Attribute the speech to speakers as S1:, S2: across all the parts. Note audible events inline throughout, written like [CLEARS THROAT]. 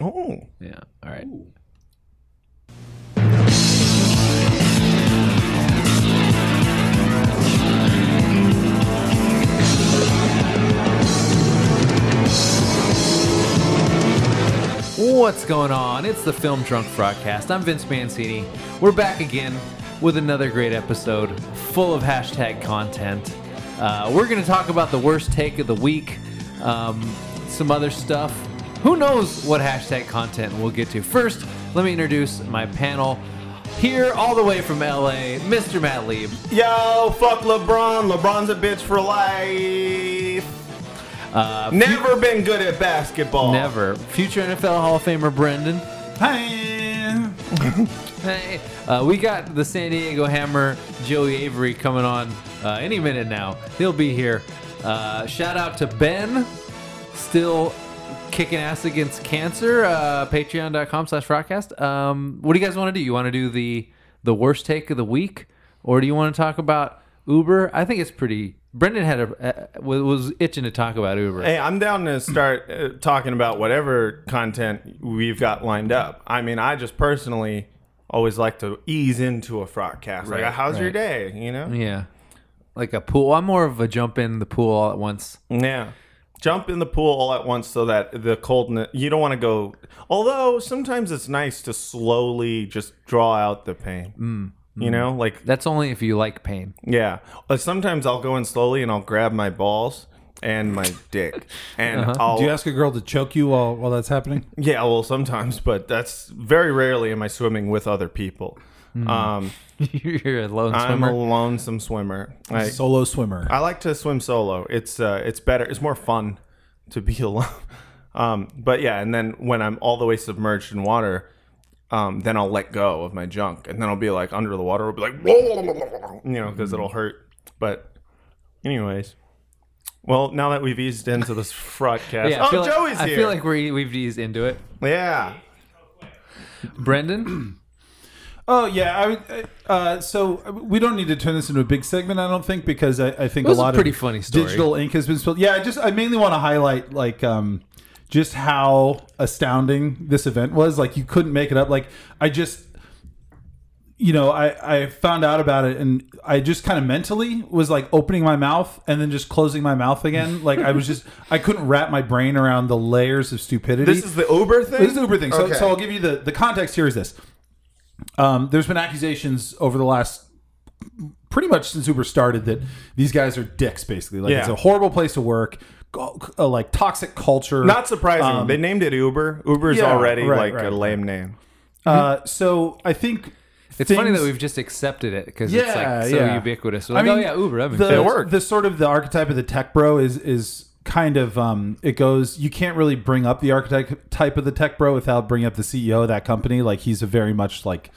S1: Oh,
S2: Yeah. All right. What's going on? It's the Film Drunk Broadcast. I'm Vince Mancini. We're back again with another great episode full of hashtag content. Uh, we're going to talk about the worst take of the week, um, some other stuff. Who knows what hashtag content we'll get to? First, let me introduce my panel. Here, all the way from LA, Mr. Matt Lieb.
S1: yo, fuck LeBron. LeBron's a bitch for life. Never been good at basketball.
S2: Uh, Never. Future NFL Hall of Famer Brendan.
S3: Hi.
S2: Hey, uh, we got the San Diego Hammer, Joey Avery coming on uh, any minute now. He'll be here. Uh, shout out to Ben, still kicking ass against cancer. Uh, Patreon.com slash broadcast. Um, what do you guys want to do? You want to do the the worst take of the week, or do you want to talk about Uber? I think it's pretty. Brendan had a uh, was- was itching to talk about Uber.
S1: Hey, I'm down to start uh, talking about whatever content we've got lined up. I mean, I just personally always like to ease into a broadcast.
S2: Right,
S1: like, how's your
S2: right.
S1: day? You know?
S2: Yeah, like a pool. I'm more of a jump in the pool all at once.
S1: Yeah. Jump in the pool all at once so that the coldness, you don't want to go. Although sometimes it's nice to slowly just draw out the pain.
S2: Mm,
S1: You know, like
S2: That's only if you like pain.
S1: Yeah. Uh, sometimes I'll go in slowly and I'll grab my balls and my
S3: [LAUGHS]
S1: dick. And I'll
S3: Uh-huh. Do you ask a girl to choke you while while that's happening?
S1: Yeah, well sometimes, but that's very rarely am I swimming with other people. Um
S2: [LAUGHS] You're a lone
S1: I'm
S2: swimmer.
S1: a lonesome swimmer. I,
S3: Solo swimmer.
S1: I like to swim solo. It's uh it's better it's more fun to be [LAUGHS] alone. Um but yeah, and then when I'm all the way submerged in water, um, then I'll let go of my junk, and then I'll be like under the water. I'll be like, [LAUGHS] you know, because it'll hurt. But, anyways, well, now that we've eased into this broadcast,
S2: Yeah, I feel
S1: oh,
S2: like,
S1: Joey's
S2: I
S1: here.
S2: feel like we we've eased into it.
S1: yeah,
S2: [CLEARS THROAT] Brendan,
S3: Oh yeah. I, would- uh, so we don't need to turn this into a big segment. I don't think because I, I think
S2: It was
S3: a
S2: a
S3: lot
S2: pretty
S3: of
S2: funny story.
S3: digital ink has been spilled. Yeah. I just I mainly want to highlight like um, just how astounding this event was. Like you couldn't make it up. Like I just you know, I, I found out about it and I just kind of mentally was like opening my mouth and then just closing my mouth again. Like I was just, I couldn't wrap my brain around the layers of stupidity.
S1: this is the Uber thing.
S3: This is the Uber thing. So,
S1: Okay.
S3: so I'll give you the, the context here is this. Um, there's been accusations over the last pretty much since Uber started that these guys are dicks basically. Like
S1: Yeah.
S3: it's a horrible place to work, go- uh, like toxic culture. Um,
S1: not surprising. they named it Uber. Uber's
S3: yeah,
S1: already
S3: right,
S1: like a
S3: right.
S1: lame name.
S3: uh, so I think
S2: it's funny that we've just accepted it because it's
S3: Yeah,
S2: like so
S3: yeah.
S2: ubiquitous. We're like, oh yeah, Uber. I've been
S3: the,
S2: doing [LAUGHS] it."
S1: worked.
S3: The sort of the archetype of the tech bro is is kind of um, it goes. You can't really bring up the archetype type of the tech bro without bringing up the CEO of that company. Like he's a very much like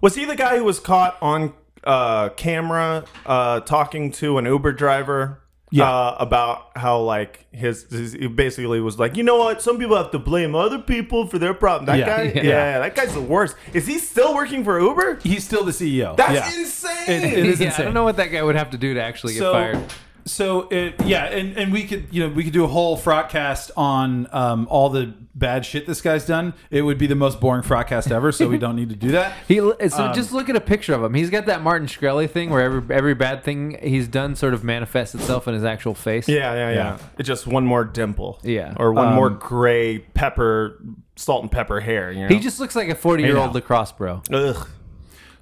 S1: Was he the guy who was caught on uh, camera uh, talking to an Uber driver?
S3: Yeah.
S1: Uh, about how like his, his he basically was like, you know what? Some people have to blame other people for their problem. That
S3: Yeah.
S1: guy,
S3: Yeah.
S1: yeah. that guy's the worst. Is he still working for Uber?
S3: he's still the E CEO.
S1: That's
S3: Yeah.
S1: insane.
S3: It- it is
S2: yeah, I
S3: insane.
S2: don't know what that guy would have to do to actually get fired.
S3: So it, yeah, and, and we could you know we could do a whole frotcast on um, all the bad shit this guy's done. It would be the most boring frotcast ever, so we don't need to do
S1: [LAUGHS]
S3: that.
S2: He so just look at a picture of him. He's got that Martin Shkreli thing where every every bad thing he's done sort of manifests itself in his actual face.
S1: yeah, yeah, yeah, It's just one more dimple.
S2: Yeah.
S1: Or one more gray pepper, salt and pepper hair. You know.
S2: He just looks like a forty year old
S3: Yeah.
S2: lacrosse bro.
S1: Ugh.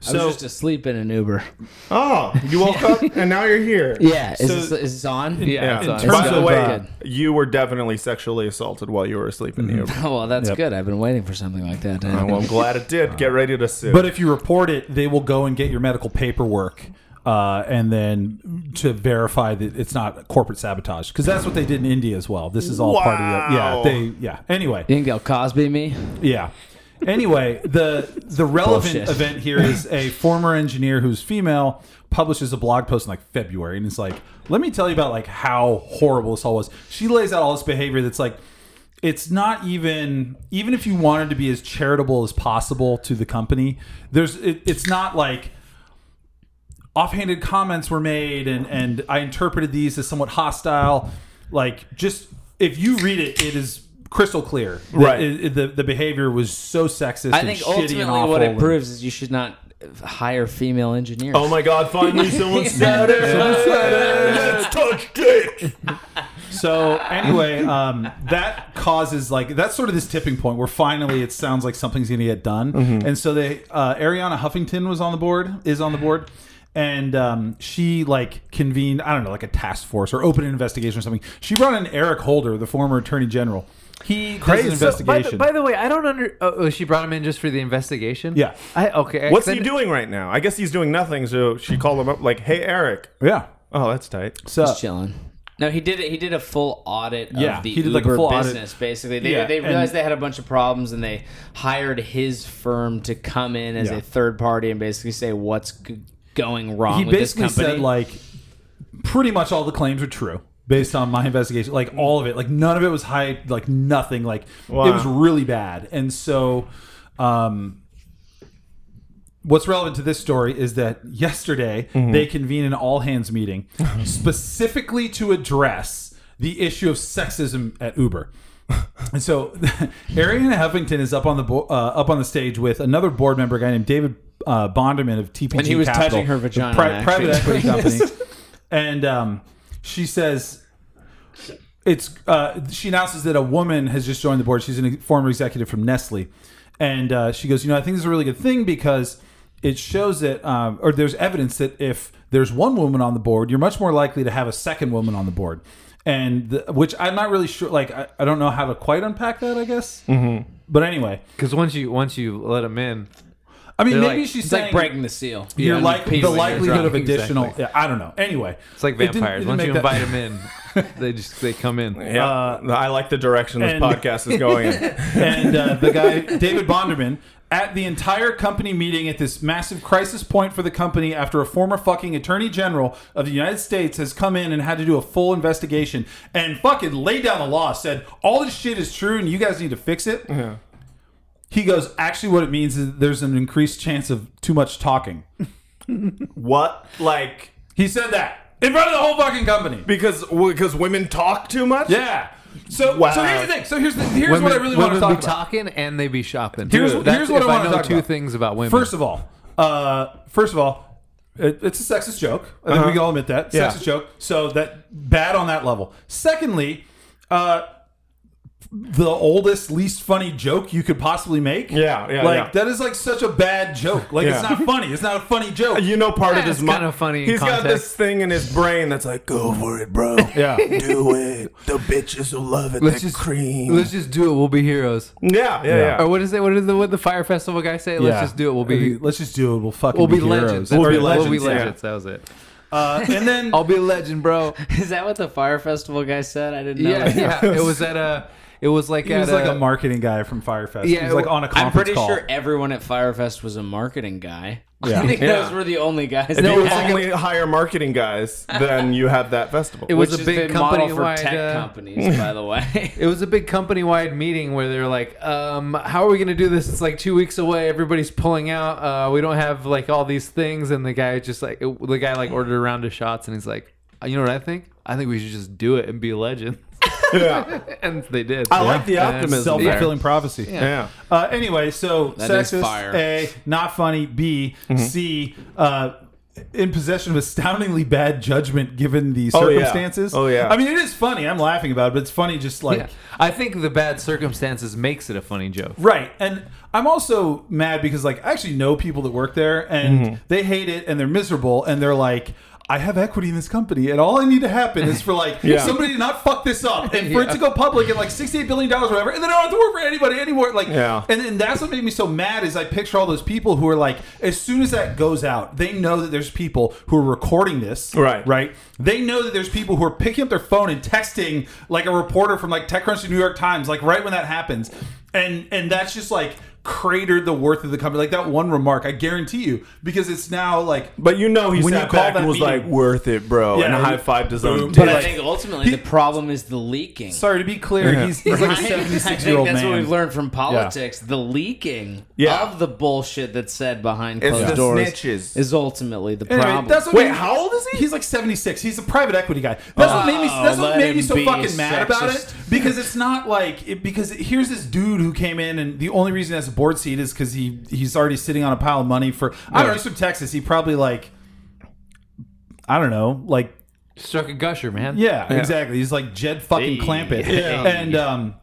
S4: I was just asleep in an Uber.
S1: Oh, you woke up and now you're here.
S4: Yeah, is,
S3: So-
S4: this, is this on?
S2: Yeah,
S1: Yeah.
S2: it's
S3: in
S2: on-
S3: terms
S1: By the
S3: of,
S1: way,
S3: uh,
S1: you were definitely sexually assaulted while you were asleep
S3: Mm.
S1: in the Uber.
S4: Oh, well, that's good. I've been waiting for something like that. To
S1: [LAUGHS]
S4: happen.
S1: Well, I'm glad it did. Get ready to sue.
S3: But if you report it, they will go and get your medical paperwork. Uh, and then to verify that it's not corporate sabotage, because that's what they did in India as well. This is all part of the, yeah,
S1: Wow.
S3: they, yeah. Anyway,
S4: you think they'll Cosby me?
S3: Yeah. Anyway, the the relevant
S4: Bullshit.
S3: event here is a former engineer who's female publishes a blog post in like February and it's like, let me tell you about like how horrible this all was. She lays out all this behavior that's like it's not even even if you wanted to be as charitable as possible to the company, there's it, it's not like offhanded comments were made and and I interpreted these as somewhat hostile. Like just if you read it, it is crystal clear. that
S1: Right.
S3: it- it- the the behavior was so sexist.
S4: I
S3: and
S4: think
S3: shitty and
S4: ultimately
S3: awful
S4: what it
S3: and-
S4: proves is you should not hire female engineers.
S1: Oh my God!
S3: [LAUGHS]
S1: Finally, someone said it. Let's touch dicks.
S3: So anyway, um, that causes like that's sort of this tipping point where finally it sounds like something's going to get done,
S2: Mm-hmm.
S3: and so they uh, Ariana Huffington was on the board, is on the board, and um, she like convened I don't know like a task force or opened an investigation or something. She brought in Eric Holder, the former Attorney General. He crazy
S2: So, by, the,
S3: investigation.
S2: by the way, I don't under. Oh, oh, she brought him in just for the investigation.
S3: Yeah.
S2: I okay.
S1: What's
S2: I-
S1: he doing right now? I guess he's doing nothing. So she called him up, like, "Hey, Eric."
S3: yeah.
S1: Oh, that's tight.
S3: So
S4: Just chilling. No, he did it. He did a full audit of
S3: Yeah,
S4: the
S3: he did, like, a
S4: Uber
S3: full audit.
S4: business. Basically, they,
S3: Yeah,
S4: they
S3: and-
S4: realized they had a bunch of problems, and they hired his firm to come in as
S3: Yeah.
S4: a third party and basically say what's g- going wrong.
S3: he
S4: with this
S3: basically
S4: company.
S3: said like pretty much all the claims are true based on my investigation like all of it like none of it was hyped like nothing like
S1: Wow.
S3: it was really bad and so um what's relevant to this story is that yesterday they convened an all hands meeting specifically to address the issue of sexism at uber and so, [LAUGHS] Ariana Huffington is up on the bo- uh, up on the stage with another board member, a guy named David uh, Bonderman of TPG.
S4: And he was
S3: Capital,
S4: touching her
S3: the
S4: vagina, actually.
S3: private equity
S4: [LAUGHS]
S3: company. And um, she says, "It's." Uh, she announces that a woman has just joined the board. She's a former executive from Nestle, and uh, she goes, "You know, I think this is a really good thing because." It shows that, um, or there's evidence that if there's one woman on the board, you're much more likely to have a second woman on the board, and the, which I'm not really sure. Like, I, I don't know how to quite unpack that. I guess, mm-hmm. but anyway,
S2: Because once you once you let him in,
S3: I mean,
S2: They're
S3: maybe
S2: like-
S3: she's
S4: it's
S3: saying
S4: like breaking the seal.
S3: you're
S4: Yeah.
S3: like
S4: Pee
S3: the
S4: when you're
S3: likelihood
S4: drunk.
S3: of additional.
S2: Exactly.
S3: Yeah, I don't know. Anyway,
S2: it's like vampires. once you invite him [LAUGHS] in, they just they come in.
S1: Yeah, I like the direction this
S3: Uh, and-
S1: podcast is going.
S3: [LAUGHS]
S1: in.
S3: and uh, the guy David Bonderman at the entire company meeting at this massive crisis point for the company after a former fucking attorney general of the United States has come in and had to do a full investigation and fucking laid down the law said all this shit is true and you guys need to fix it. He goes, actually, what it means is there's an increased chance of too much talking.
S1: What? Like
S3: He said that in front of the whole fucking company.
S1: because because women talk too much.
S3: Yeah. So,
S1: Wow.
S3: so here's the thing. So here's the here's what I really
S2: women
S3: want to talk
S2: be
S3: about.
S2: talking and they be shopping.
S3: Here's-
S2: Dude, that's-
S3: here's what
S2: if
S3: I wanna
S2: know
S3: talk
S2: two
S3: about.
S2: things about women.
S3: First of all, uh, first of all, it, it's a sexist joke. I think we can all admit that
S1: Uh-huh. Yeah.
S3: sexist joke. So that bad on that level. Secondly, uh, the oldest, least funny joke you could possibly make.
S1: Yeah, yeah,
S3: Like
S1: yeah.
S3: that is like such a bad joke. Like it's
S1: Yeah.
S3: not funny. It's not a funny joke.
S1: You know, part of
S2: Yeah,
S1: his
S2: it's
S1: mind.
S2: kinda funny in
S1: He's got
S2: context.
S1: this thing in his brain that's like, "Go for it, bro.
S3: Yeah.
S1: do it. The bitches will love it.
S2: let's
S1: that
S2: just
S1: cream.
S2: let's just do it. We'll be heroes.
S1: yeah, yeah, yeah.
S2: Or what is it? What is the what the fire festival guy say? Let's just do it. We'll be
S3: Let's just do it. We'll fucking.
S2: we'll be
S3: heroes.
S2: legends.
S1: We'll be
S2: That's right. We'll
S1: legends,
S2: be
S1: yeah.
S2: legends. That was it.
S3: Uh, and then
S2: I'll be a legend, [LAUGHS] bro.
S4: [LAUGHS] Is that what the fire festival guy said? I didn't know.
S2: Yeah,
S4: that.
S2: yeah. It was at a. It was like
S3: he
S2: at uh,
S3: was like a marketing guy from Firefest.
S2: Yeah,
S3: he was like on a
S4: I'm
S3: conference
S4: pretty
S3: call.
S4: sure everyone at Firefest was a marketing guy. [LAUGHS]
S3: Yeah.
S4: I think
S1: Yeah.
S4: those were the only guys.
S1: If
S4: that
S1: you
S3: [LAUGHS]
S4: were-
S1: only hire marketing guys, then you have that festival.
S2: It was
S4: which
S2: a
S4: has
S2: big
S4: been model for
S2: company-wide,
S4: tech
S2: uh,
S4: companies, by the
S3: [LAUGHS]
S4: way.
S2: It was a big company wide meeting where they're like, um, how are we going to do this? It's like two weeks away. Everybody's pulling out. Uh, we don't have like all these things. And the guy just like, the guy like ordered a round of shots and he's like, "Uh, you know what I think? I think we should just do it and be a legend.
S1: yeah.
S2: [LAUGHS] and they did.
S1: I like the optimism
S3: Self
S1: there.
S3: fulfilling prophecy.
S1: yeah.
S3: Uh, anyway, so
S4: That is
S3: sexist.
S4: fire.
S3: A not funny. B
S1: Mm-hmm.
S3: C uh, in possession of astoundingly bad judgment given the
S1: Oh, yeah.
S3: circumstances.
S1: Oh, yeah.
S3: I mean, it is funny. I'm laughing about it, but it's funny just like
S2: Yeah. I think the bad circumstances makes it a funny joke.
S3: right. And I'm also mad because like I actually know people that work there and
S1: Mm-hmm.
S3: they hate it and they're miserable and they're like. I have equity in this company, and all I need to happen is for like
S1: [LAUGHS] Yeah.
S3: somebody to not fuck this up, and for it to go public at like sixty-eight billion dollars, or whatever, and then I don't have to work for anybody anymore. Like,
S1: Yeah.
S3: and and that's what made me so mad is I picture all those people who are like, as soon as that goes out, they know that there's people who are recording this,
S1: Right.
S3: Right. They know that there's people who are picking up their phone and texting like a reporter from like TechCrunch, the New York Times, like right when that happens, and and that's just like cratered the worth of the company. Like that one remark, I guarantee you, because it's now like
S1: But you know he
S3: When
S1: sat
S3: you call
S1: back
S3: that
S1: and was
S3: meeting-
S1: like, "Worth it, bro,"
S3: Yeah,
S1: and a
S3: it-
S1: high five to
S3: boom.
S1: zone.
S3: But
S4: But
S1: Dude,
S4: I
S3: like-
S4: think ultimately the problem is the leaking.
S3: sorry to be clear, he's, he's
S4: [LAUGHS]
S3: like
S4: I
S3: a seventy
S4: think
S3: six year old
S4: That's what we've
S3: man.
S4: learned from politics. The leaking
S1: Yeah.
S4: of the bullshit that's said behind
S1: It's
S4: closed
S1: the
S4: doors
S1: snitches.
S4: is ultimately the
S3: Anyway,
S4: problem.
S3: that's what
S1: Wait,
S3: made-
S1: how old is he?
S3: He's like 76. He's a private equity guy. That's what made me. That's what
S4: Oh, let
S3: made me
S4: him
S3: so
S4: be
S3: fucking mad about it
S4: sexist.
S3: because it's not like it, because here's this dude who came in and the only reason he has a board seat is because he he's already sitting on a pile of money for. I don't know. He's from Texas. He probably like I don't know like
S2: Struck a gusher, man.
S3: yeah, exactly. He's like Jed fucking
S4: Hey.
S3: Clampett. And um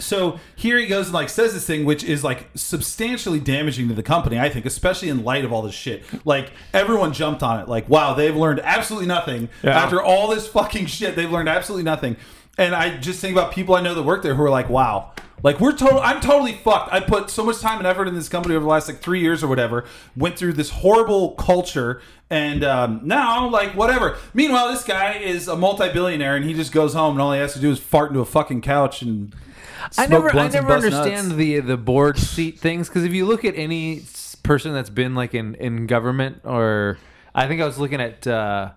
S3: so here he goes and like says this thing which is like substantially damaging to the company, I think, especially in light of all this shit. Like everyone jumped on it. Like, wow, they've learned absolutely nothing after all this fucking shit. They've learned absolutely nothing. And I just think about people I know that work there who are like, wow. Like we're total I'm totally fucked. I put so much time and effort in this company over the last like three years or whatever. Went through this horrible culture, and um, now like whatever. Meanwhile, this guy is a multi-billionaire, and he just goes home, and all he has to do is fart into a fucking couch and
S2: I
S3: smoke
S2: never, I
S3: blunts
S2: never
S3: and bust
S2: understand
S3: nuts.
S2: the the board seat things because if you look at any s- person that's been like in in government or I think I was looking at. Uh,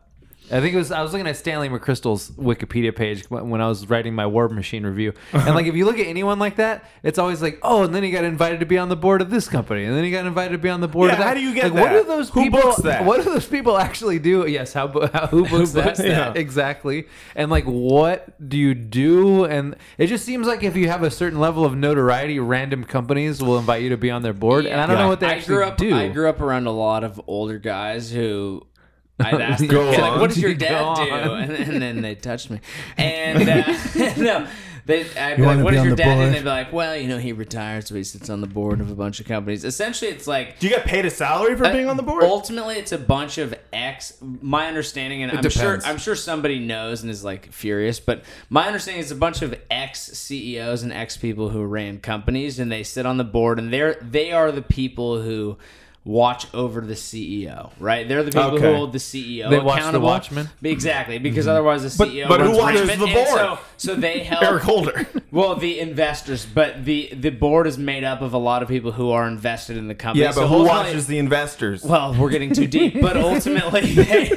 S2: I think it was I was looking at Stanley McChrystal's Wikipedia page when when I was writing my War Machine review, and like if you look at anyone like that, it's always like, oh, and then he got invited to be on the board of this company, and then he got invited to be on the board.
S1: Yeah,
S2: of that.
S1: how do you get
S2: like, What
S1: that?
S2: do those
S1: Who
S2: people?
S1: books that?
S2: What do [LAUGHS] those people actually do? Yes, how, bo- how who
S4: [LAUGHS]
S2: books that?
S4: books that?
S2: Yeah. [LAUGHS] exactly and like what do you do and it just seems like if you have a certain level of notoriety random companies will invite you to be on their board and i don't know what they actually
S4: I grew up,
S2: do
S4: I grew up around a lot of older guys who
S2: [LAUGHS]
S4: I'd ask them,
S2: Go
S4: like,
S2: on.
S4: "What does your
S2: Go
S4: dad do?"
S2: on.
S4: And, and then they
S2: [LAUGHS]
S4: touched me, and uh, [LAUGHS] no. They, I'd be
S3: You
S4: like,
S3: wanna
S4: "What
S3: be
S4: does
S3: on
S4: your
S3: the
S4: dad?" do?
S3: board?
S4: And they'd be like, "Well, you know, he retired, so he sits on the board of a bunch of companies." Essentially, it's like
S1: do you get paid a salary
S4: Uh,
S1: for [LAUGHS] being on the board?
S4: Ultimately, it's a bunch of ex. My understanding, and I'm
S3: depends.
S4: sure I'm sure somebody knows and is like furious, but my understanding is a bunch of ex CEOs and ex people who ran companies, and they sit on the board, and they're they are the people who watch over the CEO, right? They're the people
S1: Okay.
S4: who hold the CEO
S2: They watch the
S4: accountable.
S2: watchman.
S4: exactly, because otherwise the CEO.
S1: Mm-hmm. but who
S4: runs
S1: watches
S4: rampant,
S1: the
S4: and
S1: board?
S4: So,
S1: [LAUGHS]
S4: so they help
S1: Eric Holder.
S4: well, the investors, but the the board is made up of a lot of people who are invested in the company.
S1: Yeah, but
S4: So
S1: who
S4: ultimately-
S1: watches the investors?
S4: well, we're getting too deep, [LAUGHS] but ultimately they,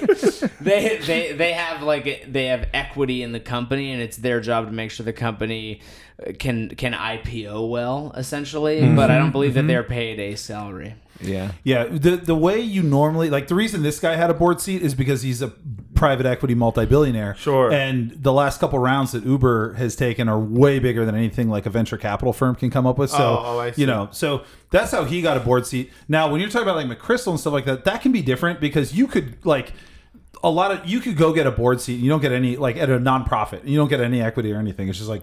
S4: they they they have like they have equity in the company, and it's their job to make sure the company uh, can can IPO well, essentially. But
S1: Mm-hmm,
S4: I don't believe that they're paid a salary.
S2: yeah
S3: Yeah, the the way you normally like the reason this guy had a board seat is because he's a private equity multi-billionaire.
S1: Sure.
S3: And the last couple rounds that Uber has taken are way bigger than anything like a venture capital firm can come up with. So
S1: Oh, oh, I see.
S3: you know, so that's how he got a board seat. Now, when you're talking about like McChrystal and stuff like that, that can be different because you could like a lot of you could go get a board seat. And you don't get any like at a nonprofit. You don't get any equity or anything. It's just like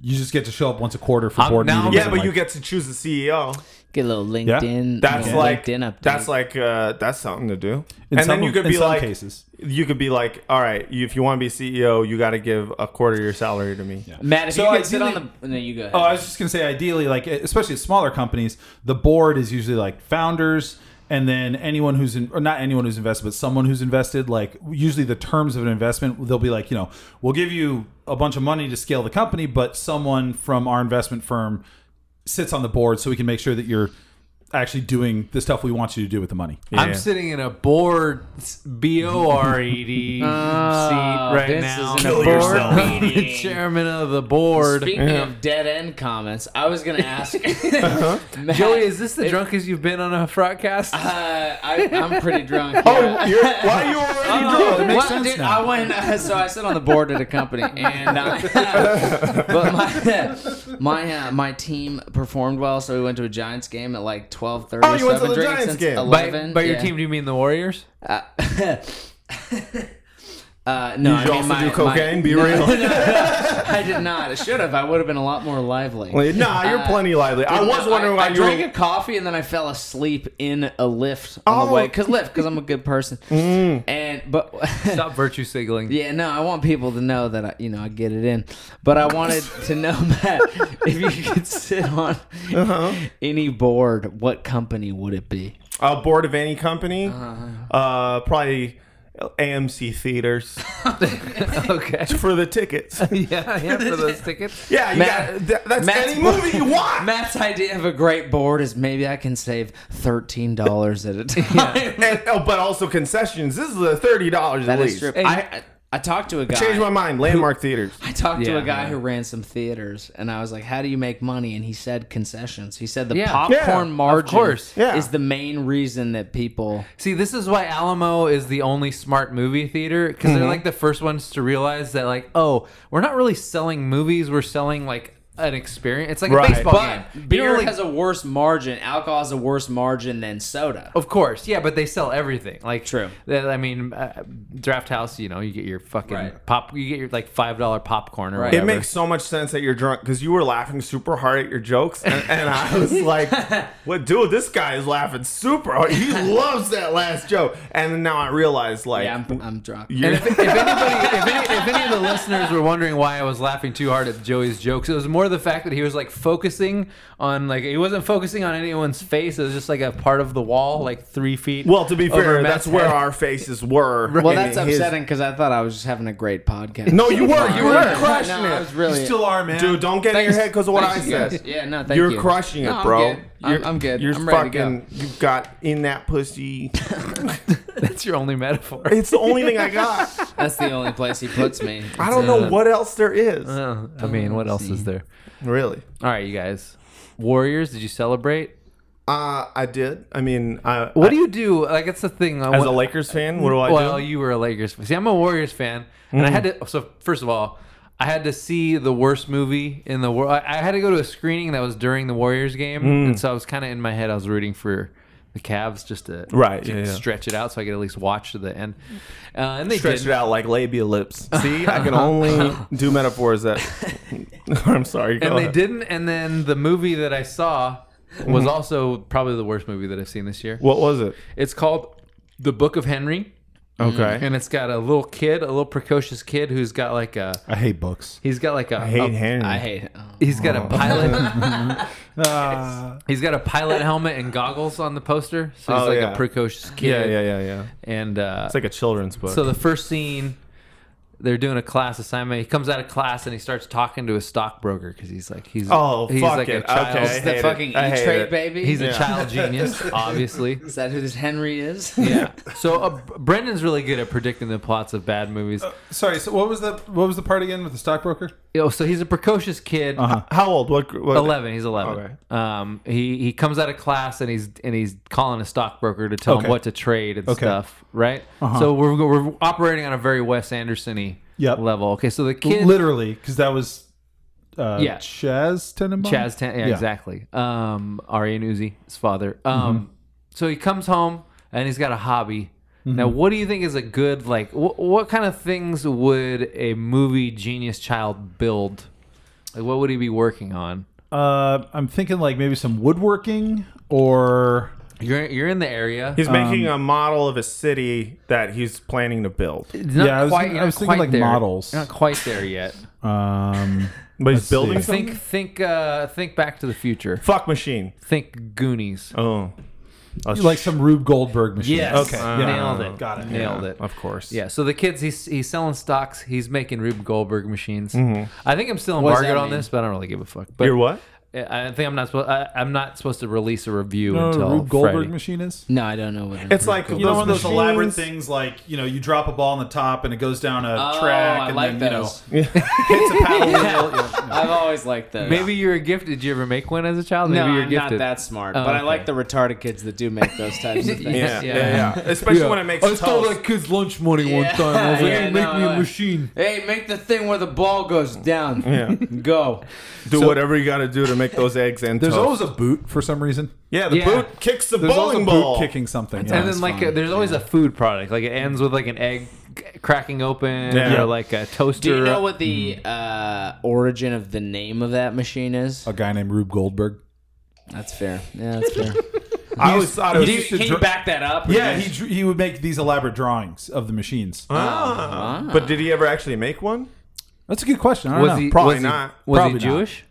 S3: you just get to show up once a quarter for
S2: Um,
S3: board
S2: now-
S3: meetings.
S1: yeah,
S3: and,
S1: but
S3: like-
S1: you get to choose E the CEO.
S4: Get a little LinkedIn.
S1: That's
S4: little
S1: like
S4: LinkedIn update.
S1: that's like uh, that's something to do.
S3: in
S1: and
S3: some,
S1: then you could
S3: in
S1: be
S3: some
S1: like,
S3: cases.
S1: you could be like, all right, you, if you want to be CEO, you got to give a quarter of your salary to me.
S4: Matt. If
S3: So
S4: you could sit
S3: ideally-
S4: on the no, you go. Ahead.
S3: Oh, I was just gonna say, ideally, like e, especially at smaller companies, the board is usually like founders, and then anyone who's in, or not anyone who's invested, but someone who's invested. Like usually, the terms of an investment, they'll be like, you know, we'll give you a bunch of money to scale the company, but someone from our investment firm sits on the board so we can make sure that you're actually doing the stuff we want you to do with the money.
S2: I'm
S1: Yeah.
S2: sitting in a board, B O R E
S4: [LAUGHS]
S2: D seat right
S4: Uh, this
S2: now.
S4: isn't a Kill board yourself.
S2: [LAUGHS] I'm the
S4: meeting.
S2: chairman of the board.
S4: Speaking of dead end comments, I
S1: [LAUGHS]
S4: was gonna ask
S1: Uh-huh.
S4: [LAUGHS] Matt,
S2: Joey, is this the drunkest you've been on a broadcast?
S4: Uh, I, I'm pretty
S1: [LAUGHS]
S4: drunk.
S1: Oh, [LAUGHS] you're, why you already
S4: Oh,
S3: It makes
S4: well,
S3: sense
S4: dude,
S3: now.
S4: I went, [LAUGHS] uh, so I sit on the board at a company, and I, [LAUGHS] but my [LAUGHS] my uh, my team performed well, so we went to a Giants game at like twelve thirty.
S1: Oh, you went to the Giants game. By-
S2: by
S4: Eleven.
S2: by your
S4: yeah.
S2: team, do you mean the
S4: [LAUGHS]
S2: Warriors?
S4: Uh, uh, no, I
S1: Did you
S4: mean
S1: also
S4: my,
S1: do cocaine?
S4: My, [LAUGHS]
S1: Be real.
S4: I did not. I should have. I would have been a lot more lively.
S1: Wait, [LAUGHS] nah, you're plenty lively. I was wondering why
S4: I,
S1: you
S4: drank
S1: were.
S4: a coffee and then I fell asleep in a lift on
S1: Oh. Mm.
S4: the way because lift because I'm a good person. And but [LAUGHS]
S2: Stop virtue signaling.
S4: yeah, no, I want people to know that I, you know I get it in. But I wanted to know [LAUGHS] Matt if you could sit on
S1: Uh-huh.
S4: any board, what company would it be? Uh-huh.
S1: a board of any company. Uh, probably AMC theaters
S2: [LAUGHS]
S1: [LAUGHS]
S2: okay.
S1: for the
S4: [LAUGHS]
S1: tickets.
S2: [LAUGHS] Yeah, yeah, for those tickets.
S1: Yeah, you
S4: Matt-
S1: got, that, that's
S4: Matt's
S1: any
S4: boy-
S1: movie
S4: [LAUGHS]
S1: you want.
S4: Matt's idea of a great board is maybe I can save thirteen dollars
S1: [LAUGHS]
S4: at a time.
S1: And- oh, but also concessions. This is the thirty dollars at
S4: That
S1: least.
S4: is true.
S2: Hey.
S4: I, I I talked to a guy.
S1: Change my mind. Landmark theaters.
S4: I talked to
S2: Yeah,
S4: a guy
S2: yeah.
S4: who ran some theaters, and I was like, "How do you make money?" And he said concessions. He said the
S2: Yeah.
S1: Yeah,
S4: popcorn
S1: of
S4: margin
S2: course.
S1: Yeah.
S4: is the main reason that people.
S2: See, this is why Alamo is the only smart movie theater because
S4: Mm-hmm.
S2: they're like the first ones to realize that, like, oh, we're not really selling movies; we're selling like an experience. It's like
S1: Right.
S2: a baseball
S4: But
S2: game. You
S4: beer
S2: know, like-
S4: has a worse margin. Alcohol has a worse margin than soda.
S1: Oh,
S2: Of course, yeah, but they sell everything. Like
S4: True.
S2: that- I mean, uh, Draft House. You know, you get your fucking
S4: Right.
S2: pop. You get your like five dollar popcorn or
S4: Right.
S1: It
S2: whatever.
S1: makes so much sense that you're drunk because you were laughing super hard at your jokes, and, and I
S4: [LAUGHS]
S1: was like, "What, dude? This guy is laughing super hard.
S4: [LAUGHS]
S1: He loves that last joke." And then now I realize, like,
S4: Yeah, I'm, I'm drunk.
S1: you're-
S2: if, if anybody, if any, if any of the listeners were wondering why I was laughing too hard at Joey's jokes, it was more the fact that he was like focusing on like he wasn't focusing on anyone's face. It was just like a part of the wall, like three feet.
S1: well, to be
S2: over
S1: fair,
S2: Matt's
S1: that's where
S2: head.
S4: [LAUGHS]
S1: our faces were.
S4: Well,
S1: in
S4: that's
S1: his-
S4: upsetting because I thought I was just having a great podcast.
S1: No, you were.
S4: [LAUGHS]
S1: You were
S4: No,
S1: crushing
S4: no, I
S1: it.
S4: was
S2: Oh,
S4: really.
S3: You still are, man.
S1: Dude, don't get in your
S4: Thanks.
S1: head because of what I
S4: Thank you guys.
S1: said.
S4: Yeah, no, thank
S1: You're
S4: you.
S1: crushing
S4: No,
S1: it,
S4: I'm
S1: bro.
S4: good. I'm-
S1: You're-
S4: I'm good.
S1: You're
S4: I'm ready to go.
S1: fucking. You got in that
S4: [LAUGHS]
S1: pussy.
S2: [LAUGHS] That's your only metaphor.
S1: It's the only thing I got.
S4: That's the only place he puts me.
S1: [LAUGHS] I don't
S4: uh,
S1: know what else there is.
S2: Oh, [LAUGHS] I mean, what else is there?
S1: Really?
S2: All right, you guys. Warriors, did you celebrate?
S1: Uh, I did. I mean, I,
S2: What do you do? Like, it's the thing. I
S1: as
S2: wa-
S1: a Lakers fan, what do I
S2: well,
S1: do? Mm.
S2: you were a Lakers fan. See, I'm a Warriors fan, and I had to. So first of all, I had to see the worst movie in the world. I I had to go to a screening that was during the Warriors game,
S1: Mm.
S2: and so I was kind of in my head. I was rooting for the Cavs just to
S1: Right,
S2: to
S1: yeah, yeah.
S2: stretch it out, so I could at least watch to the end. Uh, and they
S1: Stretch
S2: did.
S1: it out like labial lips. See, I can only do metaphors that. [LAUGHS] I'm sorry.
S2: and
S1: go
S2: they
S1: ahead.
S2: didn't. And then the movie that I saw was
S1: Mm-hmm.
S2: also probably the worst movie that I've seen this year.
S1: What was it?
S2: It's called The Book of Henry,
S1: Okay.
S2: and it's got a little kid, a little precocious kid who's got like a.
S3: I hate books.
S2: He's got like a,
S1: I hate
S2: a
S1: Henry.
S4: I hate. It. Oh.
S2: He's got a
S1: [LAUGHS]
S2: pilot.
S3: Ah.
S2: he's got a pilot helmet and goggles on the poster. So he's
S1: Oh,
S2: like
S1: yeah.
S2: a precocious kid.
S1: yeah, yeah, yeah, yeah.
S2: And uh,
S1: It's like a children's book.
S2: so the first scene, they're doing a class assignment. He comes out of class and he starts talking to a stockbroker because he's like he's
S1: Oh,
S2: he's
S1: fuck
S2: like a
S1: it.
S2: child.
S1: Okay. I
S4: It's
S1: hate
S4: the
S1: it.
S4: fucking E
S1: I hate
S4: Trade
S1: it.
S4: baby.
S2: He's a
S1: Yeah.
S2: child genius,
S1: [LAUGHS]
S2: obviously.
S4: Is that who this Henry is?
S2: Yeah. So uh, Brendan's really good at predicting the plots of bad movies.
S1: Uh,
S3: Sorry. So what was the what was the part again with the stockbroker?
S2: Yo, so he's a precocious kid.
S1: how old? What? gr- what
S2: 11 he's 11
S1: Okay.
S2: um he he comes out of class and he's and he's calling a stockbroker to tell
S3: Okay. Uh-huh.
S2: him what to trade and stuff right so we're we're operating on a very wes anderson-y
S3: Yep.
S2: level okay so the kid
S3: Literally, because that was uh,
S2: Yeah.
S3: Chaz Tenenbaum.
S2: Chaz Tan- yeah,
S3: Yeah.
S2: exactly. Um, Aryan Uzi's father. Um,
S3: Mm-hmm.
S2: so he comes home and he's got a hobby.
S3: Mm-hmm.
S2: Now, what do you think is a good like? Wh- what kind of things would a movie genius child build? Like, what would he be working on?
S3: Uh, I'm thinking like maybe some woodworking or
S2: You're you're in the area.
S1: He's making a model of a city that he's planning to build,
S2: It's not
S3: Yeah, I was
S2: quite-
S3: thinking-
S2: you're
S3: I
S2: not
S3: was thinking,
S2: quite
S3: like,
S2: there.
S3: models.
S2: You're not quite there
S4: [LAUGHS]
S2: yet.
S3: um,
S1: but he's building
S3: see.
S1: something.
S2: think think uh think Back to the Future.
S1: Fuck machine.
S2: Think Goonies.
S1: Oh, A
S3: like
S1: sh-
S3: some Rube Goldberg machine.
S2: Yes.
S3: Okay.
S2: Uh,
S3: yeah.
S2: Nailed it.
S3: Got it.
S2: Nailed it.
S1: Of course.
S2: Yeah, so the kids he's he's selling stocks, he's making Rube Goldberg machines.
S3: Mm-hmm.
S2: I think I'm still
S4: What does
S2: embargoed
S4: that
S2: on
S4: mean?
S2: this, but I don't really give a fuck. But
S1: You're what?
S2: I I think I'm not supposed I, I'm not supposed to release a review
S3: You know what a
S2: until
S3: Rube Goldberg
S2: Friday.
S3: machine is.
S4: No, I don't know what.
S1: It's like
S3: You know, one of those
S1: machines-
S3: elaborate things like you know, you drop a ball on the top and it goes down a
S4: Oh,
S3: track
S4: I
S3: and
S4: like
S3: then
S4: those.
S3: you know hits a paddle wheel. Yeah.
S4: [LAUGHS] I've always liked those.
S2: Maybe you're a gift. Did you ever make one as a child? Maybe
S4: no,
S2: you're
S4: I'm
S2: gifted.
S4: not that smart,
S2: Oh,
S4: but I
S2: okay.
S4: like the retarded kids that do make those types of [LAUGHS] things.
S1: Yeah,
S2: Yeah.
S1: yeah, yeah. [LAUGHS] [LAUGHS] Oh, Especially when it makes toast.
S2: kid's lunch money
S4: one Yeah. time. I was like, Yeah, "Hey, make no, me a I-
S2: machine."
S4: Hey, make the thing where the ball goes down.
S1: Yeah.
S4: [LAUGHS] Go.
S1: Do whatever you got to do to make those eggs and
S3: There's
S1: toast.
S3: always a boot for some reason.
S1: yeah, the
S2: Yeah.
S1: boot kicks the
S3: There's
S1: bowling
S3: always a
S1: ball.
S3: boot kicking something.
S2: And
S3: yeah.
S2: then like a, there's always a food product. Like it ends with like an egg c- cracking open
S1: Yeah.
S2: or like a
S4: Do
S2: toaster.
S4: you know what the uh, origin of the name of that machine is?
S3: a guy named Rube Goldberg.
S4: That's fair. Yeah, that's fair.
S1: I always thought it was.
S4: Do you,
S3: used to
S4: [LAUGHS] can you
S3: dr-
S4: back that up?
S3: Yeah, he dr- he would make these elaborate drawings of the machines.
S1: Ah. But did he ever actually make one?
S3: That's a good question. I don't
S2: was
S3: know.
S2: he
S1: Probably
S2: was
S1: not.
S2: He, was
S3: Probably
S2: he
S3: not.
S2: Jewish?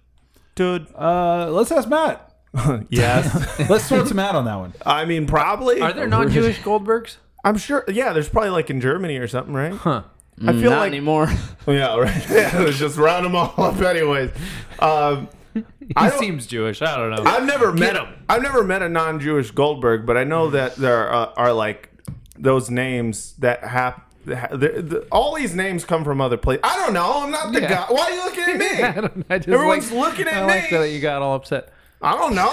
S1: Dude,
S3: uh, let's ask [LAUGHS] Matt.
S1: [LAUGHS] yes.
S3: Let's throw to Matt on that one.
S1: I mean, probably.
S2: [LAUGHS] Are there non-Jewish Goldbergs?
S1: I'm sure. Yeah, there's probably like in Germany or something, right?
S2: Huh.
S1: I feel
S4: Mm, Not
S1: like [LAUGHS]
S4: anymore.
S1: yeah, right. [LAUGHS] Yeah, let's just round them all up, anyways. Um,
S2: He
S1: don't-
S2: seems Jewish. I don't [LAUGHS] know.
S1: I've never met
S2: him. Mm.
S1: I've never met a non-Jewish Goldberg, but I know that there are, are like those names that have. The, the, all these names come from other places. I don't know. I'm not the
S2: Yeah.
S1: guy. Why are you looking at me?
S2: [LAUGHS] I don't, I just
S1: Everyone's
S2: like-
S1: looking
S2: I
S1: at
S2: like
S1: me.
S2: that you got all upset.
S1: I don't know.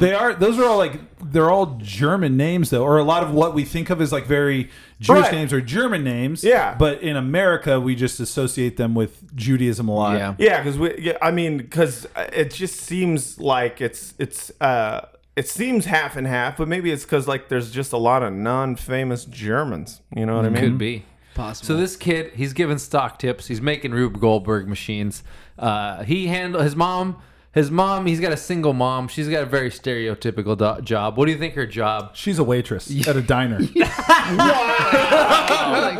S3: They are. Those are all like they're all German names though, or a lot of what we think of as like very Jewish
S1: Right.
S3: names or German names.
S1: Yeah.
S3: But in America, we just associate them with Judaism a lot.
S2: Yeah.
S1: Yeah, because we. Yeah, I mean, because it just seems like it's it's uh it seems half and half, but maybe it's because like there's just a lot of non-famous Germans. You know what I mean?
S2: Could be.
S4: Possible.
S2: Hmm. So this kid, he's giving stock tips. He's making Rube Goldberg machines. Uh, he handle his mom. His mom. He's got a single mom. She's got a very stereotypical do- job. What do you think her
S3: [LAUGHS]
S2: job?
S3: She's a waitress at a diner.
S2: like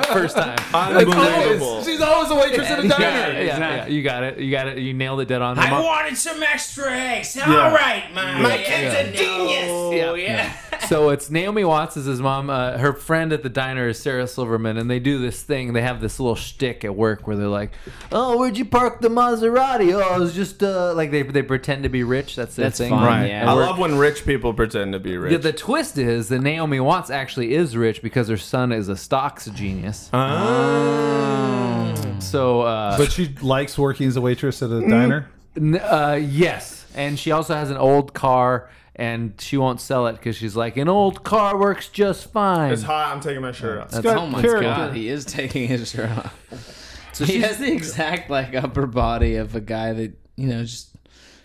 S2: first time.
S1: Unbelievable.
S3: she's always a waitress at a diner.
S2: Yeah, yeah,
S4: exactly.
S2: yeah, you got it. You got it. You nailed it dead on. The
S4: I
S2: mom-
S4: wanted some extra eggs. All right, man. My kid's a genius. Oh,
S2: Yeah. so it's Naomi Watts is his mom. Uh, her friend at the diner is Sarah Silverman, and they do this thing. They have this little shtick at work where they're like, "Oh, where'd you park the Maserati? Oh, it was just uh, like they they pretend to be rich. That's their
S4: That's
S2: thing.
S4: fun,
S2: Right.
S4: yeah.
S1: I love when rich people pretend to be rich.
S2: Yeah, the twist is that Naomi Watts actually is rich because her son is a stocks genius.
S1: Ah.
S2: So, uh,
S3: But she likes working as a waitress at a diner.
S2: n- uh, yes, and she also has an old car, and she won't sell it because she's like, an old car works just fine. [LAUGHS]
S1: It's hot. I'm taking my shirt off. [LAUGHS]
S2: That's-
S4: Oh my
S3: Character.
S4: god, he is taking his shirt off.
S2: So
S4: He
S2: she's-
S4: has the exact like upper body of a guy that you know just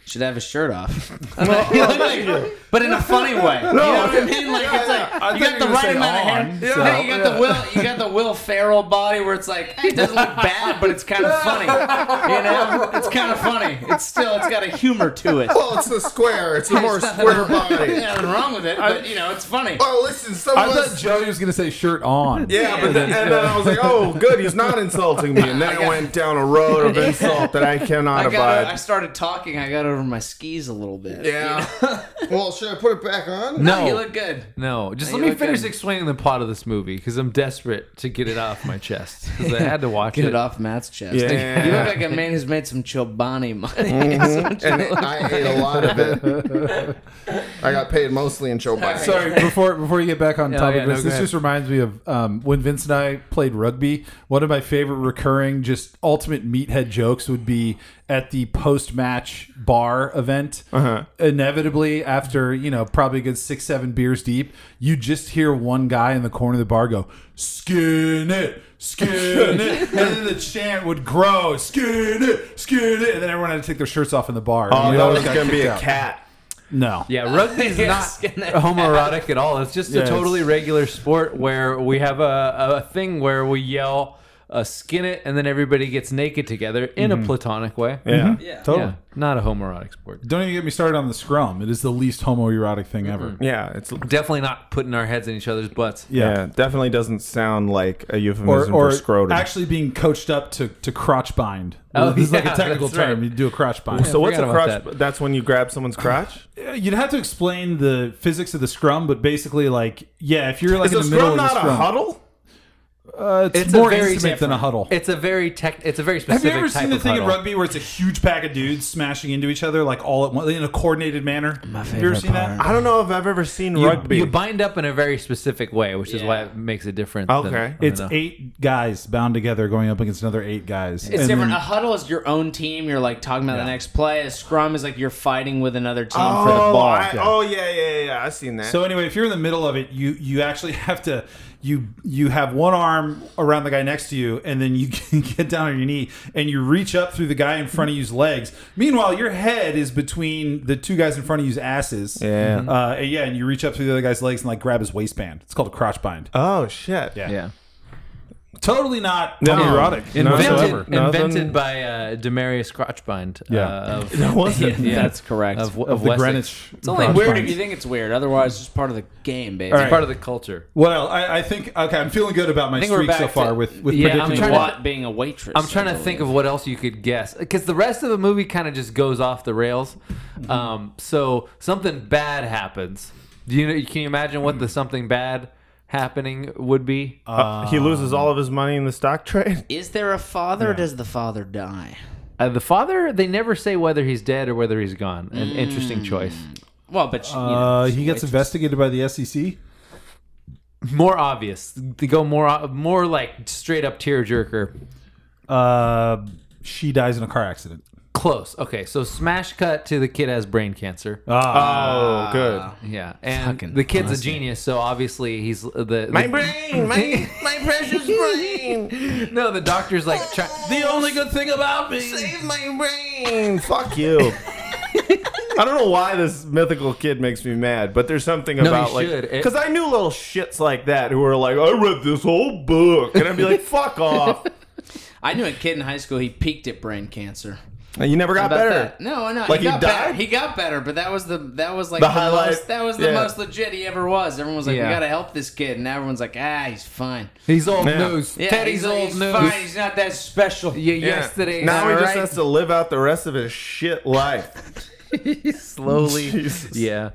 S4: should have his shirt off.
S2: Oh,
S4: He looks like- but in a funny way.
S1: [LAUGHS]
S4: you know what I mean? Like it's like
S1: I thought
S4: you got
S1: you
S4: the
S1: were
S4: right
S1: saying
S4: amount
S3: on,
S4: of hair. Hey, you got the Will you got the Will Ferrell body where it's like hey, it doesn't look bad, but it's kind of funny. You know, it's kind of funny. It's still it's got a humor to it.
S1: Well, it's the square.
S4: [LAUGHS]
S1: It's a more square body.
S4: Nothing wrong with it, but you know it's funny.
S1: Oh, listen, some
S3: I
S1: of
S3: thought
S1: us.
S3: Joey was going to say shirt on.
S1: Yeah, but then, and then I was like, oh, good, he's not insulting me. And then
S4: [LAUGHS]
S1: it went down a road of insult that I cannot
S4: I, got, I
S1: abide.
S4: started talking. I got over my skis a little bit.
S1: Yeah. well, should I put it back on?
S2: no,
S4: You look good.
S2: no. Just
S4: No,
S2: let
S4: you
S2: me
S4: look
S2: finish
S4: good.
S2: explaining the plot of this movie because I'm desperate to get it off my chest because I
S3: [LAUGHS]
S2: had to watch
S4: Get it off Matt's chest.
S1: Yeah.
S4: You look like a man who's made some Chobani [LAUGHS] money.
S1: And I ate a lot of it.
S4: [LAUGHS]
S1: I got paid mostly in show bites.
S3: Sorry, [LAUGHS] before before you get back on
S2: Yeah,
S3: topic,
S2: yeah, no,
S3: this,
S2: go
S3: this
S2: ahead.
S3: just reminds me of um, when Vince and I played rugby. One of my favorite recurring, just ultimate meathead jokes would be at the post match bar event. Inevitably, after you know probably a good six seven beers deep, you just hear one guy in the corner of the bar go, "Skin it." Skin it, and then the chant would grow. Skin it, skin it, and then everyone had to take their shirts off in the bar.
S1: Oh,
S3: And we
S1: that
S3: always
S1: was
S3: got
S1: going to be
S3: kicked
S1: a
S3: out.
S1: cat.
S3: No,
S2: Yeah, rugby's
S3: [LAUGHS]
S4: Yes.
S2: not homoerotic at all. It's just
S3: Yeah,
S2: a
S3: it's-
S2: totally regular sport where we have a, a thing where we yell, uh, skin it, and then everybody gets naked together in a platonic way.
S1: Yeah.
S4: Yeah.
S3: Mm-hmm. totally.
S2: Yeah, not a homoerotic sport.
S3: Don't even get me started on the scrum. It is the least homoerotic thing ever.
S1: Yeah, it's
S2: Definitely not putting our heads in each other's butts.
S1: yeah, it definitely doesn't sound like a
S3: Or,
S1: euphemism
S3: or
S1: for scrotum.
S3: actually being coached up to, to crotch bind.
S2: Oh,
S3: this is like
S2: yeah,
S3: a technical
S2: that's right.
S3: term. You do a crotch bind.
S1: so what's a
S2: forgot about
S1: crotch? That's when you grab someone's
S3: [SIGHS]
S1: crotch.
S3: You'd have to explain the physics of the scrum, but basically, like, yeah, if you're like
S1: Is
S3: in
S1: a
S3: the middle
S1: scrum
S3: of the
S1: not a
S3: scrum,
S1: huddle?
S3: Uh, it's,
S2: It's a
S3: more
S2: very
S3: intimate than a
S2: different-
S3: huddle.
S2: It's a very tech. It's a very
S3: Have you
S2: specific.
S3: ever
S2: type
S3: seen the
S2: of
S3: thing in
S2: huddle.
S3: rugby where it's a huge pack of dudes smashing into each other like all at once in a coordinated manner? My have you ever
S4: favorite
S3: seen that?
S1: I don't know if I've ever seen rugby.
S2: You bind up in a very specific way, which is why
S4: Yeah.
S2: it makes a difference.
S1: Okay.
S2: than- I
S3: It's
S2: don't know.
S3: eight guys bound together going up against another eight guys.
S4: It's
S3: And
S4: different.
S3: then-
S4: a huddle is your own team. You're like talking about the next play. A scrum is like you're fighting with another team
S1: oh,
S4: for the ball.
S1: I- oh yeah, yeah, yeah, yeah. I've seen that.
S3: So anyway, if you're in the middle of it, you you actually [LAUGHS] have to you you have one arm around the guy next to you, and then you [LAUGHS] can get down on your knee and you reach up through the guy in front of you's legs. Meanwhile, your head is between the two guys in front of you's asses.
S1: Yeah.
S3: uh, and yeah, and you reach up through the other guy's legs and like grab his waistband. It's called a crotch bind.
S1: oh shit.
S3: Yeah.
S2: yeah.
S3: Totally not
S1: No.
S3: homoerotic.
S1: No.
S2: Invented,
S1: whatsoever. Nothing-
S2: invented by uh, Demarius Crotchbind.
S3: Yeah.
S2: Uh,
S3: [LAUGHS]
S2: of,
S1: was it?
S2: yeah,
S4: That's correct.
S2: Of,
S3: Of
S2: of
S3: the
S2: Wessex.
S3: Greenwich.
S4: it's only
S3: crotch
S4: weird
S3: bind.
S4: if you think it's weird. Otherwise, it's just part of the game, baby.
S2: It's part of the culture.
S3: What else? I, I think okay. I'm feeling good about my
S4: think we're
S3: streak so
S4: back to-
S3: far with with
S2: Yeah, I'm
S4: I
S3: predicting
S4: mean,
S2: trying to-
S4: Watt being a waitress.
S2: I'm trying to think of what else you could guess because the rest of the movie kind of just goes off the rails.
S3: Mm-hmm.
S2: Um, so something bad happens. Do you know? Can you imagine what the something bad happening would be?
S1: Uh, he loses all of his money in the stock trade.
S4: Is there a father? or Does the father die?
S2: Uh, the father, they never say whether he's dead or whether he's gone. An
S3: Mm.
S2: interesting choice.
S4: Well, but you know,
S3: Uh,
S4: it's
S3: he
S4: a
S3: gets
S4: waitress.
S3: investigated by the E SEC.
S2: More obvious. They go more, more like straight up tearjerker.
S3: Uh, she dies in a car accident.
S2: Close. Okay, so smash cut to the kid has brain cancer.
S3: Ah,
S1: Oh, good.
S2: Yeah, and
S4: Fucking
S2: the kid's a
S4: classic.
S2: genius, so obviously he's the
S1: My
S2: [LAUGHS] the-
S1: brain, my [LAUGHS] my precious brain.
S2: No, the doctor's like try, the only good thing about me.
S1: Save my brain. Fuck you. I don't know why this mythical kid makes me mad, but there's something
S2: you
S1: about like
S2: should. It-
S1: because I knew little shits like that who were like, I read this whole book, and I'd be [LAUGHS] like, fuck off.
S4: I knew a kid in high school. He peaked at brain cancer.
S1: And you never got
S4: About
S1: better.
S4: that. No, no.
S1: Like
S4: he,
S1: he died?
S4: got Better. He got better, but that was the that was like
S1: The
S4: the,
S1: highlight?
S4: most that was the
S1: Yeah.
S4: most legit he ever was. Everyone was like,
S2: Yeah.
S4: "We gotta help this kid," and now everyone's like, "Ah, he's fine."
S2: He's old
S1: Yeah.
S2: news.
S4: Yeah,
S2: Teddy's
S4: he's,
S2: old
S4: he's
S2: news.
S4: Fine. He's not that special.
S2: Yeah,
S1: Yeah.
S2: yesterday.
S1: Now he
S2: all
S1: just
S2: right.
S1: has to live out the rest of his shit [LAUGHS] life.
S2: slowly.
S1: Jesus.
S2: Yeah.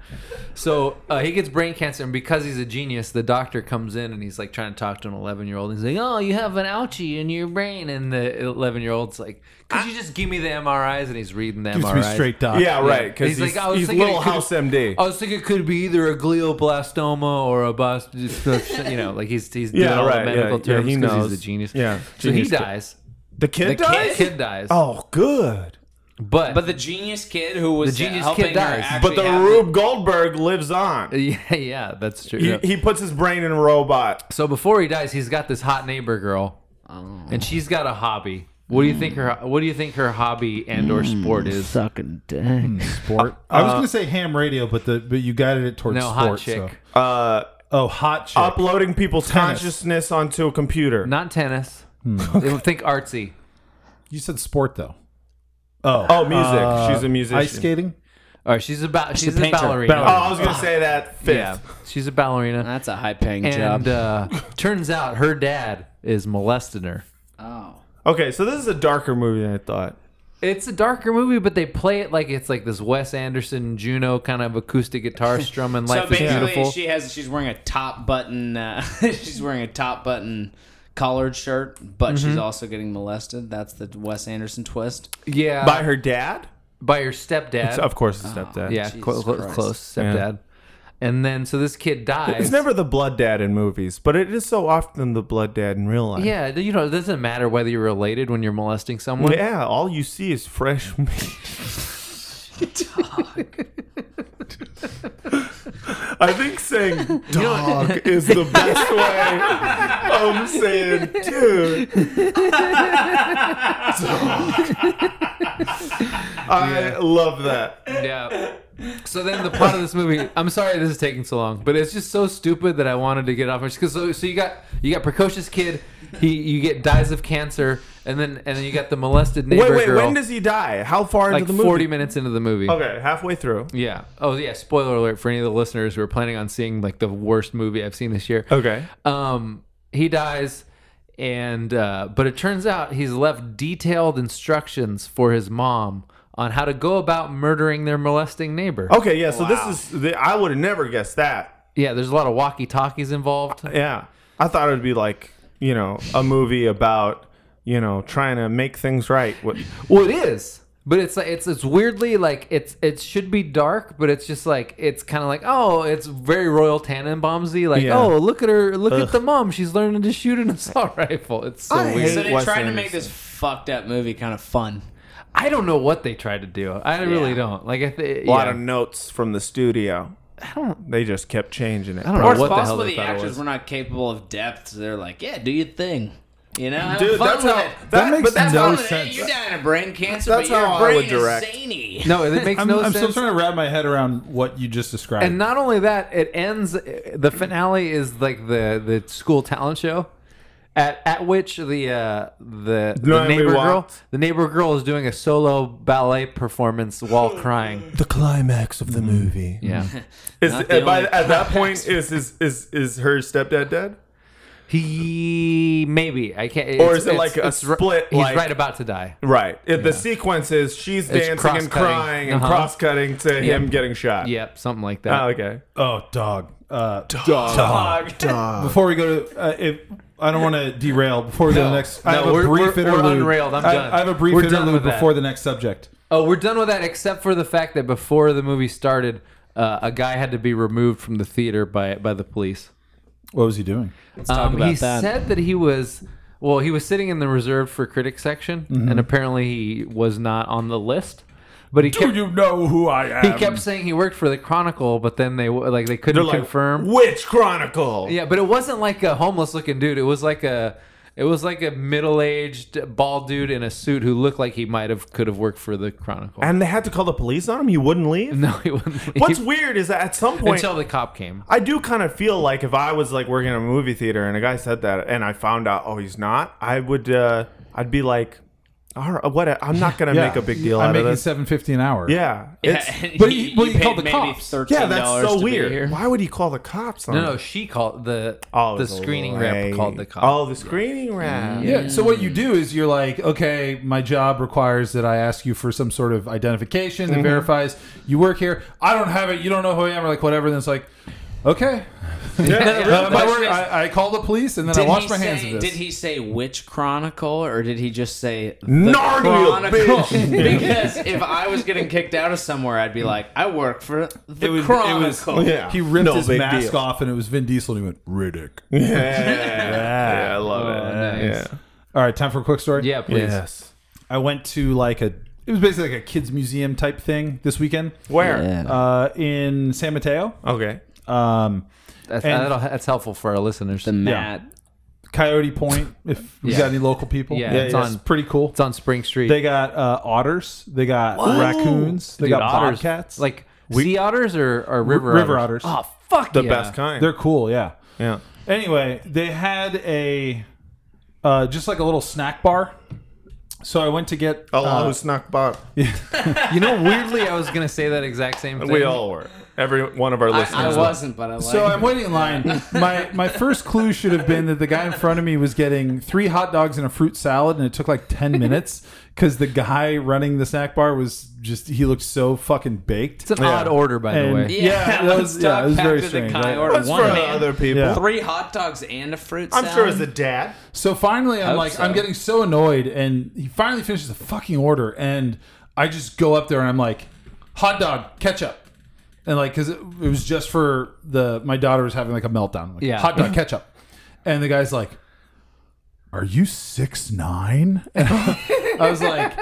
S2: So uh, he gets brain cancer, and because he's a genius, the doctor comes in and he's like trying to talk to an 11 year old. He's like, "Oh, you have an ouchie in your brain," and the 11 year old's like, "Could you just give me the MRIs?" And he's reading the
S3: gives me
S2: MRIs.
S3: straight doc.
S1: Uh, Yeah, right. Because
S2: He's
S1: he's,
S2: like,
S1: he's,
S2: I was thinking
S1: little
S2: it could've- Oh,
S1: house MD.
S2: I was thinking it could be either a glioblastoma or a bust, [LAUGHS] you know, like he's he's doing
S1: Yeah,
S2: all
S1: right,
S2: the medical
S1: yeah, yeah,
S2: terms
S1: he
S2: 'cause
S1: knows.
S2: he's a genius.
S1: Yeah,
S2: so
S1: genius
S2: he
S1: kid.
S2: dies.
S1: the kid
S2: The
S1: dies.
S2: kid, kid dies.
S1: Oh, good.
S2: but
S4: But the genius kid who was
S2: The genius
S4: uh, helping
S2: kid
S4: her
S2: dies.
S4: actually
S1: But the
S4: have
S1: Rube Goldberg lives on.
S2: [LAUGHS] yeah, yeah, that's true.
S1: He,
S2: Yeah.
S1: he puts his brain in a robot.
S2: So before he dies, he's got this hot neighbor girl, and she's got a hobby. What do you think her What do you think her hobby and or sport is?
S4: sucking
S1: Hmm.
S4: dick.
S3: sport. I was gonna say ham radio, but the but you guided it towards
S2: Uh, no
S3: sport.
S2: hot chick,
S3: so-
S1: Uh,
S3: Oh, hot chick.
S1: uploading people's
S3: Tennis.
S1: consciousness onto a computer.
S2: not tennis.
S1: Hmm.
S2: [LAUGHS] Think artsy.
S3: You said sport though. Oh,
S1: Oh, music. She's a musician.
S3: Ice skating.
S2: Or she's a ba- she's,
S4: a
S2: a,
S4: painter.
S2: ballerina.
S1: Oh, I was gonna say that fifth.
S2: yeah, she's a ballerina.
S4: That's a high paying
S2: And
S4: job.
S2: uh, turns out her dad is molesting her.
S4: oh.
S1: Okay, so this is a darker movie than I thought.
S2: It's a darker movie, but they play it like it's like this Wes Anderson Juno kind of acoustic
S4: [LAUGHS]
S2: guitar strumming.
S4: So
S2: Life is
S4: basically,
S2: beautiful.
S4: she has she's wearing a top button. Uh, [LAUGHS] she's wearing a top button collared shirt, but she's also getting molested. That's the Wes Anderson twist.
S2: yeah,
S1: By
S2: by,
S1: her dad?
S2: your stepdad.
S1: Of course, his stepdad.
S2: yeah,
S4: Jesus
S2: clo- clo-
S4: Christ.
S2: close stepdad. And then so this kid dies.
S1: It's never the blood dad in movies, but it is so often the blood dad in real life.
S2: Yeah, you know, it doesn't matter whether you're related when you're molesting someone.
S1: Yeah, all you see is fresh meat. I think saying dog is the best way of saying dude. I love that.
S2: Yeah. [LAUGHS] So then the plot of this movie, I'm sorry this is taking so long, but it's just so stupid that I wanted to get off because so, so you got you got precocious kid, he you get dies of cancer, and then and then you got the molested neighbor
S1: Wait, wait,
S2: girl.
S1: when does he die? How far
S2: like
S1: into the movie?
S2: 40 minutes into the movie.
S1: Okay, halfway through.
S2: Yeah. Oh yeah. Spoiler alert for any of the listeners who are planning on seeing like the worst movie I've seen this year.
S1: Okay.
S2: um, he dies and uh, but it turns out he's left detailed instructions for his mom on how to go about murdering their molesting neighbor
S1: Okay, yeah, so this is the, I would have never guessed that.
S2: yeah there's a lot of walkie talkies involved
S1: Yeah. I thought it would be like, you know, a movie about, you know, trying to make things right. What,
S2: well it is but it's like it's it's weirdly like it's it should be dark but it's just like it's kind of like oh it's very royal tannenbaumsy like
S1: Yeah.
S2: oh look at her look at the mom she's learning to shoot an [LAUGHS] assault rifle it's so
S1: I
S2: weird
S1: hate
S4: So they
S1: Wes
S4: tried
S1: Anderson.
S4: to make this fucked up movie kind of fun.
S2: i don't know what they tried to do i really don't like i th-
S1: a lot
S2: yeah.
S1: of notes from the studio. They just kept changing it.
S2: I don't know
S4: Or it's
S2: what the hell
S4: possible
S2: they
S4: the,
S2: thought it
S4: actors
S2: was.
S4: were not capable of depth. So they're like, yeah, do your thing. You know, have
S1: Dude,
S4: fun
S1: that's
S4: with
S1: how
S4: it.
S1: that,
S3: That makes
S1: but that's
S3: no
S1: how it-
S4: Fun with it.
S3: sense.
S4: You're dying of brain cancer,
S1: That's
S4: but your
S1: how I
S4: brain
S1: would direct.
S4: is zany.
S2: No, it makes
S3: [LAUGHS] I'm,
S2: no
S3: I'm
S2: sense.
S3: still trying to wrap my head around what you just described.
S2: and not only that, it ends. The finale is like the the school talent show, at at which the uh, the, the
S1: Blindly
S2: neighbor girl
S1: walked.
S2: the neighbor girl is doing a solo ballet performance while crying.
S1: the climax of the movie.
S2: Mm. Yeah,
S1: Is,
S4: Not the
S1: by,
S4: only
S1: at that point, is, is is is her stepdad dead?
S2: [LAUGHS] He maybe I can't.
S1: Or
S2: it's-
S1: is it like
S2: it's-
S1: a
S2: it's ri-
S1: split,
S2: He's
S1: like-
S2: right about to die.
S1: Right. If The sequence is she's dancing
S2: cross-cutting.
S1: and crying and
S2: Uh-huh.
S1: cross cutting to him getting shot.
S2: Yep, something like that.
S1: Oh, okay.
S3: Oh, dog. Uh, dog.
S1: Dog.
S3: [LAUGHS] Before we go to, uh, if I don't want to derail. Before we go to the next, I
S2: No,
S3: have a
S2: we're-
S3: brief
S2: we're- we're
S3: interlude.
S2: unrailed. I'm
S3: I-
S2: done.
S3: I, have a brief
S2: We're done
S3: interlude
S2: with that.
S3: before the next subject.
S2: Oh, we're done with that, except for the fact that before the movie started, uh, a guy had to be removed from the theater by by the police.
S3: What was he doing?
S4: talk about
S2: Um, he
S4: that.
S2: said that he was well, he was sitting in the reserved for critics section,
S4: Mm-hmm.
S2: and apparently he was not on the list. But he kept,
S3: you know who I am?
S2: he kept saying he worked for the Chronicle, but then they w- like they
S1: They're
S2: couldn't
S1: like,
S2: confirm.
S1: Witch Chronicle.
S2: yeah, but it wasn't like a homeless looking dude. It was like a it was like a middle aged bald dude in a suit who looked like he might have could have worked for the Chronicle.
S1: And they had to call the police on him. He wouldn't leave.
S2: [LAUGHS] no, he wouldn't. leave
S1: What's weird is that at some point,
S2: [LAUGHS] until the cop came.
S1: I do kind of feel like if I was like working in a movie theater and a guy said that and I found out oh he's not, I would uh I'd be like, all right, what? I'm not gonna make a big deal out
S3: I'm
S1: of
S3: making
S1: this.
S3: seven fifty an hour.
S1: yeah,
S4: [LAUGHS]
S1: it's
S3: but he- but he called the cops.
S1: yeah, that's so weird.
S4: Why?
S1: Why would he call the cops? on
S2: No, no,
S1: it?
S2: she called the
S1: Oh,
S2: the
S1: it's a
S2: screening
S1: lie.
S2: rep called the Mm, cop.
S1: Oh, the screening rep.
S3: Yeah. So what you do is you're like, okay, my job requires that I ask you for some sort of identification
S1: Mm-hmm.
S3: that verifies you work here. I don't have it. You don't know who I am, or like whatever. And it's like, okay, [LAUGHS] Uh, my work- I, I call the police and then I
S4: Did
S3: wash
S4: he
S3: my hands
S4: say-
S3: of this.
S4: Did he say which chronicle, or did he just say the
S1: Narnia,
S4: chronicle? [LAUGHS] because if I was getting kicked out of somewhere, I'd be like, I work for the
S3: was- it was-
S4: chronicle.
S1: Yeah.
S3: He ripped
S1: No
S3: his
S1: big
S3: mask
S1: deal.
S3: off, and it was Vin Diesel, and he went Riddick.
S1: [LAUGHS] Yeah, I love it.
S2: Oh, nice.
S1: Yeah.
S3: All right, time for a quick story.
S2: yeah, please.
S1: Yes.
S3: I went to like a. It was basically like a kids museum type thing this weekend
S1: Where?
S3: uh, in San Mateo.
S1: Okay.
S3: Um,
S2: That's,
S3: And-
S2: that'll- that's helpful for our listeners.
S4: The Matt.
S3: Coyote Point, if you
S2: Yeah.
S3: got any local people,
S2: Yeah, Yeah, it's yeah. on-
S3: pretty cool.
S2: it's on Spring Street.
S3: They got uh, otters. They got raccoons. They
S2: Dude,
S3: got
S2: otters,
S3: bobcats.
S2: like sea otters or, or river
S3: river
S2: otters.
S3: otters.
S2: Oh fuck,
S1: The
S2: yeah.
S1: best kind.
S3: They're uh, cool. Yeah.
S1: yeah.
S3: Anyway, they had a uh, just like a little snack bar. So I went to get.
S1: Oh,
S3: uh,
S1: who snuck Bob?
S2: You know, weirdly, I was gonna say that exact same thing.
S1: We all were. Every one of our
S4: I,
S1: listeners.
S4: I
S1: was.
S4: wasn't, but I like.
S3: so I'm waiting in line. My my first clue should have been that the guy in front of me was getting three hot dogs and a fruit salad, and it took
S2: [LAUGHS]
S3: like ten minutes because the guy running the snack bar was just he looked so fucking baked.
S2: It's an odd order, by the
S3: And-
S2: way.
S3: Yeah, that was- yeah, it was very strange, right?
S1: That's for other people.
S3: Yeah.
S4: Three hot dogs and a fruit
S1: I'm
S4: salad.
S1: sure as a dad.
S3: So finally, I'm
S4: Hope
S3: like,
S4: so.
S3: I'm getting so annoyed, and he finally finishes the fucking order, and I just go up there and I'm like, hot dog, ketchup, and like, cause it, it was just for the my daughter was having like a meltdown, like,
S2: Yeah.
S3: hot
S4: [LAUGHS]
S3: dog, ketchup, and the guy's like, are you six nine? [LAUGHS] And I was like,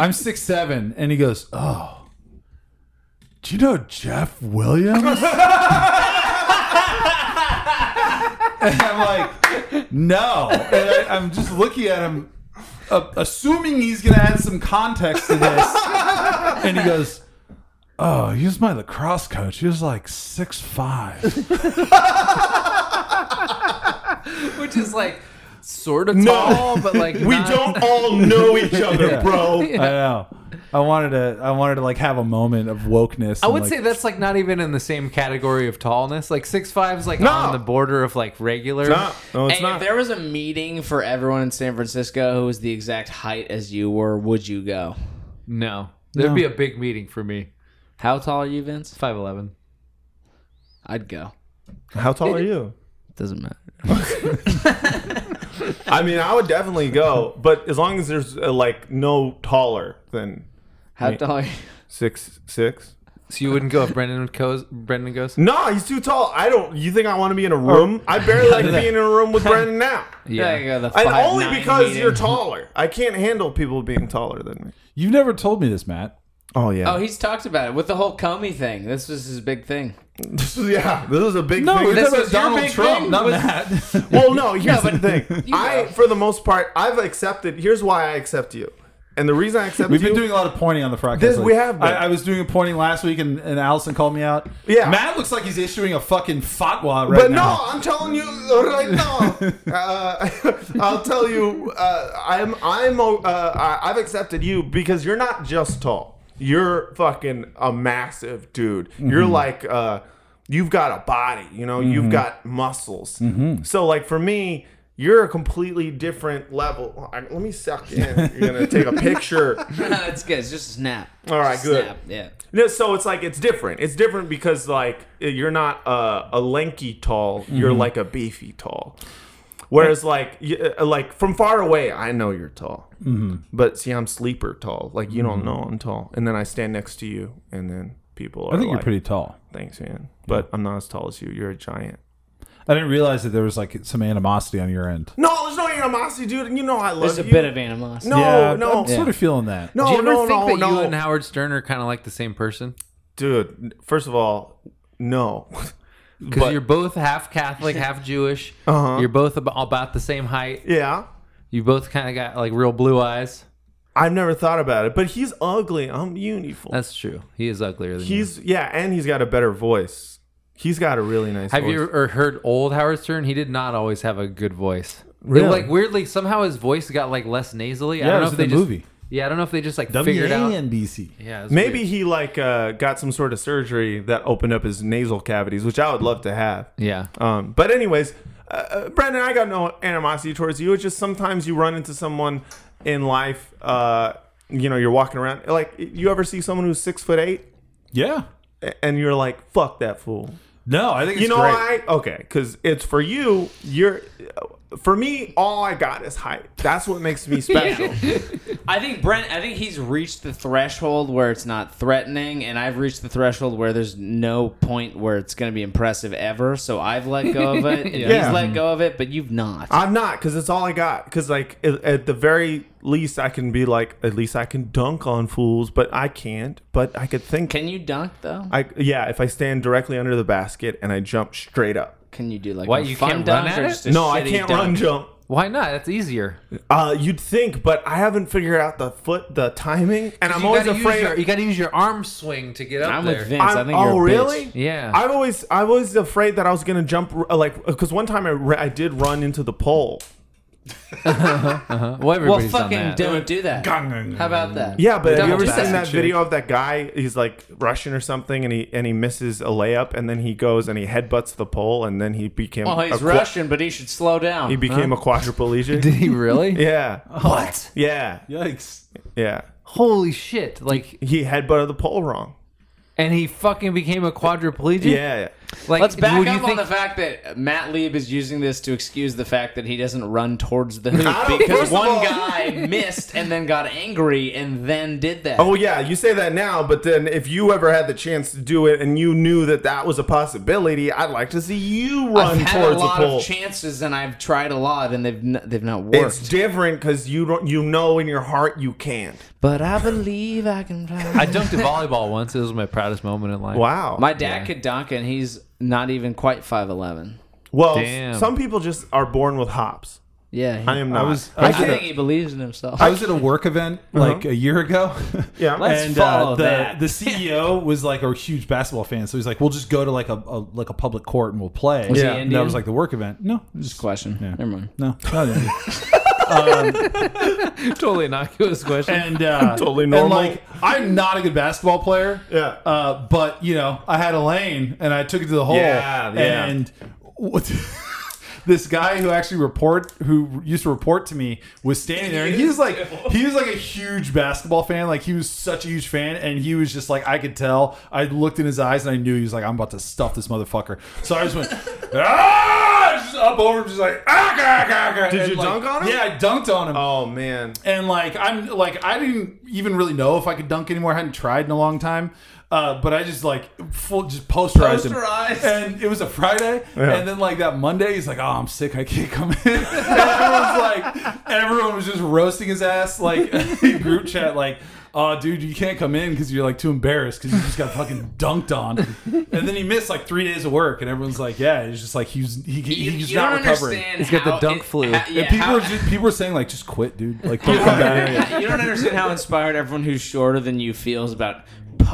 S3: I'm six seven, and he goes, oh. Do you know Jeff Williams? [LAUGHS] And I'm like, no. And I, I'm just looking at him, uh, assuming he's going to add some context
S1: [LAUGHS]
S3: to this. And he goes, oh, he was my lacrosse coach. He was like six
S2: [LAUGHS]
S3: five.
S2: Which is like sort of tall, but like
S1: [LAUGHS] We
S2: not-
S1: [LAUGHS]
S2: [LAUGHS]
S1: don't all know each other,
S3: Yeah.
S4: [LAUGHS]
S1: bro.
S3: I know. I wanted to. I wanted to like have a moment of wokeness.
S2: I would say that's like not even in the same category of tallness. Like six five's like on the border of like regular.
S1: No, no, it's
S4: Hey,
S1: not.
S4: if there was a meeting for everyone in San Francisco who was the exact height as you were, would you go?
S2: No, there'd
S3: No.
S2: be a big meeting for me.
S4: How tall are you, Vince?
S2: Five eleven.
S4: I'd go.
S1: How tall are you?
S4: Doesn't matter.
S1: I mean, I would definitely go, but as long as there's uh, like no taller than
S4: How tall are you?
S1: six six.
S2: So you wouldn't go if Brendan goes. Brendan goes.
S1: No, he's too tall. I don't. You think I want to be in a room? I barely [LAUGHS] like being in a room with Brendan now.
S4: There you go, the
S1: And
S4: five
S1: only
S4: nine
S1: because
S4: meeting.
S1: you're taller. I can't handle people being taller than me.
S3: you've never told me this, Matt.
S1: Oh yeah.
S4: Oh, he's talked about it with the whole Comey thing. This was his big thing. [LAUGHS]
S1: This is, [LAUGHS] yeah, this is a big thing.
S3: we're
S1: This
S3: talking
S1: is
S3: about
S1: your big thing.
S3: not
S1: [LAUGHS]
S3: Matt.
S1: Well, no, here's the
S3: [LAUGHS]
S1: thing.
S4: you
S1: I,
S4: know.
S1: for the most part, I've accepted. Here's why I accept you, and the reason I accept
S3: We've
S1: you.
S3: been doing a lot of pointing on the podcast.
S1: This-
S3: lately.
S1: we have been.
S3: I, I was doing a pointing last week, and, and Allison called me out.
S1: Yeah.
S3: Matt looks like he's issuing a fucking fatwa right
S1: but
S3: now.
S1: no, I'm telling you right now.
S3: [LAUGHS]
S1: uh, [LAUGHS] I'll tell you. Uh, I'm. I'm. Uh, I- I've accepted you because you're
S3: Mm-hmm.
S1: not just tall. You're fucking a massive dude. You're like. Uh, you've got a body, you know, you've got muscles.
S3: Mm-hmm.
S1: So like for me, you're a completely different level. I- let me suck in. You're gonna take a
S3: [LAUGHS]
S1: picture.
S4: it's good. It's just a snap.
S1: All right,
S4: Just a
S1: good.
S4: Snap. Yeah.
S1: No, so it's like it's different. It's different because like you're not a, a lanky tall.
S3: Mm-hmm.
S1: You're like a beefy tall. Whereas like y- uh, like from far away, I know you're tall. Mm-hmm. But see, I'm sleeper tall. Like you
S3: Mm-hmm.
S1: don't know I'm tall. And then I stand next to you, and then people are
S3: I think you're
S1: like,
S3: pretty tall.
S1: Thanks, man. But I'm not as tall as you. You're a giant.
S3: I didn't realize that there was like some animosity on your end.
S1: No, there's no animosity, dude. And you know I love
S4: There's a
S1: you.
S4: bit of animosity.
S1: no,
S3: yeah,
S1: no,
S3: I'm sort of feeling that.
S1: no,
S2: Do you ever
S1: no,
S2: think
S1: no,
S2: that
S1: no.
S2: you and Howard Stern are kind of like the same person?
S1: dude. First of all, no. [LAUGHS]
S2: Because
S1: But-
S2: you're both half Catholic, half Jewish. Uh-huh. You're both ab- about the same height.
S1: yeah.
S2: You both kind of got like real blue eyes.
S1: I've never thought about it, but he's ugly. I'm beautiful.
S2: That's true. He is uglier than you.
S1: he's yeah, and he's got a better voice. He's got a really nice.
S2: Have
S1: voice.
S2: you ever heard old Howard Stern? He did not always have a good voice.
S1: Really?
S2: Like weirdly, somehow his voice got like less nasally. I
S3: Yeah,
S2: don't
S3: it
S2: know
S3: was
S2: if
S3: in
S2: they
S3: the
S2: just,
S3: movie.
S2: Yeah, I don't know if they just like figured out.
S3: WANBC.
S2: Yeah, it was
S1: Maybe
S2: weird.
S1: he like uh, got some sort of surgery that opened up his nasal cavities, which I would love to have.
S2: Yeah.
S1: Um, but anyways, uh, uh, Brendan, I got no animosity towards you. It's just sometimes you run into someone in life. Uh, you know, you're walking around. Like, you ever see someone who's six foot eight,
S3: Yeah.
S1: a- and you're like, "Fuck that fool."
S3: No, I think it's
S1: you know
S3: great.
S1: why? Okay, because it's for you. You're for me. All I got is hype. That's what makes me special.
S4: I think Brent. I think he's reached the threshold where it's not threatening, and I've reached the threshold where there's no point where it's going to be impressive ever. So I've let go
S1: [LAUGHS]
S4: of it. and
S1: Yeah.
S4: He's let go of it, but you've not.
S1: I'm not because it's all I got. Because like at at the very least, I can be like, at least I can dunk on fools, but I can't. But I could think.
S4: Can you dunk though?
S1: I yeah, if I stand directly under the basket and I jump straight up.
S4: Can you do like
S2: What,
S4: a
S2: you
S4: fun
S2: can't run
S4: dunk
S2: at
S4: or
S2: it?
S4: just a
S1: No, I
S4: shitty
S1: can't
S4: dunk?
S1: run jump.
S2: Why not? That's easier.
S1: Uh, you'd think, but I haven't figured out the foot, the timing, and I'm
S2: You
S1: always
S2: gotta use
S1: afraid.
S2: your- you got to use your arm swing to get up
S4: I'm
S2: there.
S4: with Vince. i
S1: I'm-
S4: think
S1: oh,
S4: you're a bitch.
S1: really?
S2: Yeah.
S1: I've always I was afraid that I was gonna jump uh, like because one time I, ra- I did run into the pole.
S2: well,
S4: Well,
S2: everybody's done
S4: fucking
S2: that.
S4: don't do that. How about that?
S1: Yeah, but have you
S4: Double
S1: ever
S4: back
S1: seen that
S4: chick.
S1: video of that guy? He's like Russian or something, and he and he misses a layup, and then he goes and he headbutts the pole, and then he became
S2: Oh,
S4: Well, he's
S1: a, qua-
S4: Russian, but he should slow down.
S1: He became a
S2: [LAUGHS] Did
S1: quadriplegic.
S2: he really?
S1: yeah,
S2: What?
S1: yeah,
S3: Yikes.
S1: yeah.
S2: Holy shit! Like,
S1: He headbutted the pole wrong.
S2: and he fucking became a quadriplegic.
S1: Yeah,
S2: Like,
S4: Let's back
S2: would you
S4: up on
S2: think-
S4: the fact that Matt Lieb is using this to excuse the fact that he doesn't run towards the
S1: [LAUGHS] I don't-
S4: hoop
S1: first
S4: because
S1: of
S4: one
S1: all- [LAUGHS]
S4: guy missed and then got angry and then did that.
S1: Oh yeah, you say that now, but then if you ever had the chance to do it and you knew that that was a possibility, I'd like to see you
S4: I've
S1: run
S4: had a
S1: towards
S4: lot
S1: the pole.
S4: of chances and I've tried a lot and they've n- they've not worked.
S1: it's different because you don't you know in your heart you can't.
S4: but I believe I can fly.
S2: I dunked a volleyball once. It was my proudest moment in life.
S1: Wow.
S4: My dad could dunk and he's not even quite five eleven.
S1: well,
S2: Damn.
S1: some people just are born with hops.
S4: Yeah, he-
S1: I am not.
S3: was-
S1: I
S4: I
S1: can't-
S4: think he believes in himself.
S3: I was at a work event like a year ago.
S1: [LAUGHS] Yeah. Let's
S3: Uh-huh. and
S4: follow
S3: uh, the
S4: that.
S3: the [LAUGHS] CEO was like a huge basketball fan, so he's like, "We'll just go to like a, a like a public court and we'll play."
S4: Was he
S3: and that
S4: Indian?
S3: was like the work event. No,
S4: Just a question. Never mind.
S3: no, not [LAUGHS] Indian.
S2: [LAUGHS] totally innocuous question.
S3: and uh,
S1: Totally
S3: and,
S1: normal.
S3: like I'm not a good basketball player.
S1: Yeah.
S3: Uh, but you know, I had a lane and I took it to the hole.
S1: Yeah, yeah.
S3: And what, [LAUGHS] this guy who actually report who used to report to me was standing there, and he was like
S1: [LAUGHS]
S3: he was like a huge basketball fan. Like he was such a huge fan, and he was just like I could tell. I looked in his eyes and I knew he was like I'm about to stuff this motherfucker. So I just went. [LAUGHS] Ah! Just up over him, just like ah, ah, ah, ah.
S1: Did
S3: And,
S1: you
S3: like,
S1: dunk on him?
S3: Yeah, I dunked on him
S1: oh man.
S3: and like I'm like I didn't even really know if I could dunk anymore. I hadn't tried in a long time. Uh, but I just like full just posterized,
S4: Posterized.
S3: him, and it was a Friday,
S1: Yeah.
S3: and then like that Monday, he's like, "Oh, I'm sick, I can't come in." [LAUGHS] and everyone's like, everyone was just roasting his ass, like [LAUGHS] in group chat, like, "Oh, dude, you can't come in because you're like too embarrassed because you just got fucking dunked on." And then he missed like three days of work, and everyone's like, "Yeah, it's just like he's he,
S4: You,
S3: he's
S4: you
S3: not
S4: don't
S3: recovering."
S4: understand.
S2: He's got the
S4: how
S2: dunk
S4: it-
S2: flu.
S4: how- yeah,
S3: and people
S4: how-
S3: were just, people were saying like, "Just quit, dude. Like,
S4: [LAUGHS]
S3: don't come back."
S4: Yeah, you don't understand how inspired everyone who's shorter than you feels about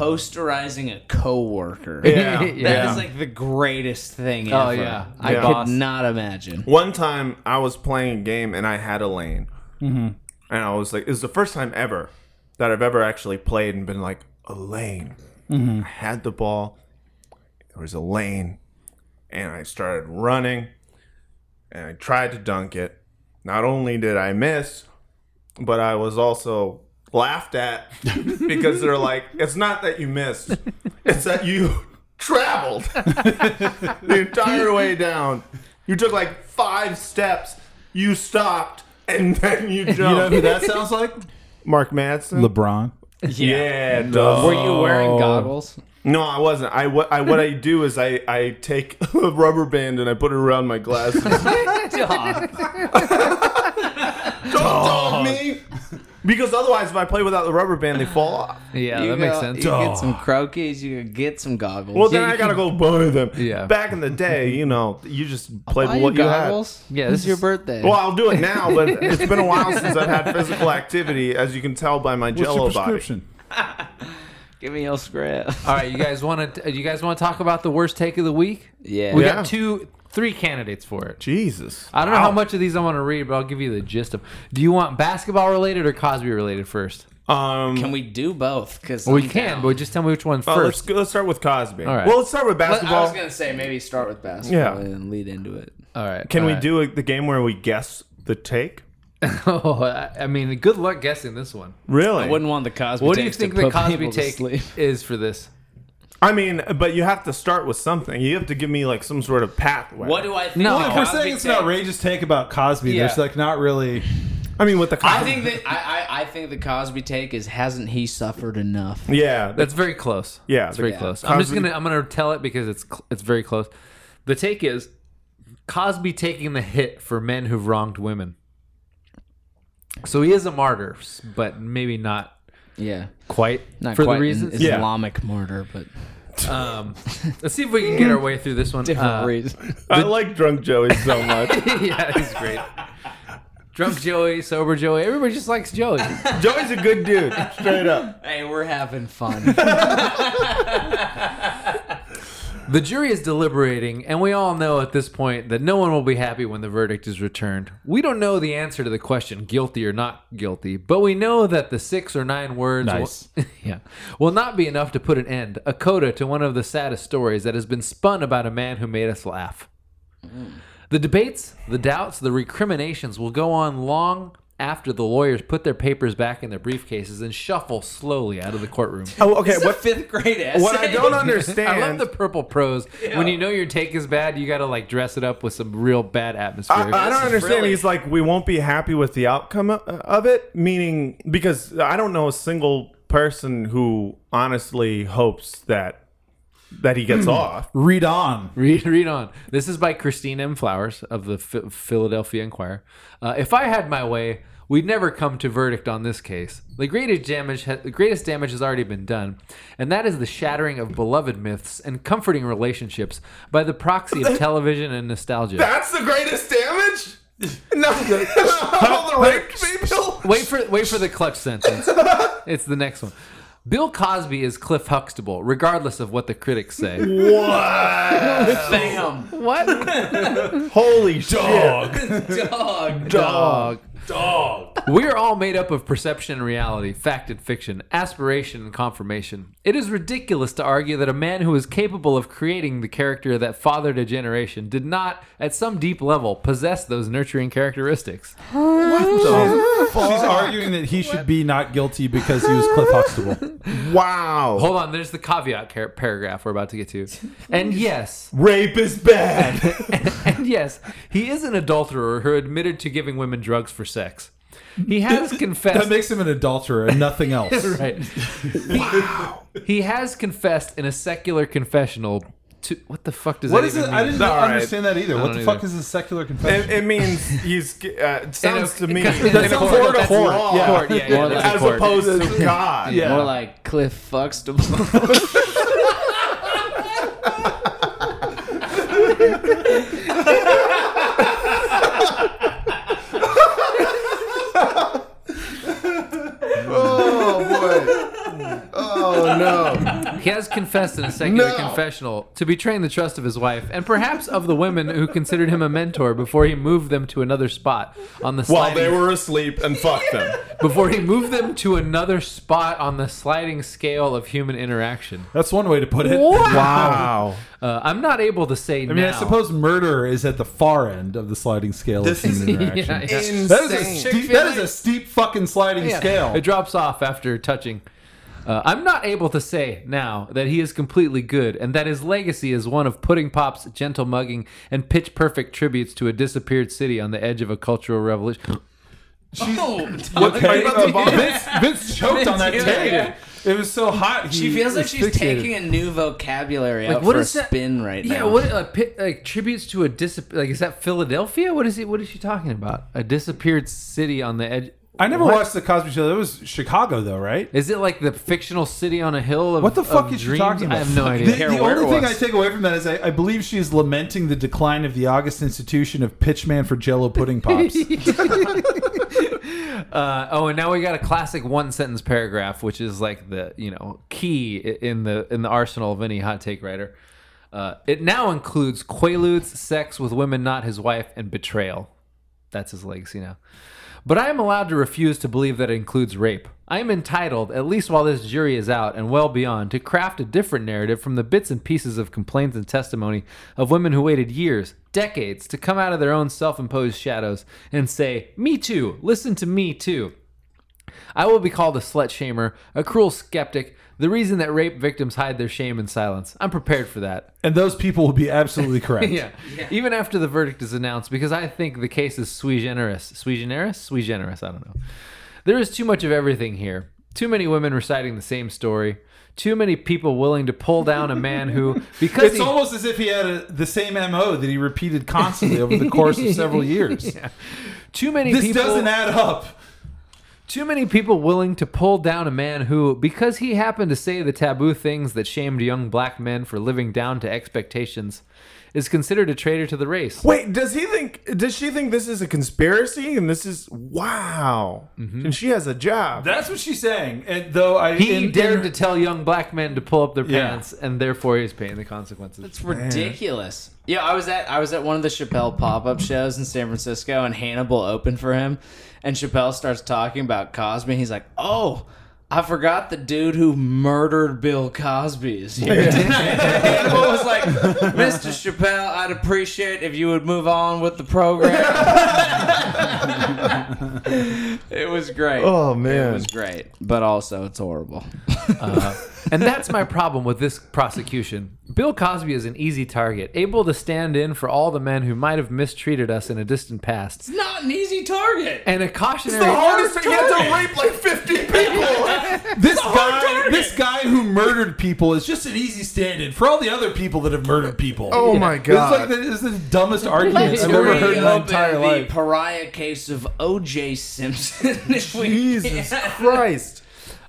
S4: posterizing a coworker. That is
S1: Yeah.
S2: [LAUGHS] [LAUGHS] Yeah.
S4: like the greatest thing
S2: Oh,
S4: ever.
S2: yeah.
S4: I
S1: Yeah.
S4: could
S2: Boss.
S4: not [LAUGHS] imagine.
S1: One time I was playing a game and I had a lane. And I was like, it was the first time ever
S3: Mm-hmm.
S1: that I've ever actually played and been like, a lane. I had the ball. There was a lane, and I started running, and I tried to dunk it. Not only did I miss, but I was also laughed
S3: [LAUGHS]
S1: at because they're like, it's not that you missed, it's that you [LAUGHS] traveled the entire way down. You took like five steps, you stopped, and then you jumped.
S3: You know who that sounds like?
S1: Mark Madsen?
S3: LeBron.
S1: yeah, duh.
S4: Were you
S2: Oh.
S4: wearing
S2: [LAUGHS]
S4: goggles?
S1: No, I wasn't. I what I what I do is I I take [LAUGHS] a rubber band and I put it around my
S2: [LAUGHS]
S1: glasses. Don't tell me, because otherwise, if I play without the rubber band, they fall off.
S2: Yeah,
S4: You
S2: that makes
S4: go-
S2: sense.
S4: You get some croquis, you could get some goggles.
S1: Well,
S2: Yeah,
S1: then
S2: you
S1: I gotta
S2: [LAUGHS]
S1: go buy them.
S2: Yeah.
S1: Back in the day, you know, you just played
S4: Buy
S1: with
S4: you
S1: what you had.
S4: goggles.
S2: Yeah,
S4: this
S2: this
S4: is your
S2: is-
S4: birthday.
S1: Well, I'll
S4: [LAUGHS]
S1: do it now, but it's been a while since I've had physical activity, as you can tell by my
S3: What's
S1: Jello
S3: your
S1: body.
S3: prescription?
S4: Give me your script.
S2: All right, you guys want to? You guys want to talk about the worst take of the week?
S4: Yeah.
S2: we
S1: Yeah.
S2: got two, three candidates for it.
S1: Jesus.
S2: I don't know how much of these I want to read, but I'll give you the gist of. Do you want basketball related or Cosby related first?
S1: Um,
S4: Can we do both? Because
S2: Well, we can, but just tell me which one
S1: well, let's,
S2: first.
S1: go, let's start with Cosby.
S2: All right.
S1: Well, let's start with
S4: I
S1: basketball.
S4: was gonna say maybe start with basketball
S1: Yeah.
S4: and lead into it.
S2: All right.
S1: Can
S2: all
S1: we
S2: right.
S1: do a, the game where we guess the take?
S2: Oh, [LAUGHS] I I mean, good luck guessing this one.
S1: Really?
S4: I wouldn't want the Cosby.
S2: What do you
S4: takes
S2: think
S4: to
S2: the
S4: put
S2: Cosby
S4: people to
S2: take
S4: [LAUGHS] sleep.
S2: is for this?
S1: I mean, but you have to start with something. You have to give me like some sort of pathway.
S4: What do I think?
S2: No.
S4: the
S1: Oh,
S2: Well,
S3: If we're
S4: Cosby
S3: saying it's an
S4: take-
S3: outrageous take about Cosby,
S2: Yeah.
S3: there's like not really.
S1: I mean with the
S4: I think that I, I, I think the Cosby take is hasn't he suffered enough?
S1: yeah, that's
S2: That's very close.
S1: yeah,
S2: It's very close. I'm just
S1: Cosby-
S2: gonna I'm gonna tell it because it's cl- it's very close. The take is Cosby taking the hit for men who've wronged women. So he is a martyr, s- but maybe not
S4: Yeah,
S2: quite
S4: not
S2: for
S4: quite
S2: the
S4: an
S2: reasons.
S1: Yeah.
S4: Islamic martyr, but
S2: Um, let's see if we can get our way through this one.
S4: different
S2: Uh,
S4: reason.
S1: I like drunk Joey so much.
S2: [LAUGHS] yeah, he's great. Drunk Joey, sober Joey, everybody just likes Joey.
S1: [LAUGHS] Joey's a good dude, straight up.
S4: Hey, we're
S2: [LAUGHS]
S4: having fun.
S2: The jury is deliberating, and we all know at this point that no one will be happy when the verdict is returned. We don't know the answer to the question, guilty or not guilty, but we know that the six or nine words
S3: Nice.
S2: will, [LAUGHS] yeah, will not be enough to put an end, a coda to one of the saddest stories that has been spun about a man who made us laugh. The debates, the doubts, the recriminations will go on long after the lawyers put their papers back in their briefcases and shuffle slowly out of the courtroom.
S1: Oh, okay. What
S4: fifth grade essay?
S1: what I don't
S2: I
S1: understand.
S2: love the purple prose. When you know your take is bad, you got to like dress it up with some real bad atmosphere.
S1: I, I don't understand.
S4: really-
S1: He's like, we won't be happy with the outcome o- of it, meaning because I don't know a single person who honestly hopes that that he
S4: Hmm.
S1: gets off. [LAUGHS]
S3: Read on.
S2: Read, read on. This is by Christine M. Flowers of the Ph Philadelphia Inquirer. Uh, if I had my way, we'd never come to verdict on this case. The greatest damage, ha- the greatest damage has already been done, and that is the shattering of beloved myths and comforting relationships by the
S1: [LAUGHS]
S2: proxy of television and nostalgia.
S1: That's the greatest damage. [LAUGHS] No, all the raped people.
S2: wait for wait for the clutch sentence. It's the next one. Bill Cosby is Cliff Huxtable, regardless of what the critics say.
S1: What?
S4: Bam,
S2: what
S1: Holy dog.
S4: dog.
S2: dog? Dog. We are all made up of perception and reality, fact and fiction, aspiration and confirmation. It is ridiculous to argue that a man who is capable of creating the character that fathered a generation did not, at some deep level, possess those nurturing characteristics.
S3: [LAUGHS] She's arguing that he should be not guilty because he was Cliff Huxtable.
S1: Wow.
S2: Hold on, there's the caveat car- paragraph we're about to get to. And yes,
S1: [LAUGHS] Rape is bad.
S2: [LAUGHS] and yes, he is an adulterer who admitted to giving women drugs for sex. He has
S3: [LAUGHS] [LAUGHS] That
S2: confessed.
S3: makes him an adulterer and nothing
S1: [LAUGHS]
S2: [LAUGHS]
S3: else.
S2: right. He, he has confessed in a secular confessional to what the fuck does
S3: What
S2: that
S3: is it?
S2: even
S3: I
S2: mean?
S3: didn't
S1: All right.
S3: understand that either. What
S2: don't
S3: the fuck
S2: either.
S3: is a secular confession?
S1: it, it means he's. Uh, it sounds to me.
S2: In a- in a
S3: sounds
S2: court.
S3: like a
S2: That's
S3: court,
S2: law.
S3: yeah.
S2: Court, yeah, yeah,
S4: More
S2: that's
S4: like-
S2: a
S1: as
S2: court.
S1: opposed [LAUGHS] to God.
S3: Yeah.
S4: More like Cliff [LAUGHS] Fuxtable.
S1: Oh boy. Oh no.
S2: He has confessed in a
S3: [LAUGHS]
S2: secular confessional to betraying the trust of his wife and perhaps of the women who considered him a mentor before he moved them to another spot on the
S1: While
S2: sliding-
S1: they were asleep and fucked [LAUGHS] them.
S2: before he moved them to another spot on the sliding scale of human interaction.
S3: That's one way to put it.
S1: Wow.
S2: Uh, I'm not able to say
S3: I mean,
S2: now.
S3: I suppose murder is at the far end of the sliding scale
S1: This
S3: of
S1: is- [LAUGHS]
S2: Yeah,
S3: human interaction.
S2: yeah.
S1: Insane.
S3: That is a steep, that is
S2: Chick-fil-A.
S3: a steep fucking sliding
S2: Yeah. Oh,
S3: scale.
S2: It drops off after touching. Uh, I'm not able to say now that he is completely good and that his legacy is one of Pudding Pop's gentle mugging and pitch perfect tributes to a disappeared city on the edge of a cultural revolution.
S3: [GASPS] Okay,
S1: about to
S3: uh, Vince, Vince choked on that
S4: yeah,
S3: tape.
S4: yeah.
S3: It was so hot.
S4: She
S3: he
S4: feels like
S3: was
S4: she's
S3: fixated.
S4: taking a new vocabulary out
S2: what
S4: for
S2: is
S4: a
S2: that-
S4: spin right
S2: Yeah,
S4: now.
S2: what uh, pi- like tributes to a dis like is that Philadelphia? What is it? What is she talking about? A disappeared city on the edge.
S3: I never
S2: What?
S3: watched the Cosby Show. That was Chicago, though, right?
S2: Is it like the fictional city on a hill? Of,
S3: What the fuck
S2: of
S3: is she
S2: dreams?
S3: talking about?
S2: I have
S3: [LAUGHS]
S2: no idea.
S3: The,
S4: care
S3: the
S4: where it
S3: only thing I
S4: was.
S3: take away from that is I, I believe she is lamenting the decline of the August institution of Pitchman for Jello pudding pops.
S2: Uh, oh, and now we got a classic one sentence paragraph, which is like the you know key i- in the in the arsenal of any hot take writer. Uh, it now includes quaaludes, sex with women not his wife, and betrayal. That's his legacy now. But I am allowed to refuse to believe that it includes rape. I am entitled, at least while this jury is out and well beyond, to craft a different narrative from the bits and pieces of complaints and testimony of women who waited years, decades, to come out of their own self imposed shadows and say, Me too, listen to me too. I will be called a slut shamer, a cruel skeptic, the reason that rape victims hide their shame in silence. I'm prepared for that.
S3: and those people will be absolutely correct.
S2: Yeah. Even after the verdict is announced, because I think the case is sui generis. Sui generis? Sui generis, I don't know. There is too much of everything here. Too many women reciting the same story. Too many people willing to pull down a man
S3: [LAUGHS]
S2: who, because
S3: It's
S2: he,
S3: almost as if he had a, the same MO that he repeated constantly over the course of several years.
S2: too many
S3: This
S2: people,
S3: doesn't add up.
S2: too many people willing to pull down a man who, because he happened to say the taboo things that shamed young black men for living down to expectations, is considered a traitor to the race.
S1: Wait, does he think? Does she think this is a conspiracy? And this is wow. And she has a job.
S3: That's what she's saying. And though I
S2: He
S3: in-
S2: dared
S3: in-
S2: to tell young black men to pull up their
S3: Yeah.
S2: pants, and therefore he's paying the consequences.
S4: It's ridiculous. Yeah, I was at I was at one of the Chappelle pop up shows in San Francisco, and Hannibal opened for him, and Chappelle starts talking about Cosby. He's like, "Oh, I forgot the dude who murdered Bill Cosby is here." [LAUGHS] Hannibal was like, "Mr. Chappelle, I'd appreciate if you would move on with the program." [LAUGHS] it was great.
S1: Oh
S4: It
S1: man.
S4: was great, but also it's horrible.
S2: and that's my problem with this prosecution. Bill Cosby is an easy target, able to stand in for all the men who might have mistreated us in a distant past.
S4: Not an easy target.
S2: And a cautionary.
S1: thing you have to rape like fifty people.
S2: [LAUGHS]
S3: This guy, this guy who murdered people is just an easy stand-in for all the other people that have murdered people.
S1: [LAUGHS] Oh my god.
S3: It's like the, it's the dumbest argument I've
S4: Let's
S3: ever heard in my
S4: reopen
S3: entire
S4: the
S3: life.
S4: pariah case of O.J. Simpson. [LAUGHS] if we
S1: Jesus Christ.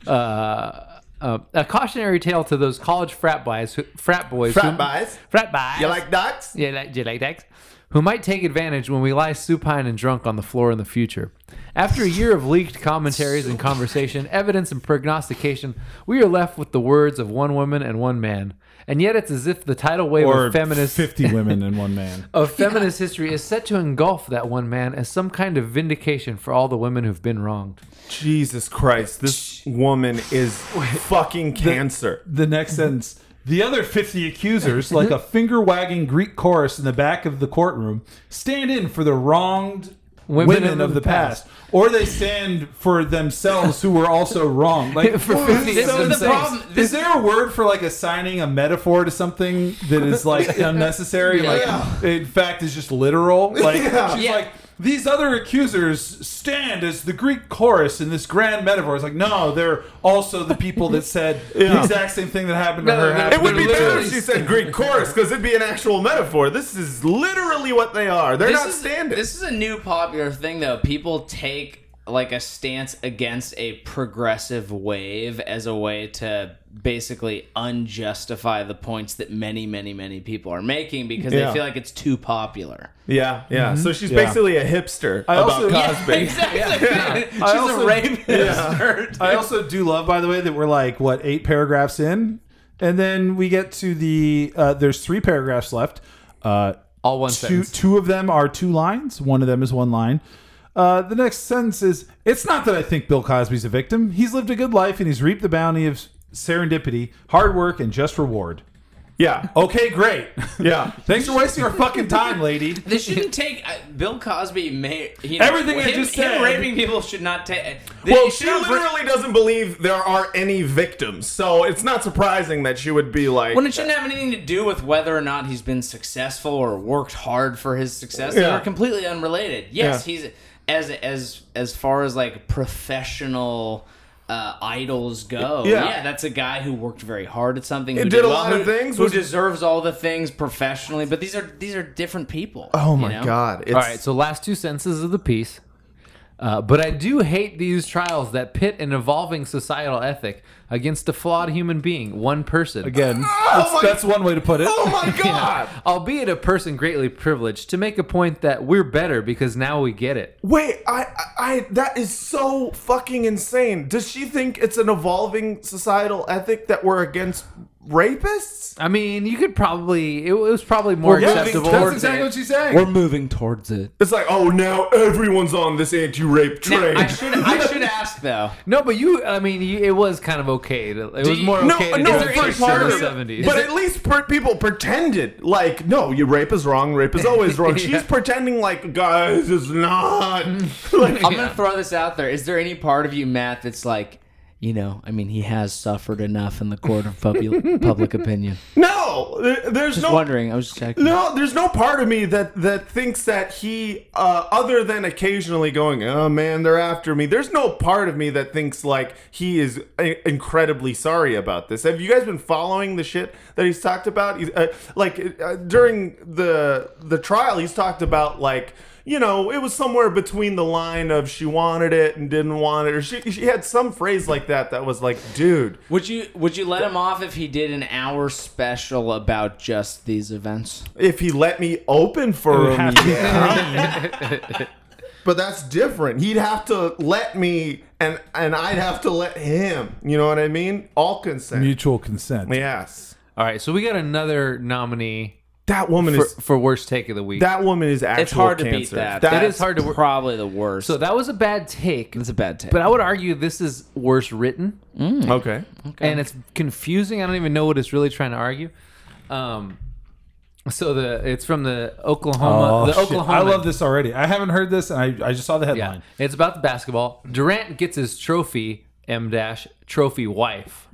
S2: uh, uh, a cautionary tale to those college frat boys. Who, frat boys.
S1: Frat
S2: who-
S1: boys?
S2: Frat boys.
S1: ducks?
S2: Yeah, like, you like that? Who might take advantage when we lie supine and drunk on the floor in the future. After a year of leaked commentaries and conversation, evidence and prognostication, we are left with the words of one woman and one man. And yet it's as if the tidal wave
S3: Or
S2: of feminist
S3: fifty women in one man.
S2: of feminist history is set to engulf that one man as some kind of vindication for all the women who've been wronged.
S1: Jesus Christ. This woman is fucking cancer.
S3: The next sentence: the other fifty accusers, like a finger wagging Greek chorus in the back of the courtroom, stand in for the wronged. Women, of the past. or they stand for themselves who were also wrong. [LAUGHS] Like
S2: For 50
S3: This
S4: of
S3: is the
S4: themselves.
S3: problem. Is there a word for like assigning a metaphor to something that is like [LAUGHS] unnecessary? Like, in fact, is just literal. [LAUGHS] Like, she's
S4: Yeah.
S3: like these other accusers stand as the Greek chorus in this grand metaphor. It's like, no, they're also the people that said the
S1: Yeah.
S3: exact same thing that happened to
S2: No,
S3: her.
S2: no,
S3: happened
S1: It would be
S3: to
S1: better
S3: her.
S1: if she said Greek chorus because it'd be an actual metaphor. This is literally what they are. They're not
S4: is,
S1: standing.
S4: This is a new popular thing, though. People take like a stance against a progressive wave as a way to basically unjustify the points that many, many, many people are making because
S1: Yeah.
S4: they feel like it's too popular.
S1: yeah, Mm-hmm. yeah. So she's basically a hipster about
S3: also- [LAUGHS] Yeah,
S1: Cosby.
S3: [LAUGHS]
S4: Exactly. [LAUGHS] She's
S3: I also-
S4: a rapist.
S3: I also do love, by the way, that we're like what eight paragraphs in, And then we get to the uh, there's three paragraphs left. Uh,
S2: All one
S3: two
S2: sentence.
S3: two of them are two lines. One of them is one line. Uh, the next sentence is it's not that I think Bill Cosby's a victim. He's lived a good life and he's reaped the bounty of serendipity, hard work, and just reward.
S1: [LAUGHS] Yeah.
S3: Okay, great. [LAUGHS]
S1: Yeah.
S3: Thanks for wasting our fucking time, lady.
S4: This shouldn't take uh, Bill Cosby. May you know,
S3: Everything I
S4: him,
S3: just
S4: him
S3: said.
S4: raping people should not take.
S1: Well, she literally doesn't believe there are any victims, so it's not surprising that she would be like,
S4: When it shouldn't have anything to do with whether or not he's been successful or worked hard for his success. They
S1: Yeah.
S4: were completely unrelated. Yes,
S1: Yeah.
S4: he's as as as far as like professional uh, idols go.
S1: Yeah.
S4: Yeah. that's a guy who worked very hard at something.
S1: He
S4: who
S1: did a
S4: well,
S1: lot of
S4: who-
S1: things,
S4: Who
S1: was-
S4: deserves all the things professionally. But these are these are different people.
S1: "Oh
S4: you
S1: my
S4: know?
S1: god!" It's,
S2: All right, so last two sentences of the piece. Uh, but I do hate these trials that pit an evolving societal ethic against a flawed human being, one person.
S3: Again,
S1: Oh my-
S3: that's, that's one way to put it.
S1: oh my god!
S2: Albeit a person greatly privileged, to make a point that we're better because now we get it.
S1: Wait, I, I, I, that is so fucking insane. Does she think it's an evolving societal ethic that we're against rapists?
S2: I mean, you could probably, it was probably more
S1: yeah,
S2: acceptable.
S3: That's exactly what she's saying.
S4: moving towards it.
S1: It's like, oh, now everyone's on this anti-rape train.
S4: I should I should
S1: [LAUGHS]
S4: ask though.
S2: No, but you, I mean, you, it was kind of okay. to- It was
S4: you-
S2: more
S1: no,
S2: okay to
S1: no,
S2: do it
S1: for
S2: in
S1: part
S2: the
S1: of it.
S2: 70s.
S1: But at least per- people pretended like, no, you rape is wrong. Rape is always wrong. She's pretending like, guys, it's not. like,
S4: I'm gonna throw this out there. Is there any part of you, Matt, that's like, you know, I mean, he has suffered enough in the court of public public opinion.
S1: no, there- there's
S4: Just
S1: no.
S4: wondering. I was just checking.
S1: No, there's no part of me that that thinks that he, uh, other than occasionally going, "Oh man, they're after me." There's no part of me that thinks like he is i- incredibly sorry about this. Have you guys been following the shit that he's talked about? He's, Uh, like uh, during the the trial, he's talked about like. You know, it was somewhere between the line of she wanted it and didn't want it, or she, she had some phrase like that that was like, dude,
S4: Would you Would you let him off if he did an hour special about just these events?
S1: if he let me open for him,
S3: have to be
S4: [LAUGHS]
S1: yeah. but that's different. He'd have to let me, and and I'd have to let him. You know what I mean? All consent.
S3: Mutual consent.
S1: yes.
S2: All right, so we got another nominee
S1: That woman
S2: for,
S1: is
S2: for worst take of the week.
S1: that woman is actual
S4: It's hard
S1: cancer.
S4: to beat that.
S1: That
S2: is hard to wor-
S4: Probably the worst.
S2: so that was a bad take,
S4: that's a bad take.
S2: but I would argue this is worse written.
S1: [LAUGHS] okay.
S2: and it's confusing. I don't even know what it's really trying to argue. Um, so the it's from the Oklahoma,
S3: Oh,
S2: the
S3: shit.
S2: Oklahoma.
S3: I love this already. I haven't heard this, and I, I just saw the
S2: Yeah,
S3: headline.
S2: it's about the basketball. Durant gets his trophy. M dash trophy wife.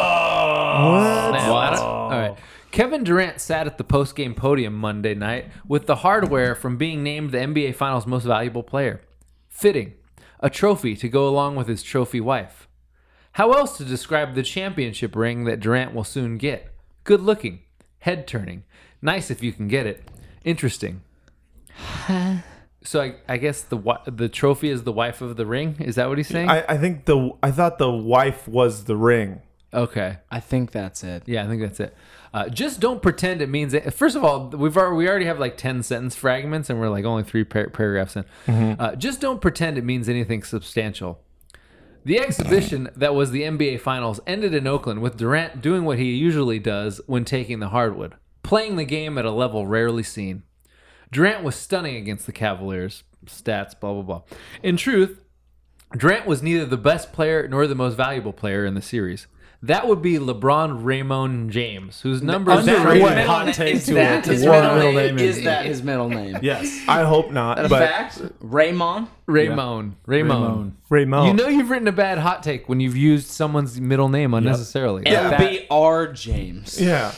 S1: Uh,
S3: Oh,
S2: Now, I don't- All right. Kevin Durant sat at the post game podium Monday night with the hardware from being named the NBA Finals Most Valuable Player. Fitting. A trophy to go along with his trophy wife. How else to describe the championship ring that Durant will soon get? Good looking. Head turning. Nice if you can get it. Interesting. So I, I guess the wi- the trophy is the wife of the ring. Is that what he's saying?
S1: I, I think the I thought the wife was the ring.
S2: okay.
S4: I think that's it.
S2: Yeah, I think that's it. Uh, just don't pretend it means it. First of all, we've already, we already have like ten sentence fragments, and we're like only three par- paragraphs in. Uh, just don't pretend it means anything substantial. The exhibition that was the NBA Finals ended in Oakland with Durant doing what he usually does when taking the hardwood, playing the game at a level rarely seen. Durant was stunning against the Cavaliers. Stats, blah blah blah. In truth, Durant was neither the best player nor the most valuable player in the series. That would be LeBron Raymond James, whose numbers
S3: Underrated.
S2: trade-
S3: What? Hot take
S4: is
S3: to
S4: that
S3: it.
S4: his
S3: What
S4: middle
S3: middle
S4: name?
S3: name
S4: Is
S3: is
S4: that his middle name?
S3: Yes.
S1: I hope not, but
S4: Fact. Raymond.
S2: Raymond. Raymond.
S3: Raymond. Oh.
S1: Raymond.
S2: You know you've written a bad hot take when you've used someone's middle name unnecessarily.
S4: L
S2: That-
S4: B R James.
S1: yeah.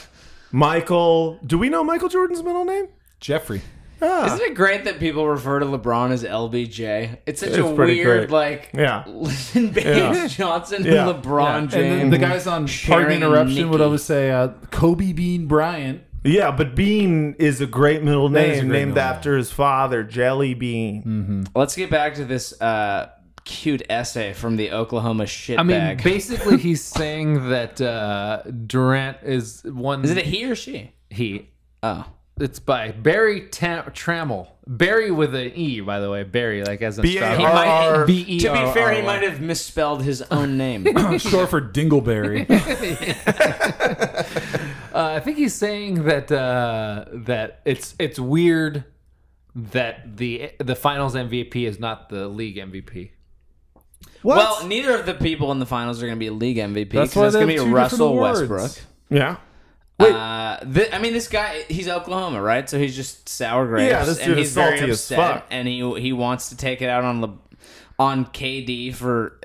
S1: Michael, do we know Michael Jordan's middle name?
S3: Jeffrey.
S1: Ah.
S4: Isn't it great that people refer to LeBron as LBJ? It's such a
S1: It's pretty
S4: weird,
S1: great.
S4: like, [LAUGHS]
S1: Yeah.
S4: Lyndon Baines
S1: Yeah.
S4: Johnson
S1: Yeah.
S4: and LeBron
S3: And then
S4: James.
S3: the guys on Pardon
S4: Sharon
S3: the Interruption
S4: and
S3: would
S4: Nikki.
S3: always say uh, Kobe Bean Bryant.
S1: Yeah, but Bean is a great middle
S3: That is a
S1: name
S3: great
S1: named
S3: middle name.
S1: after his father, Jelly Bean.
S4: Let's get back to this uh, cute essay from the Oklahoma shitbag.
S2: I mean, basically, he's saying that uh, Durant is one.
S4: is it a he or she?
S2: he?
S4: Oh.
S2: It's by Barry Ta- Trammell. Barry with an E, by the way. Barry, like as in
S1: B A
S2: strawberry.
S4: He
S1: R-
S4: might,
S1: R-
S4: to
S2: E
S4: be fair, he
S2: B-E-R-R-Y.
S4: might have misspelled his own name.
S3: Short for Dingleberry.
S2: [LAUGHS] Uh, I think he's saying that uh, that it's it's weird that the the Finals MVP is not the league MVP.
S3: What?
S4: Well, neither of the people in the finals are going to be league MVP
S3: That's
S4: because
S3: why
S4: it's
S3: they have
S4: going to be
S3: two different
S4: Russell
S3: awards.
S4: Westbrook.
S1: Yeah.
S4: Uh, th- I mean, this guy, he's Oklahoma, right? So he's just sour grapes,
S1: Yeah, this
S4: and
S1: dude is
S4: he's very
S1: salty as
S4: upset,
S1: fuck.
S4: and he he wants to take it out on Le- on KD for,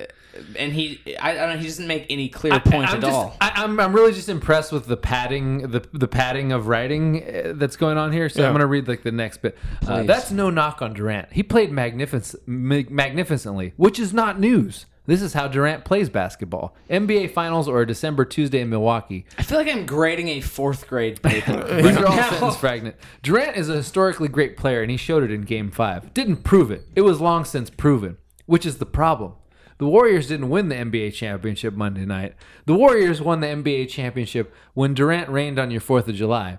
S4: and he I, I don't know, he doesn't make any clear point
S2: I'm
S4: at
S2: just,
S4: all.
S2: I, I'm I'm really just impressed with the padding the the padding of writing uh, that's going on here. So I'm
S1: Yeah.
S2: gonna read like the next bit. Uh,
S4: Please.
S2: that's no knock on Durant. He played magnific- mag- magnificently, which is not news. This is how Durant plays basketball. NBA Finals or a December Tuesday in Milwaukee.
S4: I feel like I'm grading a fourth grade paper. [LAUGHS]
S2: These are all
S4: right now.
S2: sentence fragment. Durant is a historically great player, and he showed it in Game Five. Didn't prove it. It was long since proven, which is the problem. The Warriors didn't win the NBA championship Monday night. The Warriors won the NBA championship when Durant rained on your Fourth of July.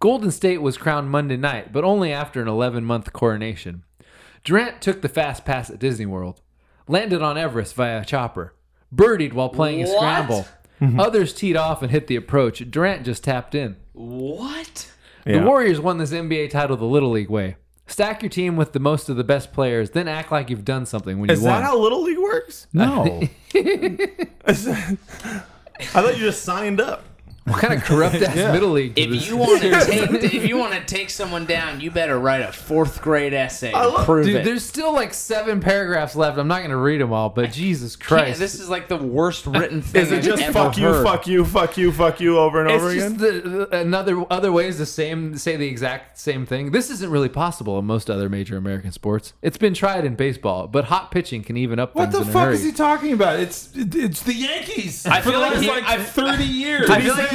S2: Golden State was crowned Monday night, but only after an 11-month coronation. Durant took the fast pass at Disney World, landed on Everest via chopper, birdied while playing a
S4: What? Mm-hmm.
S2: scramble. Others teed off and hit the approach. Durant just tapped in.
S4: What?
S1: Yeah.
S2: The Warriors won this NBA title the Little League way. Stack your team with the most of the best players, then act like you've done something when
S1: Is
S2: you won.
S1: that how Little League [LAUGHS] works?
S3: [LAUGHS] no.
S1: Is that- I thought you just signed up.
S2: what kind
S1: [LAUGHS]
S2: of corrupt ass Middle League? is
S4: If
S2: this?
S4: you want to take if you want to take someone down, you better write a fourth grade essay. to
S1: love-
S4: prove
S2: Dude,
S4: it.
S2: there's still like seven paragraphs left. I'm not going to read them all,
S4: [LAUGHS]
S2: but Jesus
S4: Can't-
S2: Christ.
S4: This is like the worst written
S1: [LAUGHS]
S4: thing.
S1: Is it
S4: I've
S1: just
S4: ever
S1: fuck you,
S4: heard.
S1: fuck you, fuck you, fuck you over and over
S2: it's
S1: again?
S2: just the, the- another other ways the same say the exact same thing. This isn't really possible in most other major American sports. It's been tried in baseball, but hot pitching can even up
S3: What
S2: things
S3: the
S2: in a
S3: fuck
S2: hurry.
S3: is he talking about? It's it- it's the Yankees. I
S4: feel like he- I-
S3: 30 years.
S4: I
S1: Did he
S4: feel like
S1: say
S4: he wrote this-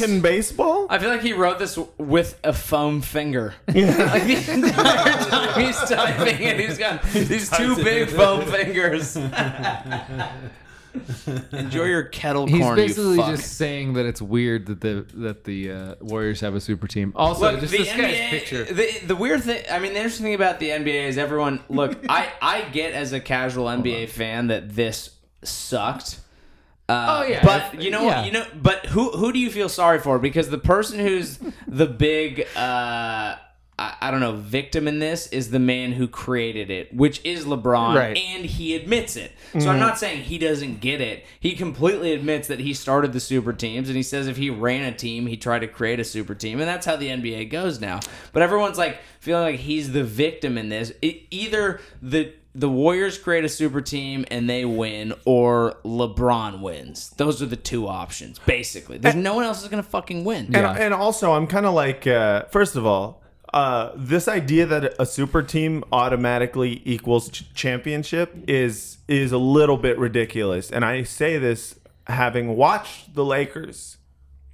S1: American baseball?
S4: I feel like he wrote this with a
S1: [LAUGHS]
S4: foam finger. [LAUGHS] like the entire time he's typing it, he's got these two big
S1: [LAUGHS]
S4: foam fingers. Enjoy your kettle
S2: He's
S4: corn,
S2: basically
S4: you fuck.
S2: just saying that it's weird that the that the uh, Warriors have a super team. Also,
S4: Look,
S2: just
S4: the
S2: this guy's
S4: NBA
S2: picture.
S4: The, the weird thing, I mean, the interesting thing about the NBA is everyone. Look,
S2: [LAUGHS]
S4: I I get as a casual NBA fan that this sucked.
S2: Oh,
S4: Uh,
S2: yeah.
S4: but you know
S2: Yeah.
S4: what? You know, but who who do you feel sorry for? Because the person who's the big. Uh, I I don't know. Victim in this is the man who created it, which is LeBron,
S2: Right.
S4: and he admits it. So I'm not saying he doesn't get it. He completely admits that he started the super teams, and he says if he ran a team, he tried to create a super team, and that's how the NBA goes now. But everyone's like feeling like he's the victim in this. It, either the the Warriors create a super team and they win, or LeBron wins. Those are the two options, basically. There's no one else is gonna fucking win.
S1: And, and also, I'm kind of like, uh, first of all, uh, this idea that a super team automatically equals ch- championship is is a little bit ridiculous. And I say this having watched the Lakers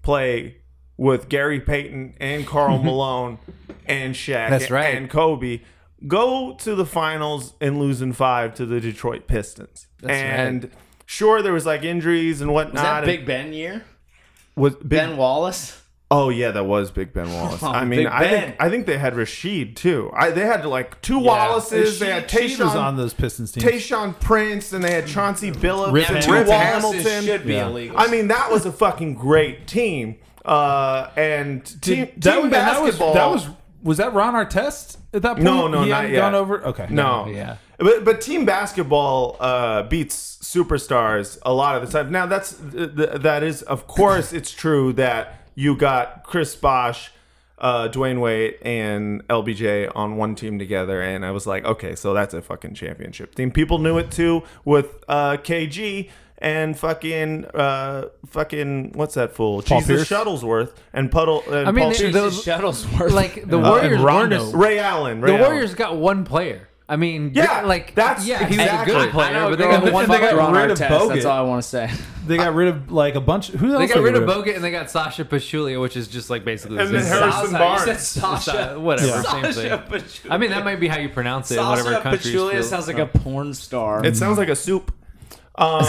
S1: play with Gary Payton and Carl Malone and Shaq
S2: That's right.
S1: and Kobe. Go to the finals and lose in five to the Detroit Pistons. and
S2: right.
S1: sure, there was like injuries and whatnot.
S4: Is that
S1: and-
S4: Big Ben year?
S1: was Big
S4: Ben Wallace?
S1: Oh yeah, that was Big Ben
S3: [LAUGHS]
S1: Wallace.
S3: Oh,
S1: I mean,
S4: Big
S1: I
S4: Ben.
S1: think I think they had Rashid too. I they had like two Wallaces. uh, they had
S3: She was on
S1: Tayshawn,
S3: those Pistons teams.
S1: Tayshawn Prince, and they had Chauncey Billups
S3: Rip
S1: and
S3: Hamilton.
S1: Rip
S4: Wallaces
S1: Hamilton.
S4: should be
S3: Yeah.
S4: illegal.
S1: I mean, that was a fucking great team. Uh, and team,
S3: That
S1: team
S3: was- that was
S1: basketball.
S3: that was was that Ron Artest at that point?
S1: no, no,
S3: He
S1: not
S3: hadn't
S1: yet.
S3: Gone over. Okay,
S1: no,
S2: yeah.
S1: But but team basketball uh, beats superstars a lot of the time. Now that's th- th- that is of course it's true that you got Chris Bosh, uh, Dwayne Wade, and LBJ on one team together, and I was like, okay, so that's a fucking championship team. People knew it too with uh, KG. And fucking, uh, fucking, what's that fool? Jesus
S3: Pierce?
S1: Shuttlesworth and Puddle. And
S2: I mean,
S1: Paul
S2: they-
S1: Pierce.
S2: the-
S4: Shuttlesworth.
S2: like the
S1: Uh,
S2: Warriors,
S1: and
S2: weren't
S1: Rondo. Ray Allen. Ray
S2: the
S1: Allen.
S2: Warriors got one player. I mean,
S1: Yeah,
S2: like
S1: that's
S2: yeah,
S1: exactly-
S2: he's a good
S4: I
S2: player,
S4: know,
S2: but they
S4: girl,
S2: got one.
S3: and they
S2: fucking-
S3: got
S4: Ron
S3: rid of
S4: Artest,
S3: Bogut.
S4: That's all I want to say.
S3: they got rid of like a bunch. Who else?
S2: They got rid of Bogut and they got Sasha Pachulia, which is just like basically
S1: And then
S2: Zaza-
S1: Harrison
S4: Sasha,
S1: Barnes.
S4: You said Sasha.
S2: Sa- whatever,
S3: Yeah.
S2: same
S4: Sasha
S2: thing.
S4: Pachulia.
S2: I mean, that might be how you pronounce it. in whatever
S4: Sasha
S2: country you
S4: Pachulia
S2: feel-
S4: sounds like a porn star.
S1: It sounds Um, like a soup. Um,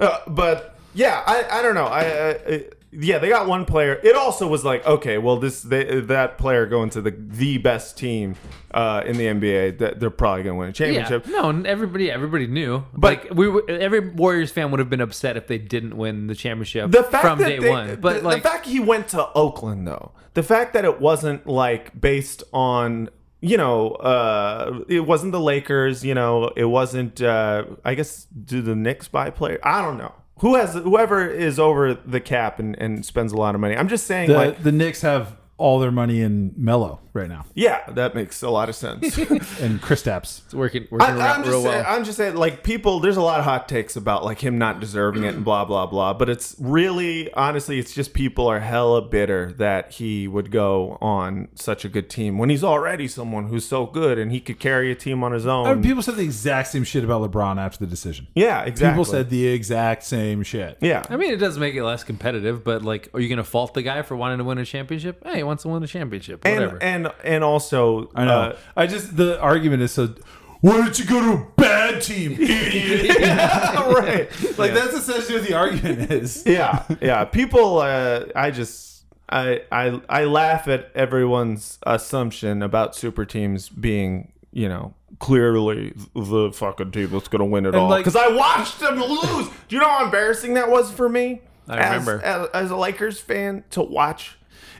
S1: uh, but yeah, I, I don't know. I, I yeah, they got one player. It also was like, okay, well, this they, that player going to the the best team uh, in the NBA, that they're probably going to win a
S2: Yeah,
S1: championship.
S2: no, and everybody, everybody knew. But like, we, were, every Warriors fan would have been upset if they didn't win the championship
S1: The fact
S2: from
S1: that
S2: day
S1: they-
S2: one. But
S1: the, the
S2: like,
S1: fact he went to Oakland though, the fact that it wasn't like based on you know, uh, it wasn't the Lakers. You know, it wasn't. Uh, I guess do the Knicks buy player? I don't know. Who has whoever is over the cap and, and spends a lot of money. I'm just saying,
S3: The,
S1: like
S3: the Knicks have all their money in Mello right now
S1: yeah, that makes a lot of sense.
S3: and Kristaps.
S2: it's working,
S1: I,
S2: working
S1: I'm
S2: out
S1: just
S2: real well.
S1: saying, I'm just saying, like people, there's a lot of hot takes about like him not deserving it and blah blah blah. But it's really, honestly, it's just people are hella bitter that he would go on such a good team when he's already someone who's so good and he could carry a team on his
S3: I
S1: own.
S3: mean, people said the exact same shit about LeBron after the decision.
S1: Um, yeah, exactly.
S3: People said the exact same shit.
S1: yeah.
S2: I mean, it does make it less competitive, but like, are you going to fault the guy for wanting to win a championship? Hey, he wants to win a championship. Whatever.
S1: and and and also,
S3: I know.
S1: uh,
S3: I just the argument is so. Why don't you go to a bad [LAUGHS] team, idiot?
S1: uh, [LAUGHS] right?
S3: like that's essentially what the argument is.
S1: yeah yeah people uh, i just I, I i laugh at everyone's assumption about super teams being you know clearly the fucking team that's gonna win it all
S3: like-
S1: because i watched them lose do you know how embarrassing that was for me
S2: I
S1: As-
S2: remember.
S1: as, as a lakers fan to watch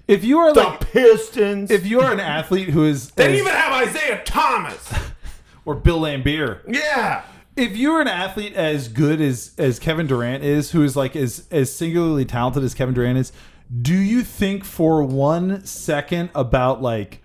S3: If you are
S1: the
S3: like,
S1: pistons
S3: if you are an athlete who is,
S1: they
S3: as-
S1: even have isaiah thomas
S3: or Bill Lambier,
S1: yeah
S3: if you're an athlete as good as as Kevin Durant is, who is like as as singularly talented as Kevin Durant is, do you think for one second about like?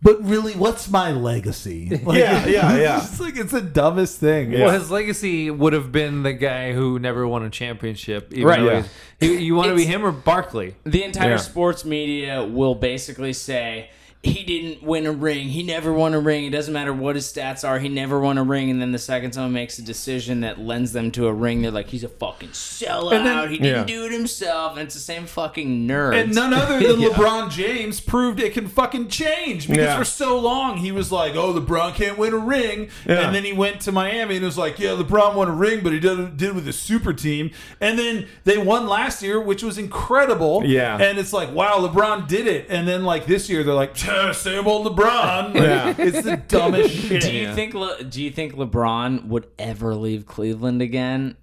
S3: But really, what's my legacy? [LAUGHS] Like,
S1: Yeah, yeah, yeah.
S3: [LAUGHS] It's like it's the dumbest thing.
S1: Yeah.
S2: Well, his legacy would have been the guy who never won a championship. Even
S4: Right.
S2: though
S4: Yeah.
S2: he- You, want to be
S4: It's-
S2: him or Barkley?
S4: The entire
S1: Yeah.
S4: sports media will basically say he didn't win a ring. He never won a ring. It doesn't matter what his stats are. He never won a ring. And then the second someone makes a decision that lends them to a ring, they're like, he's a fucking sellout. he didn't
S1: Yeah.
S4: do it himself. And it's the same fucking nerd.
S3: And none other than LeBron James proved it can fucking change because
S1: Yeah.
S3: for so long he was like, "Oh, LeBron can't win a ring,"
S1: Yeah.
S3: and then he went to Miami and was like, "Yeah, LeBron won a ring, but he did did with a super team." And then they won last year, which was incredible.
S1: Yeah.
S3: and it's like, "Wow, LeBron did it." And then like this year, they're like, "Tch, "Same old LeBron." Like,
S1: Yeah.
S3: it's the dumbest shit.
S4: do you think Le- do you think LeBron would ever leave Cleveland again?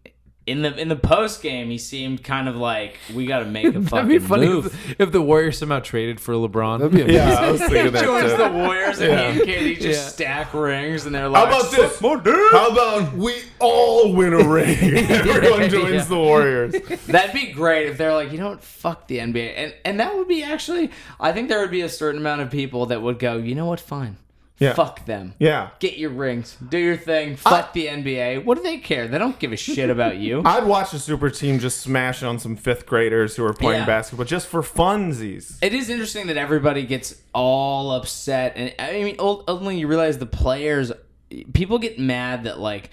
S4: In the in the post game, he seemed kind of like we got to make [LAUGHS] a fucking
S2: That'd be funny
S4: move.
S2: if, if the Warriors somehow traded for LeBron. That'd be
S1: yeah i was thinking that
S4: Joins
S1: too.
S4: the Warriors and he and Katie just
S2: Yeah.
S4: stack rings and
S1: How
S4: they're like,
S1: about this? How about we all win a ring? [LAUGHS] Everyone joins
S2: Yeah.
S1: the Warriors.
S4: That'd be great if they're like, you know what, fuck the NBA, and and that would be actually, I think there would be a certain amount of people that would go, you know what, fine,
S1: Yeah.
S4: fuck them,
S1: Yeah.
S4: get your rings, do your thing, fuck the NBA. What do they care? They don't give a shit about you.
S1: I'd watch a super team just smash on some fifth graders who are playing
S4: Yeah.
S1: basketball just for funsies.
S4: it is interesting that everybody gets all upset, and I mean, ul- ultimately, you realize the players. People get mad that like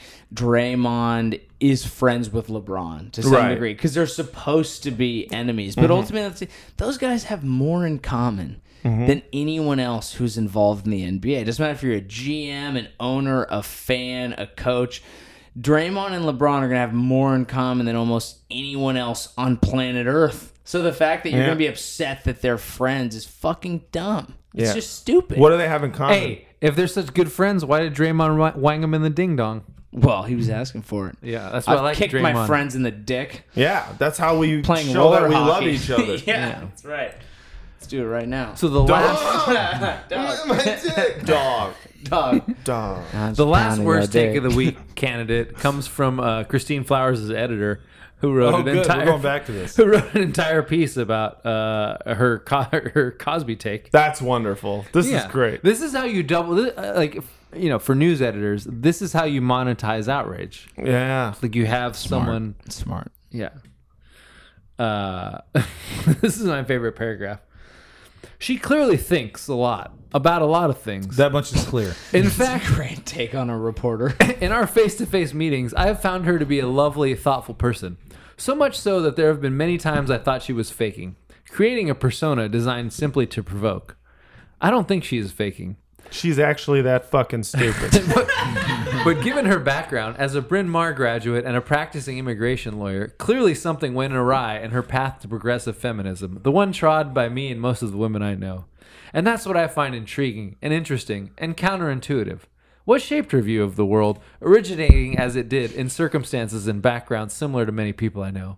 S4: Draymond is friends with LeBron to some
S1: Right.
S4: degree because they're supposed to be enemies,
S1: Mm-hmm.
S4: but ultimately those guys have more in common
S1: Mm-hmm.
S4: than anyone else who's involved in the NBA. It doesn't matter if you're a GM, an owner, a fan, a coach. Draymond and LeBron are gonna have more in common than almost anyone else on planet Earth. So the fact that you're
S1: Yeah.
S4: gonna be upset that they're friends is fucking dumb. It's
S1: Yeah.
S4: just stupid.
S1: What do they have in common?
S2: Hey, if they're such good friends, why did Draymond wha- wang him in the ding dong?
S4: Well, he was asking for it.
S2: Yeah, that's
S4: I
S2: what I like.
S4: kicked
S2: Draymond.
S4: my friends in the dick
S1: Yeah, that's how we
S4: playing
S1: show
S4: roller
S1: that we
S4: hockey.
S1: love each other.
S4: [LAUGHS]
S1: [LAUGHS]
S4: yeah, that's right. Let's do it right now.
S2: So the last,
S4: dog,
S1: My
S4: [LAUGHS]
S1: dick. Dog.
S4: dog.
S1: Dog.
S2: the last worst take of the week candidate comes from uh, Christine Flowers' editor, who wrote
S3: Oh,
S2: an
S3: good.
S2: entire
S3: We're going back to
S2: [LAUGHS]
S3: this.
S2: who wrote an entire piece about uh, her co- [LAUGHS] her Cosby take.
S1: That's wonderful. This is great.
S2: This is how you double this, uh, like you know for news editors. This is how you monetize outrage.
S1: yeah.
S2: Like you have someone.
S4: Smart.
S2: Yeah. Uh, [LAUGHS] this is my favorite paragraph. She clearly thinks a lot about a lot of things.
S3: That much is clear.
S2: in fact,
S4: Great take on a [LAUGHS] reporter.
S2: [LAUGHS] in our face to face meetings, I have found her to be a lovely, thoughtful person. So much so that there have been many times I thought she was faking, creating a persona designed simply to provoke. I don't think she is faking.
S1: She's actually that fucking
S4: [LAUGHS]
S1: stupid.
S2: But given her background as a Bryn Mawr graduate and a practicing immigration lawyer, clearly something went awry in her path to progressive feminism, the one trod by me and most of the women I know. And that's what I find intriguing and interesting and counterintuitive. What shaped her view of the world, originating as it did in circumstances and backgrounds similar to many people I know?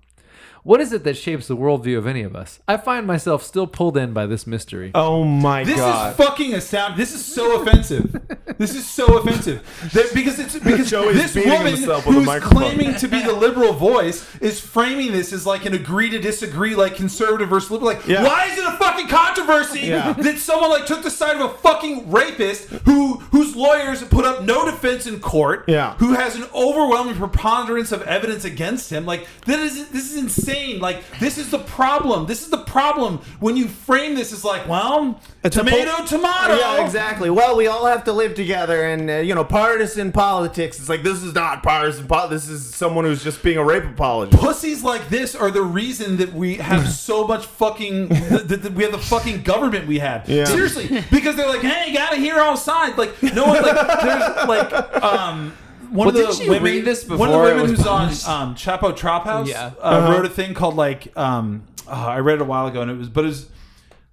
S2: What is it that shapes the worldview of any of us? I find myself still pulled in by this mystery.
S1: oh my
S3: This
S1: god.
S3: is fucking a sound. This is so offensive. this is so offensive That- because it's because
S1: Joey's
S3: this
S1: beating
S3: woman
S1: himself with a
S3: who's
S1: microphone.
S3: claiming to be the liberal voice is framing this as like an agree to disagree, like conservative versus liberal. Like,
S1: Yeah.
S3: why is it a fucking controversy
S1: Yeah.
S3: that someone like took the side of a fucking rapist who whose lawyers put up no defense in court?
S1: Yeah.
S3: who has an overwhelming preponderance of evidence against him. Like that is this is insane. Like this is the problem. This is the problem when you frame this as like, well, tomato,
S1: pol-
S3: tomato.
S1: Yeah, exactly. Well, we all have to live together, and uh, you know, partisan politics. It's like this is not partisan. Po- this is someone who's just being a rape apologist.
S3: Pussies like this are the reason that we have so much fucking that, that- that we have the fucking government we have.
S1: Yeah.
S3: Seriously, because they're like, hey, gotta hear all sides. Like no one like there's like um. One
S4: Well,
S3: of the
S4: didn't you
S3: women,
S4: read this
S3: one of the
S4: before it
S3: women
S4: was
S3: who's on
S4: published?
S3: um, Chapo Trap House
S2: Yeah.
S3: uh, wrote a thing called like um, oh, I read it a while ago, and it was but it was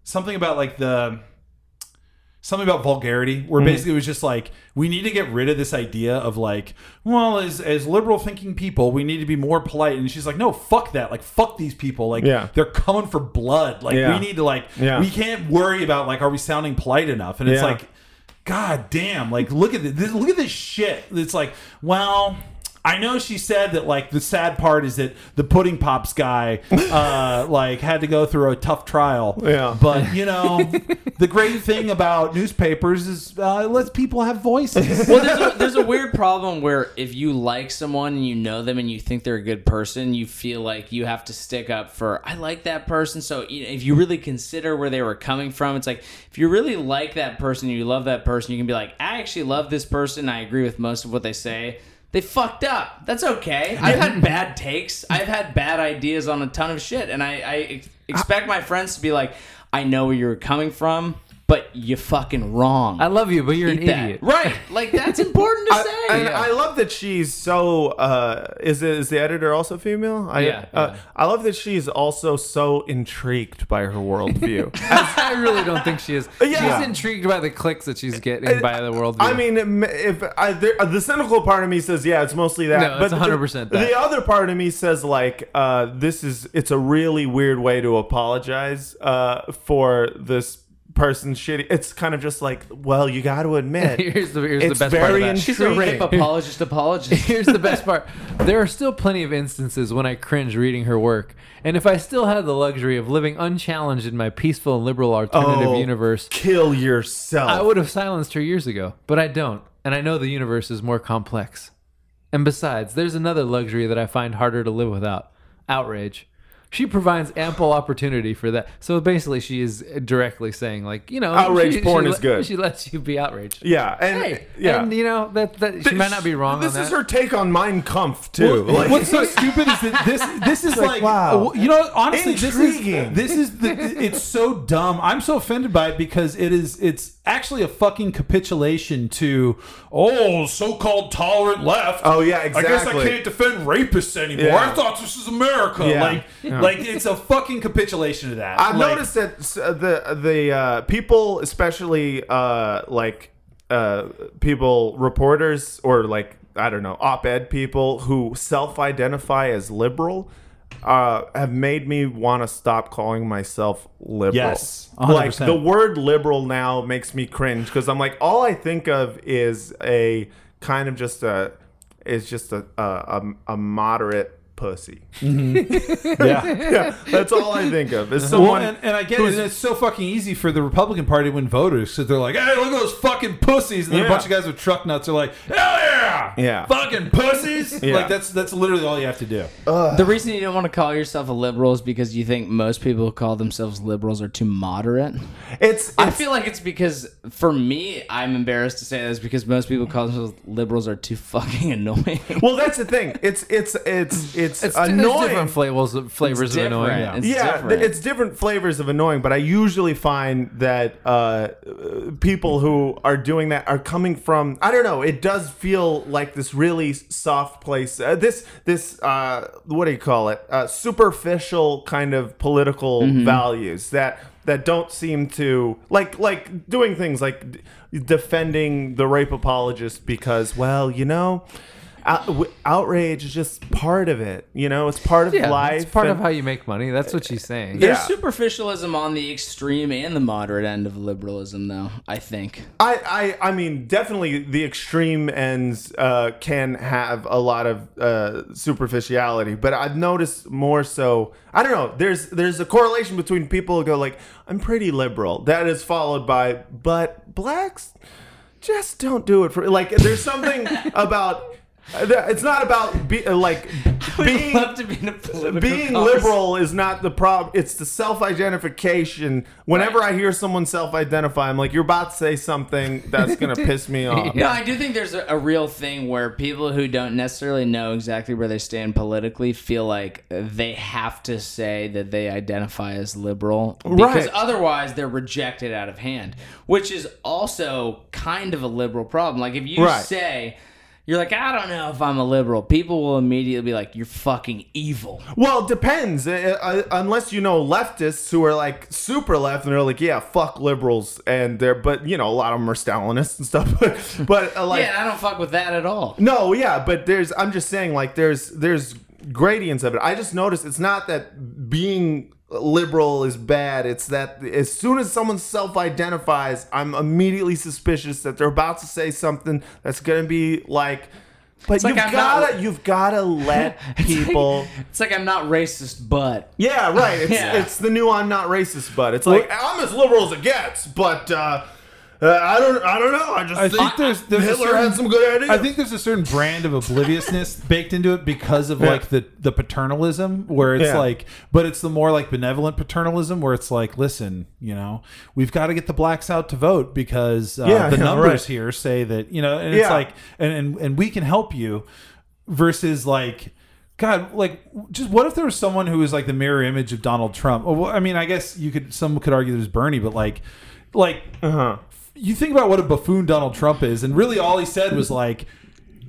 S3: something about like the something about vulgarity
S1: Mm.
S3: where basically it was just like we need to get rid of this idea of like well as as liberal thinking people we need to be more polite and she's like no fuck that like fuck these people like
S1: Yeah.
S3: they're coming for blood like
S1: Yeah.
S3: we need to like
S1: Yeah.
S3: we can't worry about like are we sounding polite enough and it's
S1: Yeah.
S3: like god damn like look at this look at this shit it's like well I know she said that like the sad part is that the pudding
S1: [LAUGHS]
S3: pops guy uh, like had to go through a tough trial.
S1: Yeah. [LAUGHS]
S3: But you know, the great thing about newspapers is uh, it lets people have
S1: [LAUGHS]
S3: voices.
S4: well, there's a, there's a weird problem where if you like someone and you know them and you think they're a good person, you feel like you have to stick up for I like that person. So you know, if you really consider where they were coming from, it's like if you really like that person, you love that person, you can be like, I actually love this person. I agree with most of what they say. They fucked up. That's okay. I've had bad takes. I've had bad ideas on a ton of shit, and I, I ex- expect my friends to be like, I know where you're coming from, but you fucking wrong.
S2: I love you, but you're an
S4: Eat that.
S2: idiot. [LAUGHS]
S4: Right. Like that's important to say.
S1: I, and I love that she's so. Uh, is is the editor also female? I,
S2: Yeah,
S1: Uh,
S2: yeah.
S1: I love that she's also so intrigued by her worldview.
S2: I really don't think she is.
S1: [LAUGHS] Yeah.
S2: She's intrigued by the clicks that she's getting by the world.
S1: I mean, it ma- if I, there, uh, the cynical part of me says, yeah, it's mostly that.
S2: No, it's
S1: the-
S2: 100% that.
S1: The other part of me says, like, uh, this is it's a really weird way to apologize uh, for this person's shitty. It's kind of just like, well, you got to admit,
S2: [LAUGHS] [LAUGHS] Here's the- here's the
S1: it's
S2: best part of
S1: very
S2: that.
S4: She's a rape
S1: intriguing. [LAUGHS]
S4: apologist apologist.
S2: [LAUGHS] Here's the best part. There are still plenty of instances when I cringe reading her work. And if I still had the luxury of living unchallenged in my peaceful and liberal alternative
S1: Oh,
S2: universe,
S1: Kill yourself.
S2: I would have silenced her years ago. But I don't. And I know the universe is more complex. And besides, there's another luxury that I find harder to live without outrage. She provides ample opportunity for that. So basically, she is directly saying, like, you know,
S1: Outrage
S2: she- she
S1: porn is
S2: le-
S1: good.
S2: She lets you be outraged.
S1: yeah, and yeah,
S2: And you know that, that she might not be wrong.
S1: This
S2: on
S1: is
S2: that.
S1: her take on Mein Kampf too. like,
S3: What's so stupid is that this this is like,
S1: wow.
S3: you know honestly
S1: Intriguing.
S3: this is this is the, it's so dumb. I'm so offended by it because it is it's actually a fucking capitulation to oh so-called tolerant left.
S1: Oh, yeah,
S3: I guess I
S1: exactly.
S3: can't defend rapists anymore.
S1: Yeah.
S3: I thought this is America.
S1: Yeah.
S3: Like like it's a fucking capitulation to that.
S1: I've
S3: Like, [LAUGHS]
S1: noticed that s- uh, the the uh, people, especially uh, like uh, people, reporters, or like I don't know, op-ed people who self-identify as liberal, uh, have made me want to stop calling myself liberal.
S3: Yes, a hundred
S1: like
S3: percent.
S1: the word liberal now makes me cringe because I'm like, all I think of is a kind of just a is just a a, a, a moderate pussy. [LAUGHS]
S3: yeah.
S1: yeah, that's all I think of is someone.
S3: Well, and, and I get it. And it's so fucking easy for the Republican Party to win voters because they're like, hey, look at those fucking pussies. And then
S1: Yeah.
S3: a bunch of guys with truck nuts are like, hell yeah. yeah,
S1: Yeah.
S3: fucking pussies.
S1: Yeah.
S3: Like that's that's literally all you have to do.
S4: The reason you don't want to call yourself a liberal is because you think most people who call themselves liberals are too moderate.
S1: It's,
S4: I
S1: it's-
S4: feel like it's because, for me, I'm embarrassed to say this because most people call themselves liberals are too fucking [LAUGHS] annoying.
S1: well, that's the thing. It's it's it's it's,
S2: It's, it's
S1: annoying.
S2: different flavors, flavors
S4: It's
S2: of annoying.
S4: different. It's
S1: yeah, th-
S4: different.
S1: it's different flavors of annoying, but I usually find that uh, uh, people who are doing that are coming from I don't know. It does feel like this really s- soft place. Uh, this this uh, what do you call it? Uh, superficial kind of political
S2: Mm-hmm.
S1: values that that don't seem to like like doing things like d- defending the rape apologist because well you know. Out, w- outrage is just part of it, you know. It's part of
S2: Yeah,
S1: life.
S2: it's part of
S1: and-
S2: how you make money. That's what she's
S1: Yeah.
S2: saying.
S4: There's superficialism on the extreme and the moderate end of liberalism, though, I think.
S1: I, I, I mean, definitely the extreme ends uh, can have a lot of uh, superficiality, but I've noticed more so. I don't know. There's there's a correlation between people who go like, "I'm pretty liberal," that is followed by, "But blacks just don't do it for like." There's something about uh, it's not about be, uh, like being
S4: Love to be in a political
S1: being
S4: cause.
S1: liberal is not the problem. It's the self-identification. Whenever I hear someone self-identify, I'm like, you're about to say something that's gonna [LAUGHS] piss me off.
S4: No, I do think there's a, a real thing where people who don't necessarily know exactly where they stand politically feel like they have to say that they identify as liberal because
S1: Right.
S4: otherwise they're rejected out of hand, which is also kind of a liberal problem. Like if you
S1: Right.
S4: say you're like I don't know if I'm a liberal, people will immediately be like you're fucking evil.
S1: Well, it depends. Uh, uh, unless you know leftists who are like super left, and they're like, yeah, fuck liberals, and they're but you know a lot of them are Stalinists and stuff. [LAUGHS] But but uh, like,
S4: yeah, and I don't fuck with that at all.
S1: No, yeah, but there's. I'm just saying, like, there's there's gradients of it. I just noticed it's not that being liberal is bad. It's that as soon as someone self-identifies, I'm immediately suspicious that they're about to say something that's gonna be like. But
S4: like
S1: you've
S4: I'm not-
S1: gotta you've gotta let people.
S4: It's like I'm not racist, but
S1: yeah, right. It's,
S4: Yeah.
S1: it's the new I'm not racist, but it's like I'm as liberal as it gets, but. uh uh, I don't. I don't know. I just
S3: I
S1: think,
S3: [LAUGHS] think there's- there's a
S1: Hitler
S3: certain-
S1: had some good ideas.
S3: I think there's a certain brand of obliviousness
S1: [LAUGHS]
S3: baked into it because of like the the paternalism where it's
S1: Yeah.
S3: like but it's the more like benevolent paternalism where it's like listen, you know, we've got to get the blacks out to vote because uh,
S1: Yeah,
S3: the
S1: yeah,
S3: numbers
S1: right.
S3: here say that, you know, and it's
S1: Yeah.
S3: like and, and and we can help you versus like God, like, just what if there was someone who was like the mirror image of Donald Trump? Or, well, I mean, I guess you could, some could argue there's Bernie, but like, like, you think about what a buffoon Donald Trump is, and really all he said was like,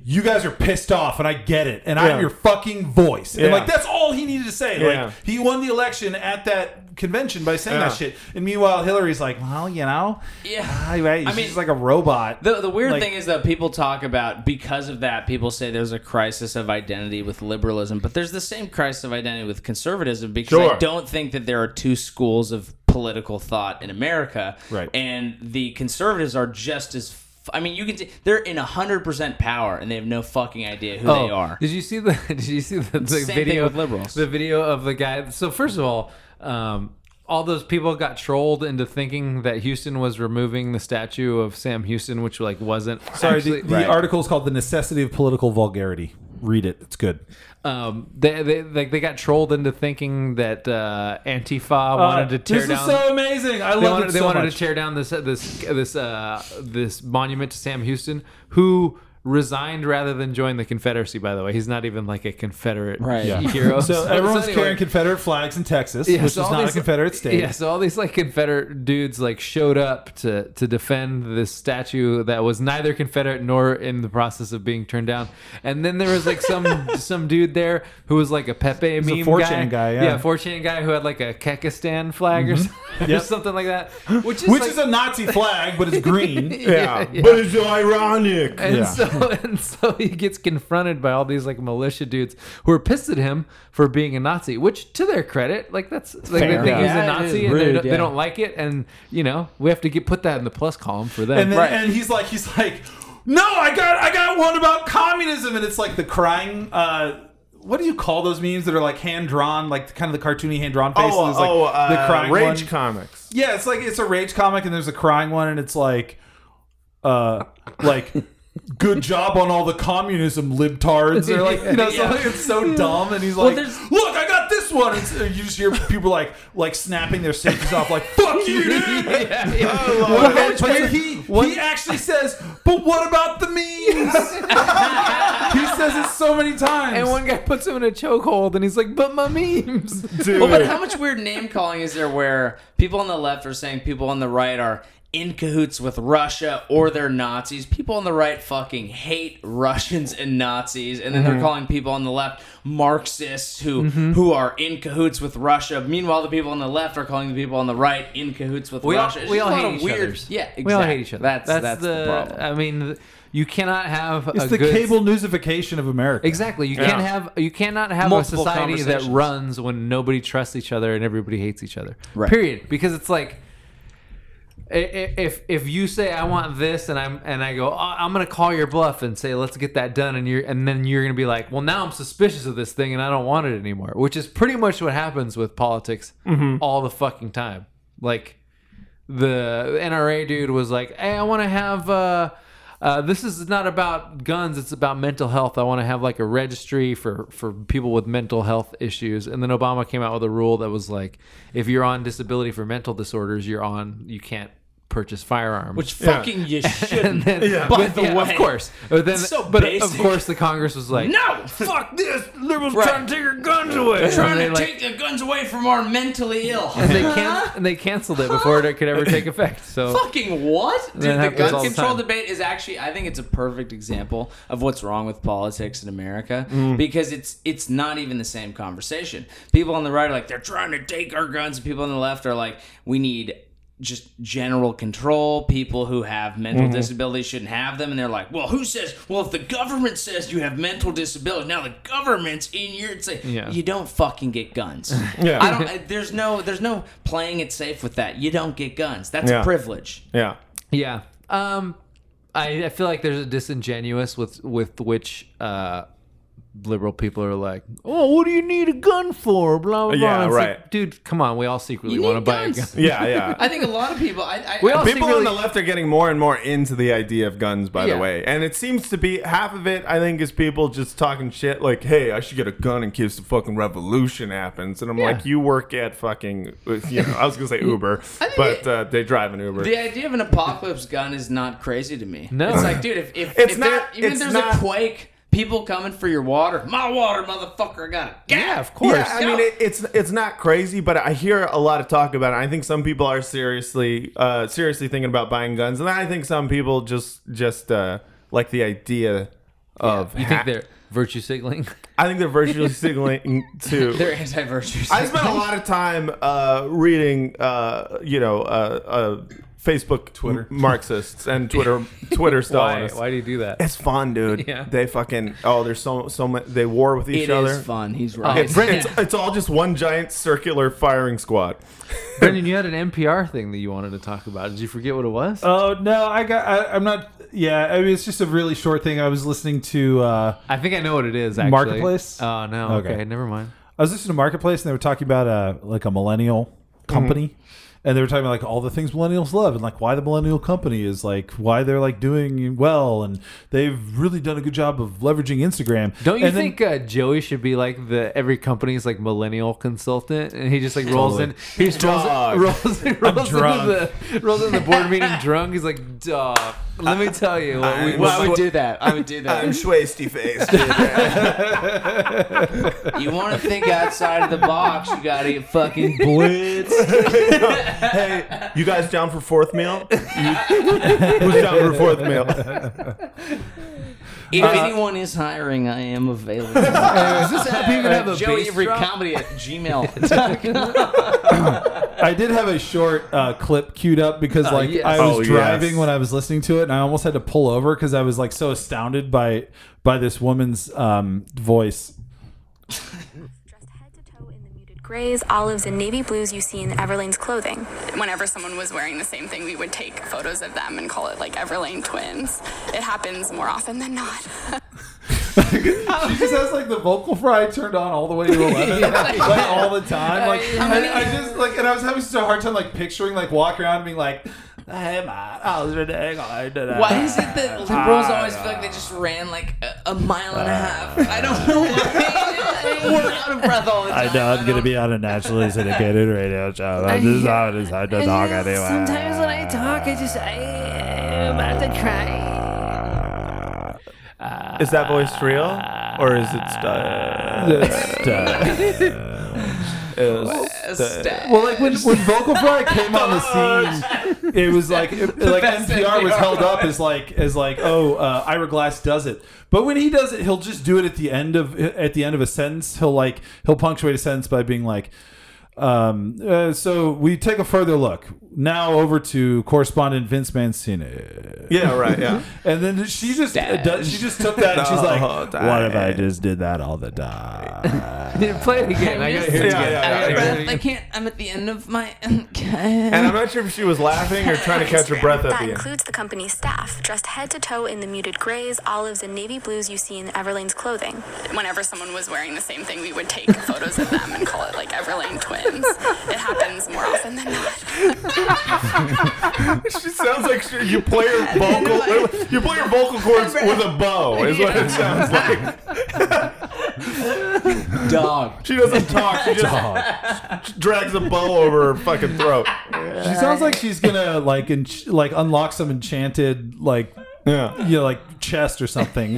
S3: "You guys are pissed off, and I get it, and
S1: Yeah.
S3: I'm your fucking voice," and
S1: Yeah.
S3: like that's all he needed to say.
S1: Yeah.
S3: Like he won the election at that convention by saying
S1: Yeah.
S3: that shit, and meanwhile Hillary's like, "Well, you know,
S4: yeah.
S3: ah, right,
S4: I
S3: she's
S4: mean-
S3: like a robot."
S4: The, the weird
S3: Like-
S4: thing is that people talk about because of that people say there's a crisis of identity with liberalism, but there's the same crisis of identity with conservatism because I
S1: Sure.
S4: don't think that there are two schools of political thought in America.
S3: Right.
S4: And the conservatives are just as f- I mean, you can see they're in 100% power and they have no fucking idea who
S2: Oh.
S4: they are.
S2: Did you see the? [LAUGHS] Did you see the, the
S4: Same thing
S2: video
S4: with liberals.
S2: The video of the guy. So first of all, um, all those people got trolled into thinking that Houston was removing the statue of Sam Houston, which like wasn't.
S3: Sorry,
S2: actually,
S3: the, the article is called "The Necessity of Political Vulgarity." Read it; it's good.
S2: um, they they like they got trolled into thinking that uh, Antifa wanted to tear
S3: this
S2: down.
S3: is so amazing. I
S2: they
S3: love
S2: wanted,
S3: it
S2: they
S3: so
S2: wanted
S3: much.
S2: to tear down this this this uh, this monument to Sam Houston, who resigned rather than join the Confederacy. By the way, he's not even like a Confederate
S4: Right. Yeah.
S2: hero. [LAUGHS]
S3: So everyone's
S2: anyway-
S3: carrying Confederate flags in Texas,
S2: Yeah,
S3: which
S2: so
S3: is
S2: all
S3: not
S2: these-
S3: a Confederate state.
S2: Yeah, so all these like Confederate dudes like showed up to to defend this statue that was neither Confederate nor in the process of being turned down. And then there was like some
S3: [LAUGHS]
S2: some dude there who was like a Pepe meme
S3: 4chan guy, yeah. Mm-hmm.
S2: 4chan guy who had like a Kekistan flag or something, [LAUGHS] or
S3: Yep.
S2: something like that, which is
S3: which
S2: like-
S3: is a Nazi flag, but it's
S1: [LAUGHS]
S3: green.
S1: yeah, but it's ironic.
S2: And
S3: Yeah.
S2: so [LAUGHS] and so he gets confronted by all these like militia dudes who are pissed at him for being a Nazi, which to their credit, like that's like
S4: Fair.
S2: they think he's
S4: Yeah,
S2: a
S4: it
S2: Nazi
S4: is
S2: and they
S4: rude,
S2: don't- they
S4: yeah.
S2: don't like it, and you know we have to get put that in the plus column for them.
S3: and then,
S4: Right.
S3: and he's like, he's like, no, I got, I got one about communism, and it's like the crying. Uh, what do you call those memes that are like hand drawn, like kind of the cartoony hand drawn faces?
S1: Oh,
S3: like
S1: oh, uh,
S3: the crying
S1: Rage
S3: one.
S1: Comics.
S3: yeah, it's like it's a rage comic, and there's a crying one, and it's like, uh, like good job on all the communism libtards. Or like, you know, so
S4: Yeah.
S3: like, it's so dumb. And he's like,
S4: there's-
S3: look, I got this one. And so you just hear people like, like snapping their safeties off, like, fuck you, dude.
S2: [LAUGHS] yeah,
S3: [LAUGHS]
S2: yeah.
S3: Well,
S2: Well,
S3: but
S2: it's-
S3: he, he actually says, but what about the memes? he says it so many times.
S2: And one guy puts him in a chokehold, and he's like, "But my memes."
S3: Dude.
S4: Well, but how much weird name calling is there where people on the left are saying people on the right are in cahoots with Russia or they're Nazis? People on the right fucking hate Russians and Nazis, and then
S2: Mm-hmm.
S4: they're calling people on the left Marxists who who are in cahoots with Russia. Meanwhile, the people on the left are calling the people on the right in cahoots with
S2: we all,
S4: Russia. It's
S2: we
S4: just
S2: all
S4: a lot
S2: hate
S4: of
S2: each
S4: weird-
S2: other.
S4: Yeah, exactly.
S2: we all hate each other. uh,
S4: That's that's, the, problem.
S2: I mean, th- you cannot have
S3: it's
S2: a
S3: the
S2: good,
S3: cable newsification of America.
S2: Exactly. You can't have you cannot have
S4: Multiple
S2: a society that
S4: conversations.
S2: runs when nobody trusts each other and everybody hates each other.
S4: Right.
S2: Period. Because it's like i- i- if if you say I want this and I'm and I go "Oh, I'm gonna call your bluff and say let's get that done and you're and then you're gonna be like well now I'm suspicious of this thing and I don't want it anymore which is pretty much what happens with politics all the fucking time like the NRA dude was like, "Hey, I want to have uh, uh, this is not about guns; it's about mental health. I want to have like a registry for for people with mental health issues." And then Obama came out with a rule that was like, "If you're on disability for mental disorders, you're on you can't purchase firearms."
S4: Which fucking you
S2: [LAUGHS] and
S4: shouldn't.
S2: then,
S4: By
S2: but
S4: the
S2: yeah,
S4: way.
S2: of course, but then,
S4: So
S2: but of
S4: basic.
S2: course, the Congress was like,
S4: No, fuck this. Liberals trying to take our guns away. trying
S2: And they,
S4: to
S2: like-
S4: take the guns away from our mentally ill.
S2: and they can and they canceled it before it could ever
S4: [LAUGHS]
S2: take effect. So
S4: Fucking what? Dude,
S2: That
S4: the
S2: happens all
S4: gun
S2: the
S4: control
S2: time.
S4: debate is actually I think it's a perfect example of what's wrong with politics in America
S2: Mm-hmm.
S4: because it's it's not even the same conversation. People on the right are like they're trying to take our guns and people on the left are like we need just general control. People who have mental
S2: Mm-hmm.
S4: disabilities shouldn't have them, and they're like, "Well, who says? Well, if the government says you have mental disabilities, now the government's in your it's like,
S2: Yeah.
S4: you don't fucking get
S2: [LAUGHS]
S4: guns.
S1: Yeah.
S4: I don't. I- There's no. There's no playing it safe with that. You don't get guns. That's
S1: Yeah.
S4: privilege.
S1: Yeah.
S2: Yeah. Um, I, I feel like there's a disingenuous with with which uh, liberal people are like, oh, what do you need a gun for? Blah blah.
S1: Yeah,
S2: blah. It's like,
S1: right.
S2: Dude, come on. We all secretly
S4: You
S2: want to
S4: need
S2: buy a gun.
S4: guns.
S1: Yeah, yeah.
S4: [LAUGHS] I think a lot of people. I, I,
S2: We all
S1: People
S2: secretly-
S1: on the left are getting more and more into the idea of guns, by
S2: Yeah.
S1: the way. And it seems to be half of it, I think, is people just talking shit like, hey, I should get a gun in case the fucking revolution happens. And I'm like, you work at fucking, you know, I was going to say Uber, but
S4: it-
S1: uh, they drive an Uber.
S4: the idea of an apocalypse gun is not crazy to me.
S2: No.
S4: it's like, dude, if if,
S1: It's
S4: if
S1: not-
S4: there, even if
S1: it's
S4: there's
S1: not-
S4: a quake, people coming for your water, my water, motherfucker, I got it.
S2: [LAUGHS] Yeah, of course.
S1: Yeah, I mean, it, it's it's not crazy, but I hear a lot of talk about it. I think some people are seriously uh, seriously thinking about buying guns, and I think some people just just uh, like the idea of.
S2: You think they're virtue [LAUGHS] signaling?
S1: I think they're
S2: [LAUGHS]
S1: virtually signaling to.
S4: They're anti-virtues.
S1: I spent a lot of time uh, reading, uh, you know, uh, uh, Facebook,
S3: Twitter.
S1: Marxists, and Twitter Twitter
S2: [LAUGHS] Why?
S1: Stalinists.
S2: Why do you do [LAUGHS] that?
S1: It's fun, dude.
S2: Yeah.
S1: They fucking oh, there's so so much. They war with each
S4: It
S1: other.
S4: is fun. He's right.
S1: It's, it's, it's all just one giant circular firing squad.
S2: Brendan, you had an NPR thing that you wanted to talk about. Did you forget what it was?
S3: Oh no, I got. I, I'm not. Yeah, I mean, it's just a really short thing. I was listening to. Uh,
S2: I think I know what it is. Actually.
S3: Marketplace?
S2: Oh no.
S3: Okay.
S2: Okay. Never mind.
S3: I was listening to Marketplace, and they were talking about uh, like a millennial company, and they were talking about like all the things millennials love, and like why the millennial company is like why they're like doing well, and they've really done a good job of leveraging Instagram.
S2: Don't you
S3: And then- [LAUGHS]
S2: think uh, Joey should be like the every company's like millennial consultant, and he just like rolls in, he just rolls,
S1: Dog.
S2: rolls, in, rolls into
S3: drunk.
S2: the rolls into the board meeting
S4: [LAUGHS]
S2: drunk. He's like, "Duh, let me tell you what we."
S1: I'm
S4: well,
S2: what
S4: I would
S2: we-
S4: do that. I would do that.
S1: schwasty faced. dude.
S4: You want to think outside of the box, you gotta get fucking blitz.
S1: hey, you guys down for fourth meal? You- Who's down for fourth meal?
S4: If
S1: Uh,
S4: anyone is hiring, I am
S1: [LAUGHS]
S4: available.
S2: Does this app even have a
S4: Uh, Joey
S2: bass
S4: Avery
S2: drop?
S4: Comedy at
S1: [LAUGHS]
S4: gmail.
S3: I did have a short uh, clip queued up because like
S2: yes.
S3: I was
S1: Oh, yes.
S3: driving when I was listening to it, and I almost had to pull over because I was like so astounded by by this woman's um, voice.
S5: dressed head to toe in the muted grays, olives, and navy blues you see in Everlane's clothing.
S6: whenever someone was wearing the same thing, we would take photos of them and call it like Everlane twins. It happens more often than not.
S2: [LAUGHS]
S3: She just has like the vocal fry turned on all the way to eleven, like
S2: [LAUGHS]
S3: all the time. Like I, I just like, and I was having such a hard time like picturing like walking around and being like, Hey, man, I was ridiculous.
S4: Why is it
S3: [LAUGHS]
S4: that liberals
S3: Ah,
S4: always feel like they just ran like a, a mile and a half? I don't know why. We're out of breath all the time.
S7: I know I'm gonna be on a naturally syndicated radio show. I'm just on this hard to talk anyway.
S8: Sometimes when I talk, I just I am about to cry.
S1: Is that voice real or is it stuck?
S3: [LAUGHS] Well, like when, when vocal fry came on the
S7: [LAUGHS]
S3: scene, it was like it, like
S4: best
S3: NPR was
S4: NPR
S3: held up as like as like oh uh, Ira Glass does it, but when he does it, he'll just do it at the end of at the end of a sentence. He'll like he'll punctuate a sentence by being like. Um, uh, so we take a further look now over to correspondent Vince Mancini,
S1: Yeah, right. Yeah.
S3: and then she just does, she just took that and she's
S1: [LAUGHS]
S3: like,
S1: Oh, damn.
S7: What if I just did that all the time?
S2: [LAUGHS] Play it
S3: [LAUGHS]
S2: again. I gotta hear
S1: Yeah, yeah, yeah.
S2: it again. I gotta hear it
S8: I
S2: again.
S8: can't. I'm at the end of
S4: [LAUGHS]
S8: my.
S1: And I'm not sure if she was laughing or trying to catch her breath at
S5: That
S1: the end.
S6: [LAUGHS]
S5: includes the company's staff, dressed head to toe in the muted grays, olives, and navy blues you see in Everlane's clothing.
S6: Whenever someone was wearing the same thing, we would take photos of them and call it like Everlane twins. It happens more often than not.
S1: She sounds like she, you play her vocal. You play your vocal cords with a bow. Is what it sounds like.
S4: Dog.
S1: She doesn't talk. She just drags a bow over her fucking throat.
S3: She sounds like she's gonna like en- like unlock some enchanted like
S1: Yeah.
S3: you know, like chest or something.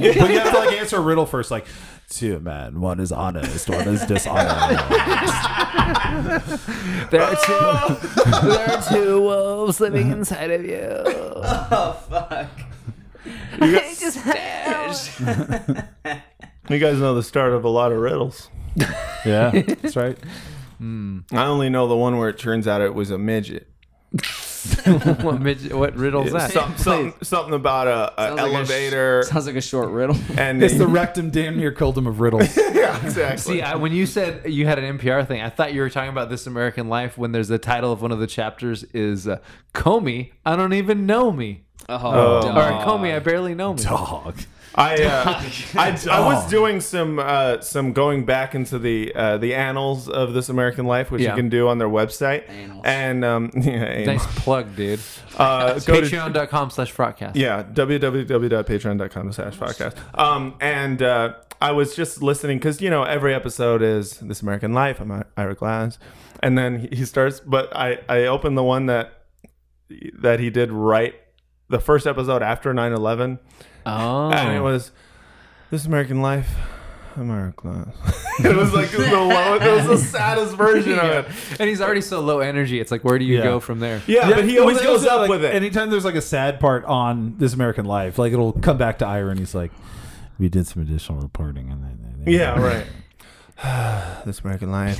S1: [LAUGHS]
S3: but you have to like answer a riddle first, like two men, one is honest, one is
S1: [LAUGHS]
S3: dishonest.
S8: There are
S1: Oh.
S8: two. [LAUGHS] there are two wolves living inside of you. Oh fuck! I just
S1: You guys know the start of a lot of riddles.
S3: yeah, that's right.
S1: I only know the one where it turns out it was a midget.
S2: [LAUGHS] What, midget, what riddle's that?
S1: Some, some, something about a, a
S4: Sounds like a sh-
S1: elevator
S4: sounds like a short riddle.
S1: [LAUGHS] and
S3: It's the rectum damn near killed him
S1: [LAUGHS]
S3: of riddles.
S1: yeah, exactly.
S2: See,
S4: [LAUGHS]
S2: I, when you said you had an NPR thing, I thought you were talking about This American Life when there's the title of one of the chapters is uh, Comey, I don't even know me.
S4: Oh,
S2: Or
S4: dog.
S2: Comey, I barely know me.
S3: Dog.
S1: I, uh, I I was doing some uh, some going back into the uh, the annals of this American life, which
S2: Yeah.
S1: you can do on their website,
S4: Annals.
S1: and um, [LAUGHS] yeah,
S2: Nice
S1: annals.
S2: plug, dude.
S1: uh, [LAUGHS] go to
S2: Patreon.com slash broadcast.
S1: yeah www.patreon.com slash podcast. Um, and uh, I was just listening because you know every episode is this American life. I'm I- Ira Glass, and then he- he starts, but I I opened the one that that he did right the first episode after 9-11 [LAUGHS]
S2: Oh.
S1: and it was this American life. I'm Ira Glass. [LAUGHS] it was like the lowest, it was the saddest version of it.
S2: and he's already so low energy. It's like, where do you
S3: Yeah.
S2: go from there?
S1: Yeah, but he
S3: well,
S1: always
S3: that
S1: goes
S3: was,
S1: up
S3: like,
S1: with it.
S3: Anytime there's like a sad part on This American Life, like it'll come back to Ira and he's like,
S7: we did some additional reporting on that.
S1: yeah, right. [SIGHS] this American life.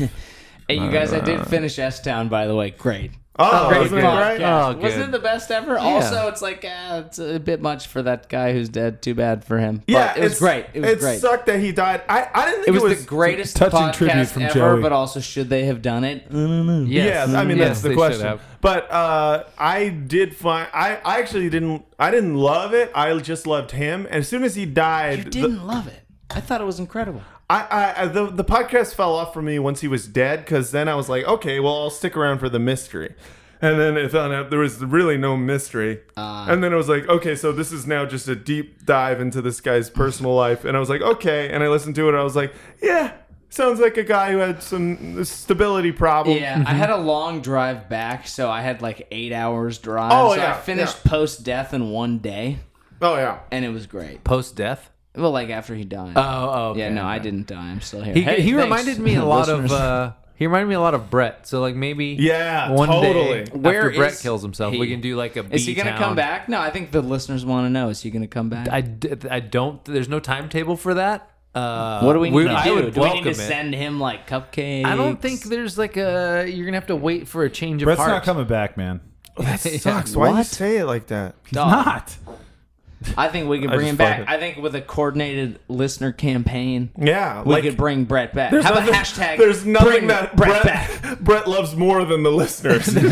S4: Hey, you guys, I did finish S Town, by the way. Great.
S1: Oh, isn't it
S4: podcast.
S1: right?
S2: Oh, good.
S4: Wasn't it the best ever? Also, it's like uh, it's a bit much for that guy who's dead. Too bad for him. But it was
S1: it's-
S4: great. It was great.
S1: sucked that he died. I, I didn't think
S4: it was,
S1: it was
S4: the greatest
S3: touching
S4: podcast
S3: tribute from
S4: ever,
S3: Joey.
S4: but also should they have done it?
S2: Yes.
S1: Yeah, I mean
S2: Yes,
S1: that's
S2: they
S1: the
S2: should
S1: question.
S2: have.
S1: But uh, I did find I, I actually didn't I didn't love it. I just loved him. And as soon as he died,
S4: You
S1: the-
S4: didn't love it. I thought it was incredible.
S1: I, I, I the, the podcast fell off for me once he was dead because then I was like, okay, well I'll stick around for the mystery, and then it found out there was really no mystery,
S4: Ah.
S1: and then I was like, okay, so this is now just a deep dive into this guy's personal [LAUGHS] life, and I was like, okay, and I listened to it, and I was like, yeah, sounds like a guy who had some stability problem.
S4: Yeah, I had a long drive back, so I had like eight hours drive.
S1: Oh,
S4: so
S1: yeah,
S4: I finished post death in one day,
S1: Oh yeah.
S4: and it was great.
S2: Post death?
S4: Well, like after he died.
S2: Oh, oh. okay.
S4: yeah, no, I didn't die. I'm still here.
S2: He,
S4: Hey,
S2: he
S4: thanks,
S2: reminded me
S4: [LAUGHS]
S2: a lot of
S4: listeners.
S2: uh, he reminded me a lot of Brett. So like maybe
S1: Yeah,
S2: one
S1: totally.
S2: day
S4: Where
S2: after Brett
S4: is
S2: kills himself, we
S4: he?
S2: can do like a
S4: Is he gonna
S2: B-town.
S4: come back? No, I think the listeners want to know. Is he gonna come back?
S2: I, d- I don't. There's no timetable for that. Uh,
S4: what do we need to do?
S2: I would
S4: do we need
S2: welcome
S4: to
S2: it.
S4: send him like cupcakes?
S2: I don't think there's like a. You're gonna have to wait for a change of
S3: Brett's
S2: heart.
S3: not coming back, man.
S2: [LAUGHS] Yeah.
S1: Sucks. Why do you
S4: What?
S1: say it like that?
S4: Oh.
S3: Not.
S4: I think we could
S1: I
S4: bring
S1: just
S4: him back.
S1: fucking-
S4: I think with a coordinated listener campaign,
S1: Yeah,
S4: we could bring Brett back.
S1: there's
S4: How about
S1: nothing-
S4: hashtag?
S1: There's nothing
S4: bring
S1: that Brett,
S4: Brett, back. [LAUGHS]
S1: Brett loves more than the listeners.
S2: Other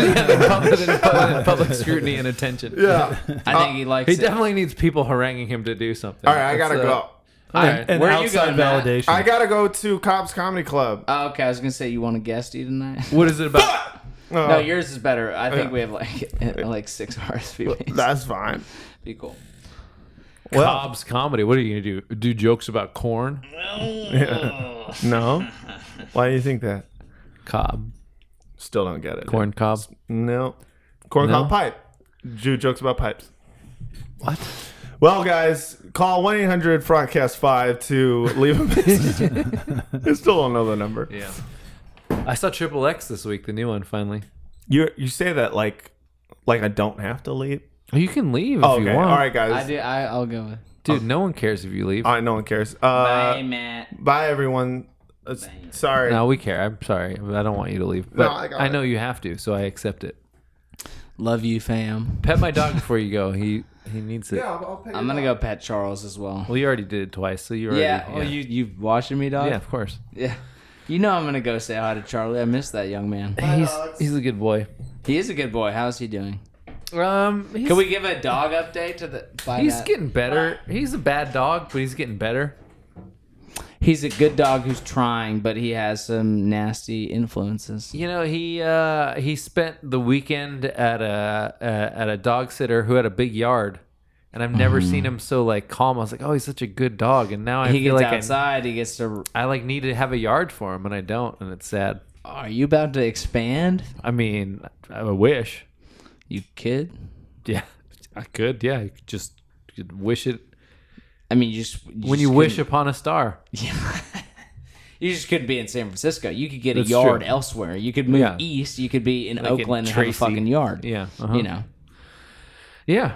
S2: than public, public scrutiny and attention.
S1: [LAUGHS] yeah.
S4: I think he likes
S2: He
S4: it.
S2: definitely needs people haranguing him to do something.
S1: All right, I gotta
S2: That's,
S1: go.
S2: uh,
S4: All right,
S3: And
S4: where are you
S3: outside
S4: going, Matt?
S3: validation.
S1: I gotta go to Cobb's Comedy Club.
S4: Oh, okay, I was gonna say you want to guest you tonight.
S2: What is it about?
S4: no,
S1: Oh,
S4: yours is better. I think we have like [LAUGHS] like six
S1: [LAUGHS]
S4: RSVPs.
S1: That's fine.
S4: be cool.
S2: Cobb's comedy. What are you gonna do? Do jokes about corn? [LAUGHS]
S1: No, why do you think that?
S2: Cobb,
S1: Still don't get it.
S2: corn cob.
S1: No. Corn
S2: No?
S1: cob pipe. Jew jokes about pipes.
S2: What?
S1: Well, guys, call 1 800 Broadcast 5 to leave a message.
S2: [LAUGHS]
S1: I still don't know the number.
S2: Yeah. I saw Triple X this week, the new one. Finally,
S1: You you say that like like I don't have to leave.
S2: oh, you can leave
S1: Oh,
S2: if
S1: okay.
S2: you
S1: All
S2: want.
S1: right,
S4: I
S1: guys.
S4: do. I, I'll go with.
S2: dude. No one cares if you leave.
S1: All right, no one cares. Uh, bye.
S4: Hey, Matt.
S1: everyone. Uh, sorry.
S2: No, we care. I'm sorry. I don't want you to leave. But
S1: I got
S2: I,
S1: it.
S2: know you have to, so I accept it.
S4: Love you, fam.
S2: Pet my dog before you go. He he needs it.
S4: I'm gonna go pet Charles as well.
S2: Well, you already did it twice, so you already.
S4: Yeah. Oh, you you've watching me, dog.
S2: yeah, of course.
S4: Yeah. [LAUGHS] You know I'm gonna go say hi to Charlie. I miss that young [LAUGHS] man.
S2: He's he's a good boy.
S4: He is a good boy. How's he doing?
S2: Um, he's,
S4: Can we give a dog update to the? by
S2: He's
S4: Matt?
S2: getting better. He's a bad dog, but he's getting better.
S4: He's a good dog who's trying, but he has some nasty influences.
S2: You know, he uh, he spent the weekend at a uh, at a dog sitter who had a big yard, and I've never seen him so like calm. I was like, oh, he's such a good dog, and now I
S4: He
S2: feel
S4: gets
S2: like I,
S4: outside. He gets to.
S2: I like need to have a yard for him, and I don't, and it's sad.
S4: Are you about to expand,
S2: I mean, I wish.
S4: you kid?
S2: Yeah, I could. Yeah, I just could wish it
S4: I mean, you just you
S2: when
S4: just
S2: you wish
S4: couldn't-
S2: upon a star.
S4: you just couldn't be in San Francisco. You could get a
S2: That's
S4: yard
S2: true.
S4: elsewhere. You could move
S2: Yeah.
S4: east. You could be in
S2: in
S4: Oakland and have a
S2: Tracy.
S4: fucking yard.
S2: Yeah, uh-huh.
S4: you know.
S2: Yeah,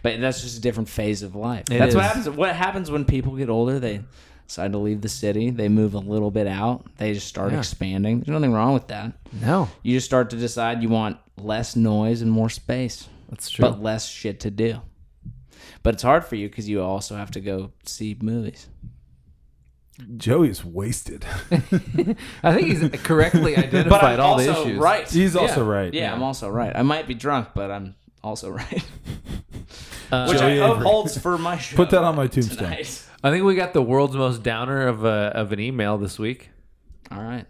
S4: But that's just a different phase of life.
S2: It
S4: that's what
S2: is.
S4: happens. What happens when people get older? They decide to leave the city. They move a little bit out. They just start
S2: Yeah.
S4: expanding. There's nothing wrong with that.
S2: no,
S4: You just start to decide you want less noise and more space,
S2: that's true.
S4: but less shit to do. But it's hard for you because you also have to go see movies.
S3: Joey is
S4: [LAUGHS]
S3: wasted.
S2: I think he's correctly identified all the issues.
S4: right.
S3: He's also right.
S4: Yeah, I'm also right. I might be drunk, but I'm also [LAUGHS] right.
S3: Uh,
S4: Which
S3: Joey
S4: I hope
S3: Avery.
S4: holds for my
S3: [LAUGHS]
S4: show.
S3: Put that on my tombstone.
S4: Nice.
S2: I think we got the world's most downer of a, of an email this week.
S4: [LAUGHS] All right.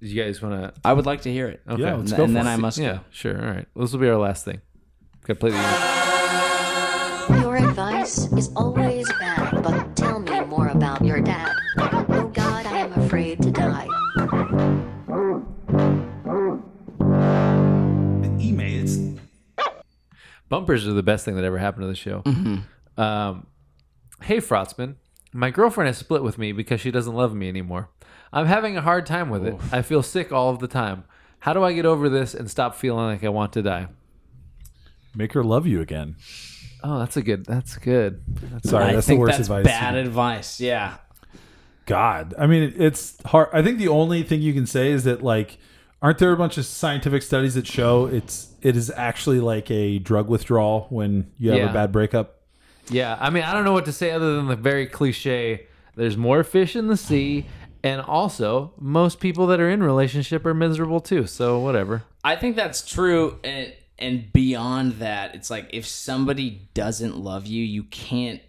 S2: You guys want to?
S4: I would like to hear it.
S2: Okay.
S3: Yeah, let's
S4: And
S3: go
S4: and
S3: for
S4: then
S3: it.
S4: I must
S2: yeah, sure. All right. This will be our last thing. Gotta play the email.
S9: Your advice is always bad, but tell me more about your dad. Oh god, I am afraid to die.
S2: Bumpers are the best thing that ever happened to the show. Um, hey, Frotzman. My girlfriend has split with me because she doesn't love me anymore. I'm having a hard time with it. I feel sick all of the time. How do I get over this and stop feeling like I want to die?
S3: Make her love you again.
S2: Oh, that's a good. That's good. That's
S3: Sorry,
S4: I
S3: that's
S4: think
S3: the worst
S4: that's
S3: advice.
S4: bad advice. Yeah.
S3: God, I mean, it- it's hard. I think the only thing you can say is that like, aren't there a bunch of scientific studies that show it's it is actually like a drug withdrawal when you have
S2: Yeah.
S3: a bad breakup?
S2: Yeah, I mean, I don't know what to say other than the very cliche. There's more fish in the sea, and also most people that are in relationship are miserable too. So whatever.
S4: I think that's true. And, and beyond that, it's like if somebody doesn't love you, you can't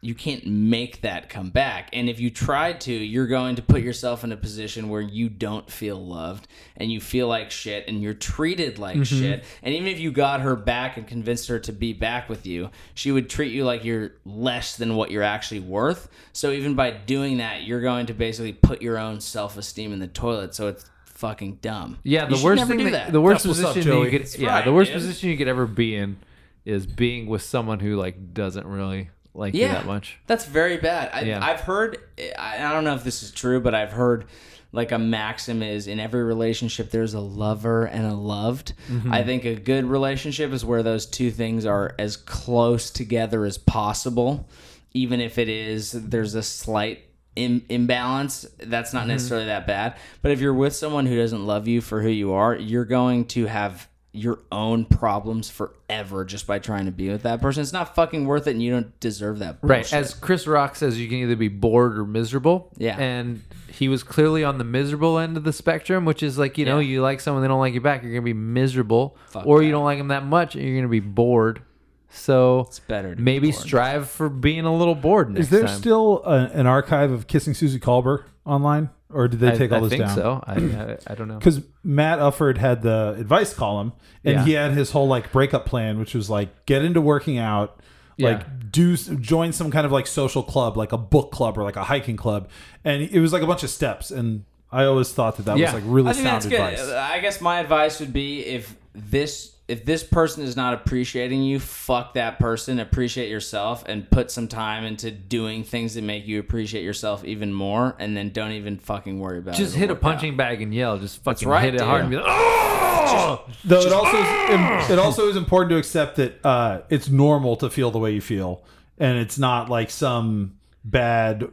S4: you can't make that come back. And if you try to, you're going to put yourself in a position where you don't feel loved and you feel like shit and you're treated
S2: Mm-hmm.
S4: like shit. And even if you got her back and convinced her to be back with you, she would treat you like you're less than what you're actually worth. So even by doing that, you're going to basically put your own self-esteem in the toilet. So it's fucking dumb.
S2: Yeah,
S4: You
S2: the
S4: should
S2: worst
S4: never
S2: thing,
S4: do
S2: that, the worst
S3: That's what's up,
S2: position that you
S3: Joey.
S2: could,
S3: It's
S2: yeah,
S4: fine,
S2: the worst
S4: dude.
S2: position you could ever be in is being with someone who like doesn't really like you
S4: yeah,
S2: that much.
S4: That's very bad. I,
S2: Yeah.
S4: I've heard. I, I don't know if this is true, but I've heard like a maxim is in every relationship there's a lover and a loved.
S2: Mm-hmm.
S4: I think a good relationship is where those two things are as close together as possible, even if it is there's a slight. Im- imbalance that's
S2: Mm-hmm.
S4: not necessarily that bad but if you're with someone who doesn't love you for who you are you're going to have your own problems forever just by trying to be with that person it's not fucking worth it and you don't deserve that
S2: Right,
S4: bullshit.
S2: as Chris Rock says, you can either be bored or miserable.
S4: Yeah.
S2: and he was clearly on the miserable end of the spectrum, which is like you know
S4: Yeah.
S2: you like someone they don't like you back, you're gonna be miserable, or you
S4: that.
S2: don't like them that much, and you're gonna be bored. So it's
S4: better to be
S2: Maybe
S4: bored.
S2: strive for being a little bored next
S3: Is there
S2: time.
S3: still a, an archive of kissing Susie Colbert online? or did they
S2: I-
S3: take all
S2: I
S3: this
S2: think
S3: down?
S2: so. I, I, I don't know.
S3: Because Matt Ufford had the advice column, and
S2: Yeah.
S3: he had his whole like breakup plan, which was like get into working out, like
S2: Yeah.
S3: do s- join some kind of like social club, like a book club or like a hiking club, and it was like a bunch of steps. And I always thought that that
S2: Yeah.
S3: was like really
S4: I think
S3: sound
S4: that's good.
S3: advice.
S2: Uh,
S4: I guess my advice would be if this if this person is not appreciating you, fuck that person. Appreciate yourself and put some time into doing things that make you appreciate yourself even more, and then don't even fucking worry about it.
S2: just
S4: It'll
S2: hit a
S4: work out.
S2: punching bag and yell. Just fucking
S4: right,
S2: hit it
S4: dude.
S2: hard and be like, oh!
S3: Though it also
S2: ah!
S3: is, it also is important to accept that uh, it's normal to feel the way you feel, and it's not like some bad.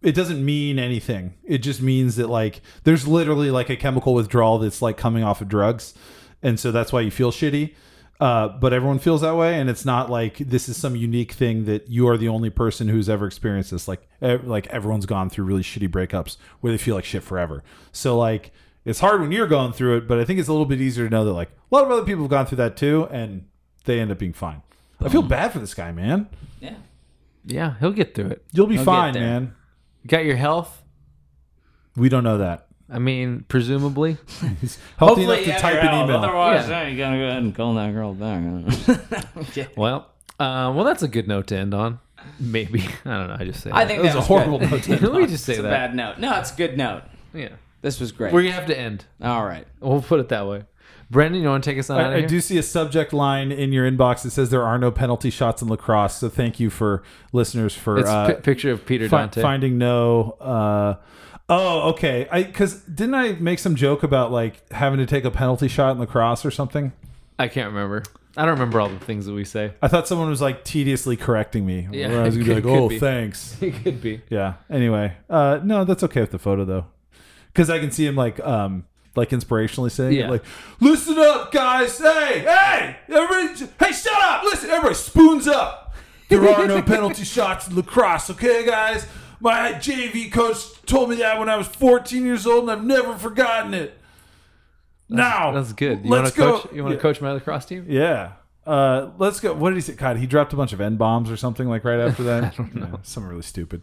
S3: It doesn't mean anything. It just means that like there's literally like a chemical withdrawal that's like coming off of drugs, and so that's why you feel shitty. Uh, but everyone feels that way, and it's not like this is some unique thing that you are the only person who's ever experienced this. Like, ev- like everyone's gone through really shitty breakups where they feel like shit forever. So like, it's hard when you're going through it, but I think it's a little bit easier to know that like a lot of other people have gone through that too, and they end up being fine. I
S4: Hmm.
S3: feel bad for this guy, man.
S4: Yeah.
S2: Yeah, he'll get through it.
S3: You'll be
S4: I'll get
S3: fine,
S4: there.
S3: man.
S2: Got your health.
S3: We don't know that.
S2: I mean, presumably.
S3: Healthy enough to type an email.
S4: Otherwise,
S2: Yeah.
S4: yeah. you gotta go ahead and call that girl back. okay.
S2: Well, uh, well, that's a good note to end on. Maybe [LAUGHS] I don't know. I just say.
S4: [LAUGHS] I
S2: that.
S4: think
S3: It was
S4: that
S3: a horrible
S4: Good.
S3: note. to
S2: [LAUGHS]
S3: end
S2: Let
S3: on.
S2: me just say
S4: It's a
S2: that.
S4: bad note. No, it's a good note.
S2: Yeah,
S4: This was great.
S2: we're gonna have to end.
S4: All right.
S2: We'll put it that way. Brendan, you want to take us on? out
S3: I,
S2: of
S3: I
S2: here?
S3: do see a subject line in your inbox that says there are no penalty shots in lacrosse. So thank you for listeners for
S2: It's a
S3: uh,
S2: pi- picture of Peter
S3: fi-
S2: Dante.
S3: finding no. Uh, oh, okay. I because didn't I make some joke about like having to take a penalty shot in lacrosse or something?
S2: I can't remember. I don't remember all the things that we say. [LAUGHS]
S3: I thought someone was like tediously correcting me.
S2: Yeah,
S3: Where I was gonna be
S2: could-
S3: like,
S2: could
S3: "Oh,
S2: be."
S3: thanks."
S2: It could be.
S3: Yeah. Anyway, uh, no, that's okay with the photo though, because I can see him like, um, like inspirationally saying, it,
S2: Yeah.
S3: "Like, listen up, guys. Hey, hey, everybody. j- Hey, shut up. Listen, everybody. Spoons up. There are
S2: [LAUGHS]
S3: no penalty shots in lacrosse. Okay, guys. My JV coach told me that when I was 14 years old, and I've never forgotten it. now
S2: That's good. You
S3: let's
S2: want
S3: go.
S2: to coach? You want to
S3: Yeah.
S2: coach my lacrosse team?
S3: Yeah. Uh, let's go. What did he say? God, he dropped a bunch of N bombs or something like right after that. [LAUGHS] I don't know. something really stupid.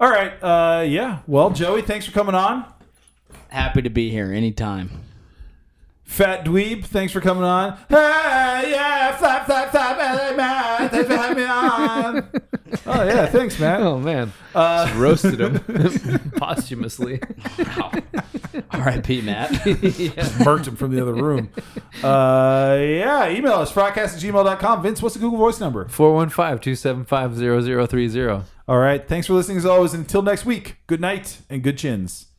S3: All right. Uh, yeah. Well, Joey, thanks for coming on.
S4: Happy to be here
S2: [LAUGHS]
S4: anytime.
S3: Fat Dweeb, thanks for coming on. Hey, yeah, flap, flap, flap, LA man, thanks for having me on. [LAUGHS] Oh yeah, thanks, Uh, man.
S2: Oh man, [LAUGHS] Just
S1: [LAUGHS]
S2: roasted him
S3: [LAUGHS]
S2: posthumously.
S4: R.I.P. Matt. [LAUGHS]
S3: Murked him from the other room. [LAUGHS] Uh, yeah, email us frogcast at gmail.com. Vince, what's the Google Voice number?
S2: 415-275-0030.
S3: All right, thanks for listening as always. Until next week, good night and good chins.